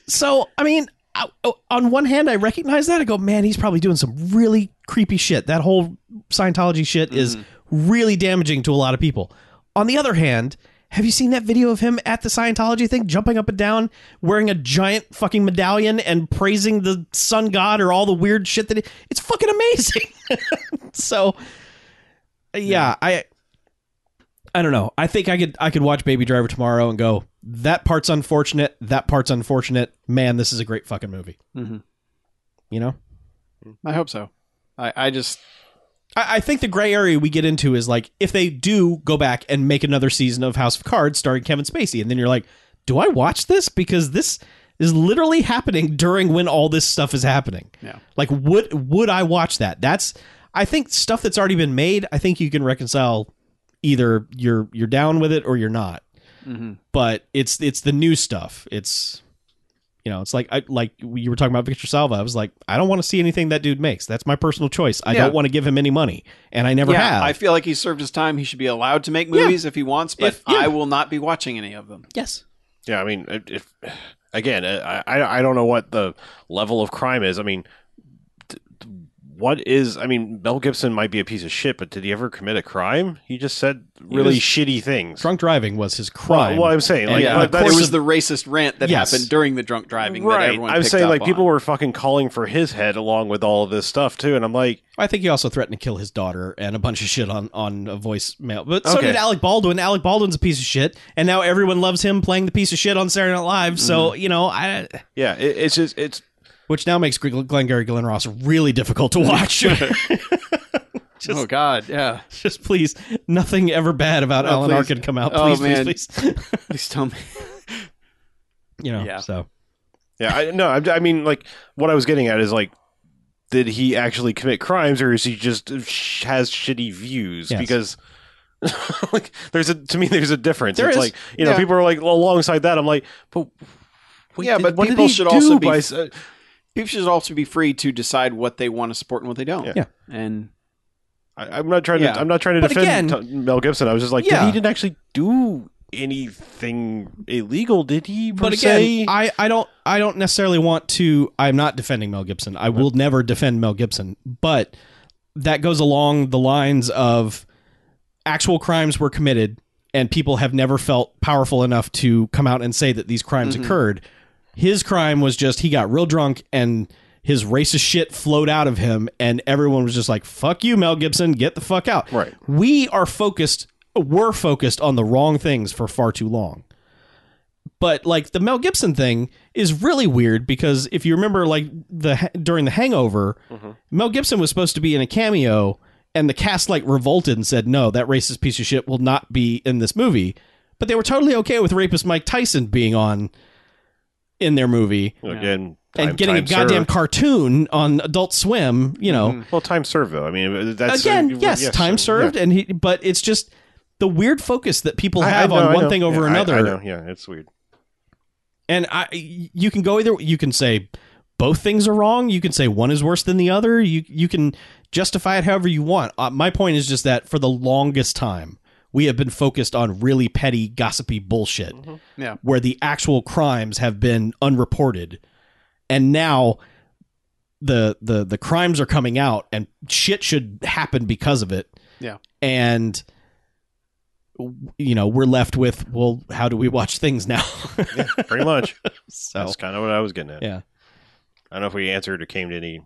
Speaker 3: so I mean, I, oh, on one hand, I recognize that. I go, man, he's probably doing some really creepy shit. That whole Scientology shit is really damaging to a lot of people. On the other hand, have you seen that video of him at the Scientology thing, jumping up and down, wearing a giant fucking medallion and praising the sun god or all the weird shit that he, it's fucking amazing. so, yeah, I, I don't know. I think I could I could watch Baby Driver tomorrow and go, that part's unfortunate. That part's unfortunate. Man, this is a great fucking movie.
Speaker 1: Mm-hmm.
Speaker 2: Mhm.
Speaker 3: You know,
Speaker 2: I hope so. I, I just,
Speaker 3: I, I think the gray area we get into is like if they do go back and make another season of House of Cards starring Kevin Spacey, and then you're like, do I watch this because this is literally happening during when all this stuff is happening.
Speaker 2: Yeah.
Speaker 3: Like would would I watch that? That's I think stuff that's already been made. I think you can reconcile either you're you're down with it or you're not.
Speaker 1: Mm-hmm.
Speaker 2: mhm.
Speaker 3: but it's it's the new stuff. It's you know, it's like I like you were talking about Victor Salva. I was like, I don't want to see anything that dude makes. That's my personal choice. I
Speaker 2: Yeah.
Speaker 3: don't want to give him any money, and I never
Speaker 2: yeah,
Speaker 3: have.
Speaker 2: I feel like he served his time. He should be allowed to make movies if he wants, but
Speaker 3: If- yeah.
Speaker 2: I will not be watching any of them.
Speaker 3: yes,
Speaker 1: Yeah, I mean, if- if again, uh, I I I don't know what the level of crime is. I mean, d- d- what is? I mean, Mel Gibson might be a piece of shit, but did he ever commit a crime? He just said really
Speaker 3: was
Speaker 1: shitty things.
Speaker 3: drunk driving was his crime.
Speaker 1: Well, well, I'm saying, like,
Speaker 2: yeah,
Speaker 1: but
Speaker 2: it
Speaker 1: that's-
Speaker 2: was the racist rant that
Speaker 3: Yes.
Speaker 2: happened during the drunk driving. That
Speaker 1: right.
Speaker 2: everyone
Speaker 1: I'm
Speaker 2: picked
Speaker 1: saying,
Speaker 2: up
Speaker 1: like,
Speaker 2: on.
Speaker 1: people were fucking calling for his head along with all of this stuff too, and I'm like,
Speaker 3: I think he also threatened to kill his daughter and a bunch of shit on on a voicemail. But so
Speaker 1: Okay.
Speaker 3: did Alec Baldwin. Alec Baldwin's a piece of shit, and now everyone loves him playing the piece of shit on Saturday Night Live. So you know, I
Speaker 1: yeah, it, it's just it's
Speaker 3: which now makes Glengarry Glen Ross really difficult to watch. Just,
Speaker 2: oh God, yeah.
Speaker 3: just please, nothing ever bad about
Speaker 2: Oh,
Speaker 3: Alan
Speaker 2: please.
Speaker 3: Arkin come out.
Speaker 2: Oh,
Speaker 3: Please,
Speaker 2: man.
Speaker 3: please, please.
Speaker 2: Please tell me.
Speaker 3: you know,
Speaker 2: Yeah.
Speaker 3: so
Speaker 1: Yeah, I, no, I, I mean, like, what I was getting at is like, did he actually commit crimes, or is he just uh, sh- has shitty views?
Speaker 3: Yes.
Speaker 1: Because like, there's a to me, there's a difference.
Speaker 2: There
Speaker 1: it's
Speaker 2: is.
Speaker 1: like you know,
Speaker 2: Yeah.
Speaker 1: people are like well, alongside that. I'm like, but what
Speaker 2: Yeah,
Speaker 1: did-
Speaker 2: but
Speaker 1: what did
Speaker 2: people
Speaker 1: he
Speaker 2: should
Speaker 1: do
Speaker 2: also be-
Speaker 1: by s- uh,
Speaker 2: People should also be free to decide what they want to support and what they don't.
Speaker 1: Yeah.
Speaker 3: Yeah.
Speaker 2: And
Speaker 1: I, I'm not trying
Speaker 2: Yeah.
Speaker 1: to. I'm not trying to
Speaker 3: But
Speaker 1: defend
Speaker 3: again-
Speaker 1: T- Mel Gibson. I was just like,
Speaker 3: Yeah.
Speaker 1: did, he didn't actually do anything illegal, did he? Per
Speaker 3: but again,
Speaker 1: se?
Speaker 3: I, I don't I don't necessarily want to. I'm not defending Mel Gibson. I will never defend Mel Gibson, but that goes along the lines of actual crimes were committed, and people have never felt powerful enough to come out and say that these crimes
Speaker 2: Mhm.
Speaker 3: occurred. His crime was just he got real drunk and his racist shit flowed out of him, and everyone was just like, "Fuck you, Mel Gibson, get the fuck out."
Speaker 1: right.
Speaker 3: we are focused were focused on the wrong things for far too long but like the mel gibson thing is really weird because if you remember like the during the hangover
Speaker 1: Mhm.
Speaker 3: mel gibson was supposed to be in a cameo and the cast like revolted and said no that racist piece of shit will not be in this movie but they were totally okay with rapist mike tyson being on in their movie
Speaker 1: Again,
Speaker 3: and
Speaker 1: time-
Speaker 3: getting
Speaker 1: time
Speaker 3: a goddamn
Speaker 1: served.
Speaker 3: cartoon on adult swim you know
Speaker 2: Mhm.
Speaker 1: Well, time served though. I mean, that's
Speaker 3: again,
Speaker 1: uh,
Speaker 3: yes, time
Speaker 1: so-
Speaker 3: served, and he, but it's just the weird focus that people have
Speaker 1: know,
Speaker 3: on
Speaker 1: I
Speaker 3: one
Speaker 1: know.
Speaker 3: thing over
Speaker 1: Yeah, I-
Speaker 3: another,
Speaker 1: I know, Yeah, it's weird.
Speaker 3: and I, you can go either. You can say both things are wrong. You can say one is worse than the other. You you can justify it however you want. Uh, my point is just that for the longest time, we have been focused on really petty, gossipy bullshit,
Speaker 2: Yeah.
Speaker 3: where the actual crimes have been unreported, and now. The, the the crimes are coming out and shit should happen because of it and you know we're left with well how do we watch things now
Speaker 1: Yeah, pretty much.
Speaker 3: so
Speaker 1: That's kind of what I was getting at.
Speaker 3: Oh. Yeah.
Speaker 1: I don't know if we answered or came to any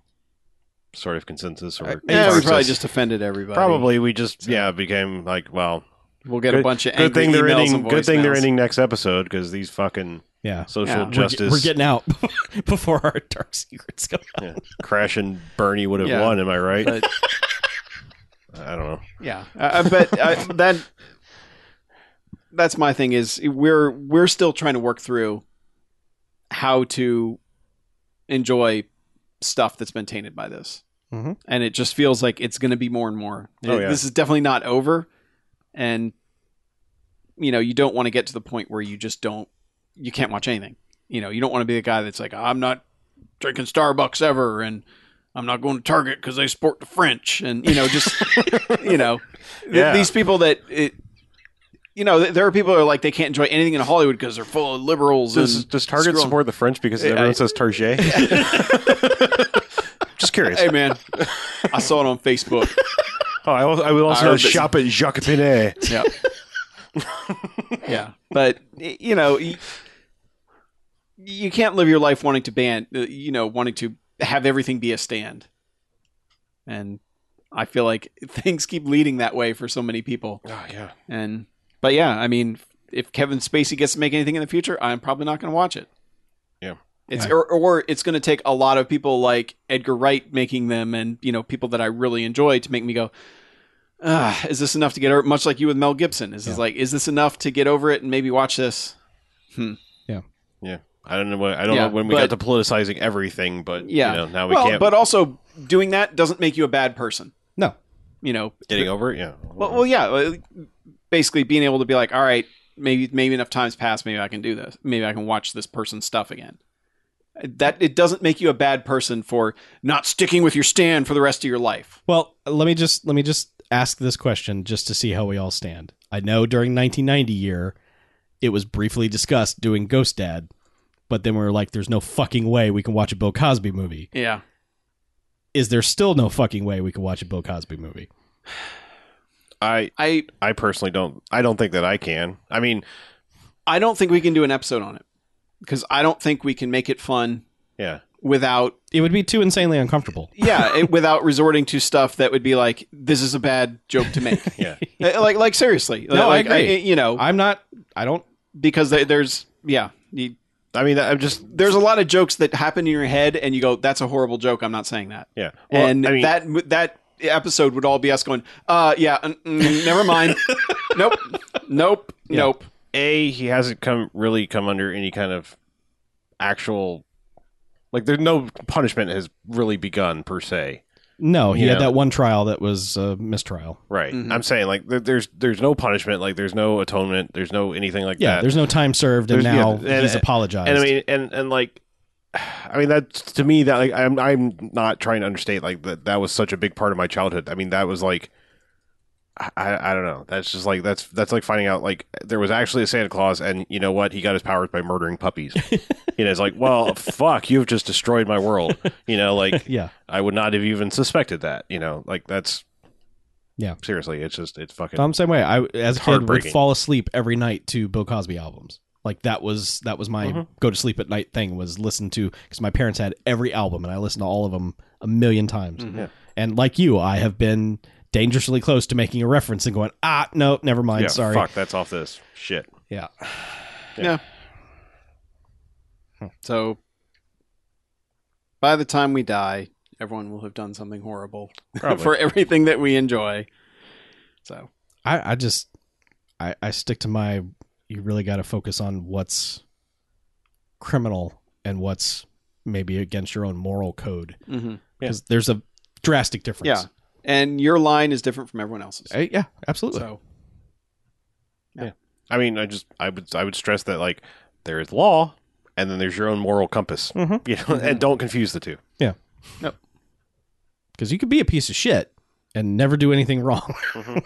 Speaker 1: sort of consensus or
Speaker 2: yeah, we probably
Speaker 1: consensus.
Speaker 2: just offended everybody.
Speaker 1: probably we just yeah became like well
Speaker 2: we'll get a
Speaker 1: Good-
Speaker 2: bunch of angry
Speaker 1: good thing they're
Speaker 2: emails
Speaker 1: ending
Speaker 2: and
Speaker 1: good thing they're
Speaker 2: voicemails.
Speaker 1: ending next episode because these fucking
Speaker 3: yeah
Speaker 1: social
Speaker 2: Yeah. We're ge-
Speaker 3: We're,
Speaker 1: justice
Speaker 3: ge- we're getting out before our dark secrets come out.
Speaker 1: Crash and Bernie would have
Speaker 2: Yeah.
Speaker 1: won. Am I right?
Speaker 2: But-
Speaker 1: I don't know.
Speaker 2: Yeah, Uh, I, I bet I, that. That's my thing is we're we're still trying to work through how to enjoy stuff that's been tainted by this,
Speaker 3: Mhm.
Speaker 2: and it just feels like it's going to be more and more.
Speaker 1: Mm-hmm. Oh, yeah.
Speaker 2: This is definitely not over, and you know you don't want to get to the point where you just don't you can't watch anything. You know you don't want to be the guy that's like I'm not drinking Starbucks ever, and I'm not going to Target because they sport the French, and you know, just you know, th-
Speaker 1: Yeah.
Speaker 2: these people that it, you know, th- there are people who are like they can't enjoy anything in Hollywood because they're full of liberals.
Speaker 1: Does,
Speaker 2: and
Speaker 1: does Target
Speaker 2: scroll-
Speaker 1: support the French because
Speaker 2: Yeah,
Speaker 1: everyone
Speaker 2: I-
Speaker 1: says Target? just curious.
Speaker 2: Hey man, I saw it on Facebook.
Speaker 1: Oh, I, al- I will
Speaker 2: I
Speaker 1: also
Speaker 2: heard that-
Speaker 1: shop at Jacques Pinet.
Speaker 2: Yeah, yeah, but y- you know, y- you can't live your life wanting to ban, uh, you know, wanting to have everything be a stand, and I feel like things keep leading that way for so many people.
Speaker 1: Oh yeah.
Speaker 2: And but yeah, I mean, if Kevin Spacey gets to make anything in the future, I'm probably not going to watch it.
Speaker 1: Yeah.
Speaker 2: It's or, or it's going to take a lot of people like Edgar Wright making them, and you know people that I really enjoy to make me go, ah, "Is this enough to get over?" Much like you with Mel Gibson, is this
Speaker 3: Yeah.
Speaker 2: like, "Is this enough to get over it?" And maybe watch this.
Speaker 1: I don't know. What, I don't
Speaker 2: Yeah,
Speaker 1: know when we
Speaker 2: but-
Speaker 1: got to politicizing everything, but
Speaker 2: Yeah.
Speaker 1: you know, now we
Speaker 2: well,
Speaker 1: can't.
Speaker 2: but also doing that doesn't make you a bad person.
Speaker 3: No.
Speaker 2: you know,
Speaker 1: getting over it, yeah.
Speaker 2: Well, well, yeah. uh, Basically, being able to be like, all right, maybe maybe enough times passed, maybe I can do this, maybe I can watch this person's stuff again. That it doesn't make you a bad person for not sticking with your stand for the rest of your life.
Speaker 3: well let me just let me just ask this question just to see how we all stand i know during 1990 year it was briefly discussed doing ghost dad but then we were like there's no fucking way we can watch a bill cosby movie
Speaker 2: Yeah,
Speaker 3: is there still no fucking way we can watch a bill cosby movie
Speaker 1: I
Speaker 2: I
Speaker 1: I personally don't. I don't think that I can. I mean,
Speaker 2: I don't think we can do an episode on it because I don't think we can make it fun
Speaker 1: yeah,
Speaker 2: without
Speaker 3: it would be too insanely uncomfortable
Speaker 2: yeah it, without resorting to stuff that would be like this is a bad joke to make.
Speaker 1: yeah.
Speaker 2: Uh, like like seriously,
Speaker 3: No, I
Speaker 2: like
Speaker 3: agree.
Speaker 2: you know
Speaker 3: i'm not i don't
Speaker 2: because there- there's yeah. You,
Speaker 1: I mean, I'm just
Speaker 2: there's a lot of jokes that happen in your head and you go that's a horrible joke i'm not saying that
Speaker 1: yeah. Well,
Speaker 2: and
Speaker 1: I mean,
Speaker 2: that that episode would all be us going, uh, yeah, mm, mm, never mind. nope, nope, nope.
Speaker 1: A, he hasn't come really come under any kind of actual like there's no punishment has really begun per se.
Speaker 3: No, he had
Speaker 1: Yeah.
Speaker 3: that one trial that was a mistrial.
Speaker 1: Right.
Speaker 2: Mhm.
Speaker 1: I'm saying like there, there's there's no punishment, like there's no atonement, there's no anything like
Speaker 3: Yeah,
Speaker 1: that.
Speaker 3: there's no time served, and
Speaker 1: There's- yeah,
Speaker 3: now
Speaker 1: and-
Speaker 3: he's
Speaker 1: and-
Speaker 3: apologized.
Speaker 1: and I mean and and like I mean that's to me that like I'm I'm not trying to understate like that that was such a big part of my childhood. I mean that was like I, I I don't know. That's just like that's that's like finding out like there was actually a Santa Claus and you know what? He got his powers by murdering puppies. you know, it's like, well, fuck, you've just destroyed my world. You know, like
Speaker 3: yeah,
Speaker 1: I would not have even suspected that, you know. Like that's
Speaker 3: Yeah.
Speaker 1: Seriously, it's just it's fucking
Speaker 3: I'm the same way. I as a kid would
Speaker 1: heartbreaking.
Speaker 3: fall asleep every night to Bill Cosby albums. Like that was that was my
Speaker 1: Mhm.
Speaker 3: go to sleep at night thing was listen to because my parents had every album and I listened to all of them a million times.
Speaker 2: Mhm.
Speaker 1: Yeah.
Speaker 3: And like you, I have been dangerously close to making a reference and going ah no never mind
Speaker 1: yeah,
Speaker 3: sorry
Speaker 1: fuck, that's off this shit.
Speaker 3: yeah
Speaker 2: So by the time we die, everyone will have done something horrible
Speaker 1: Probably.
Speaker 2: for everything that we enjoy. So
Speaker 3: I I just I I stick to my you really got to focus on what's criminal and what's maybe against your own moral code
Speaker 1: Mm-hmm.
Speaker 2: mhm.
Speaker 3: because there's a drastic difference.
Speaker 2: yeah, and your line is different from everyone else's.
Speaker 3: Uh, yeah, absolutely.
Speaker 2: So
Speaker 1: I mean, I just I would I would stress that like there is law, and then there's your own moral compass.
Speaker 3: Mhm.
Speaker 2: Mm-hmm.
Speaker 1: You know, and don't confuse the two.
Speaker 3: Because you could be a piece of shit and never do anything wrong.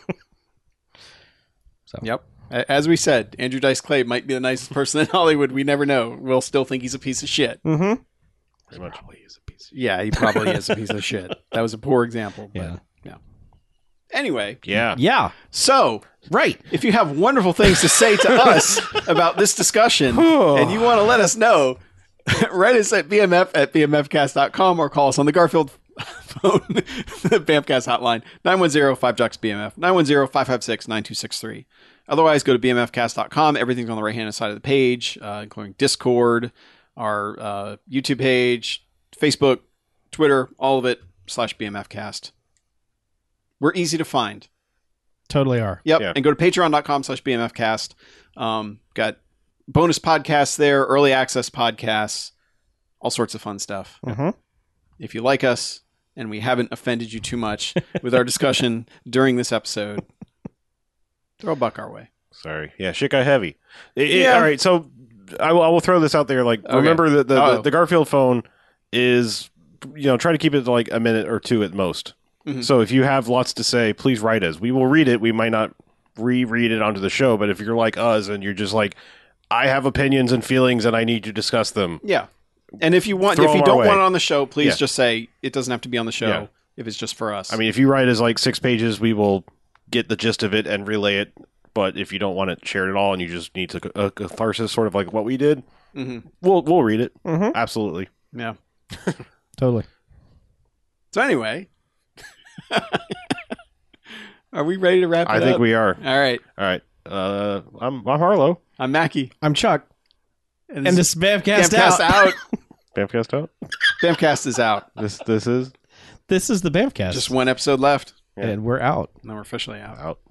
Speaker 2: yep. A- As we said, Andrew Dice Clay might be the nicest person in Hollywood. We never know. We'll still think he's a piece of shit.
Speaker 3: Mm-hmm.
Speaker 1: Pretty much.
Speaker 2: Yeah, he probably is a piece of shit. That was a poor example. But
Speaker 3: Yeah.
Speaker 2: yeah. Anyway,
Speaker 1: Yeah.
Speaker 3: Yeah.
Speaker 2: so
Speaker 3: Right.
Speaker 2: if you have wonderful things to say to us about this discussion and you want to let us know, write us at bmf at bmfcast.com or call us on the Garfield phone, the BAMFcast hotline, 910-5JOCKS-BMF, 910-556-9263. Otherwise, go to bmfcast.com. Everything's on the right-hand side of the page, uh, including Discord, our uh, YouTube page, Facebook, Twitter, all of it, slash bmfcast. We're easy to find.
Speaker 3: Totally are.
Speaker 2: Yep.
Speaker 1: Yeah.
Speaker 2: And go to patreon.com slash bmfcast. Um, got bonus podcasts there, early access podcasts, all sorts of fun stuff.
Speaker 1: Mm-hmm.
Speaker 3: Mhm.
Speaker 2: If you like us and we haven't offended you too much with our discussion during this episode, throw a buck our way.
Speaker 1: Sorry. Yeah. Shit got heavy. It- it-
Speaker 2: Yeah.
Speaker 1: all right. So I will, I will throw this out there. Like
Speaker 2: Okay.
Speaker 1: remember that the, the,
Speaker 2: Uh-oh.
Speaker 1: the Garfield phone is you know try to keep it to like a minute or two at most.
Speaker 2: Mhm.
Speaker 1: So if you have lots to say, please write us. We will read it. We might not reread it onto the show, but if you're like us and you're just like, I have opinions and feelings and I need to discuss them.
Speaker 2: Yeah. And if you want,
Speaker 1: Throw
Speaker 2: if you
Speaker 1: them our
Speaker 2: don't
Speaker 1: way.
Speaker 2: want it on the show, please
Speaker 1: Yeah.
Speaker 2: just say it doesn't have to be on the show
Speaker 1: Yeah.
Speaker 2: if it's just for us.
Speaker 1: I mean, if you write as like six pages, we will get the gist of it and relay it. But if you don't want it shared at all, and you just need to a catharsis, sort of like what we did,
Speaker 2: Mhm.
Speaker 1: we'll we'll read it
Speaker 2: Mm-hmm.
Speaker 3: Mhm.
Speaker 1: absolutely.
Speaker 2: yeah.
Speaker 3: Totally.
Speaker 2: So anyway, are we ready to wrap it
Speaker 1: I think
Speaker 2: up?
Speaker 1: we are.
Speaker 2: All right.
Speaker 1: All right, uh, I'm I'm Harlow.
Speaker 2: I'm Mackie.
Speaker 3: I'm Chuck. And this is Bamcast
Speaker 2: Bamcast
Speaker 3: out.
Speaker 2: out.
Speaker 1: Bamcast out.
Speaker 2: Bamcast is out.
Speaker 1: This this is
Speaker 3: This is the Bamcast.
Speaker 2: Just one episode left,
Speaker 1: yeah.
Speaker 3: And we're out.
Speaker 2: and then we're officially out.
Speaker 1: out.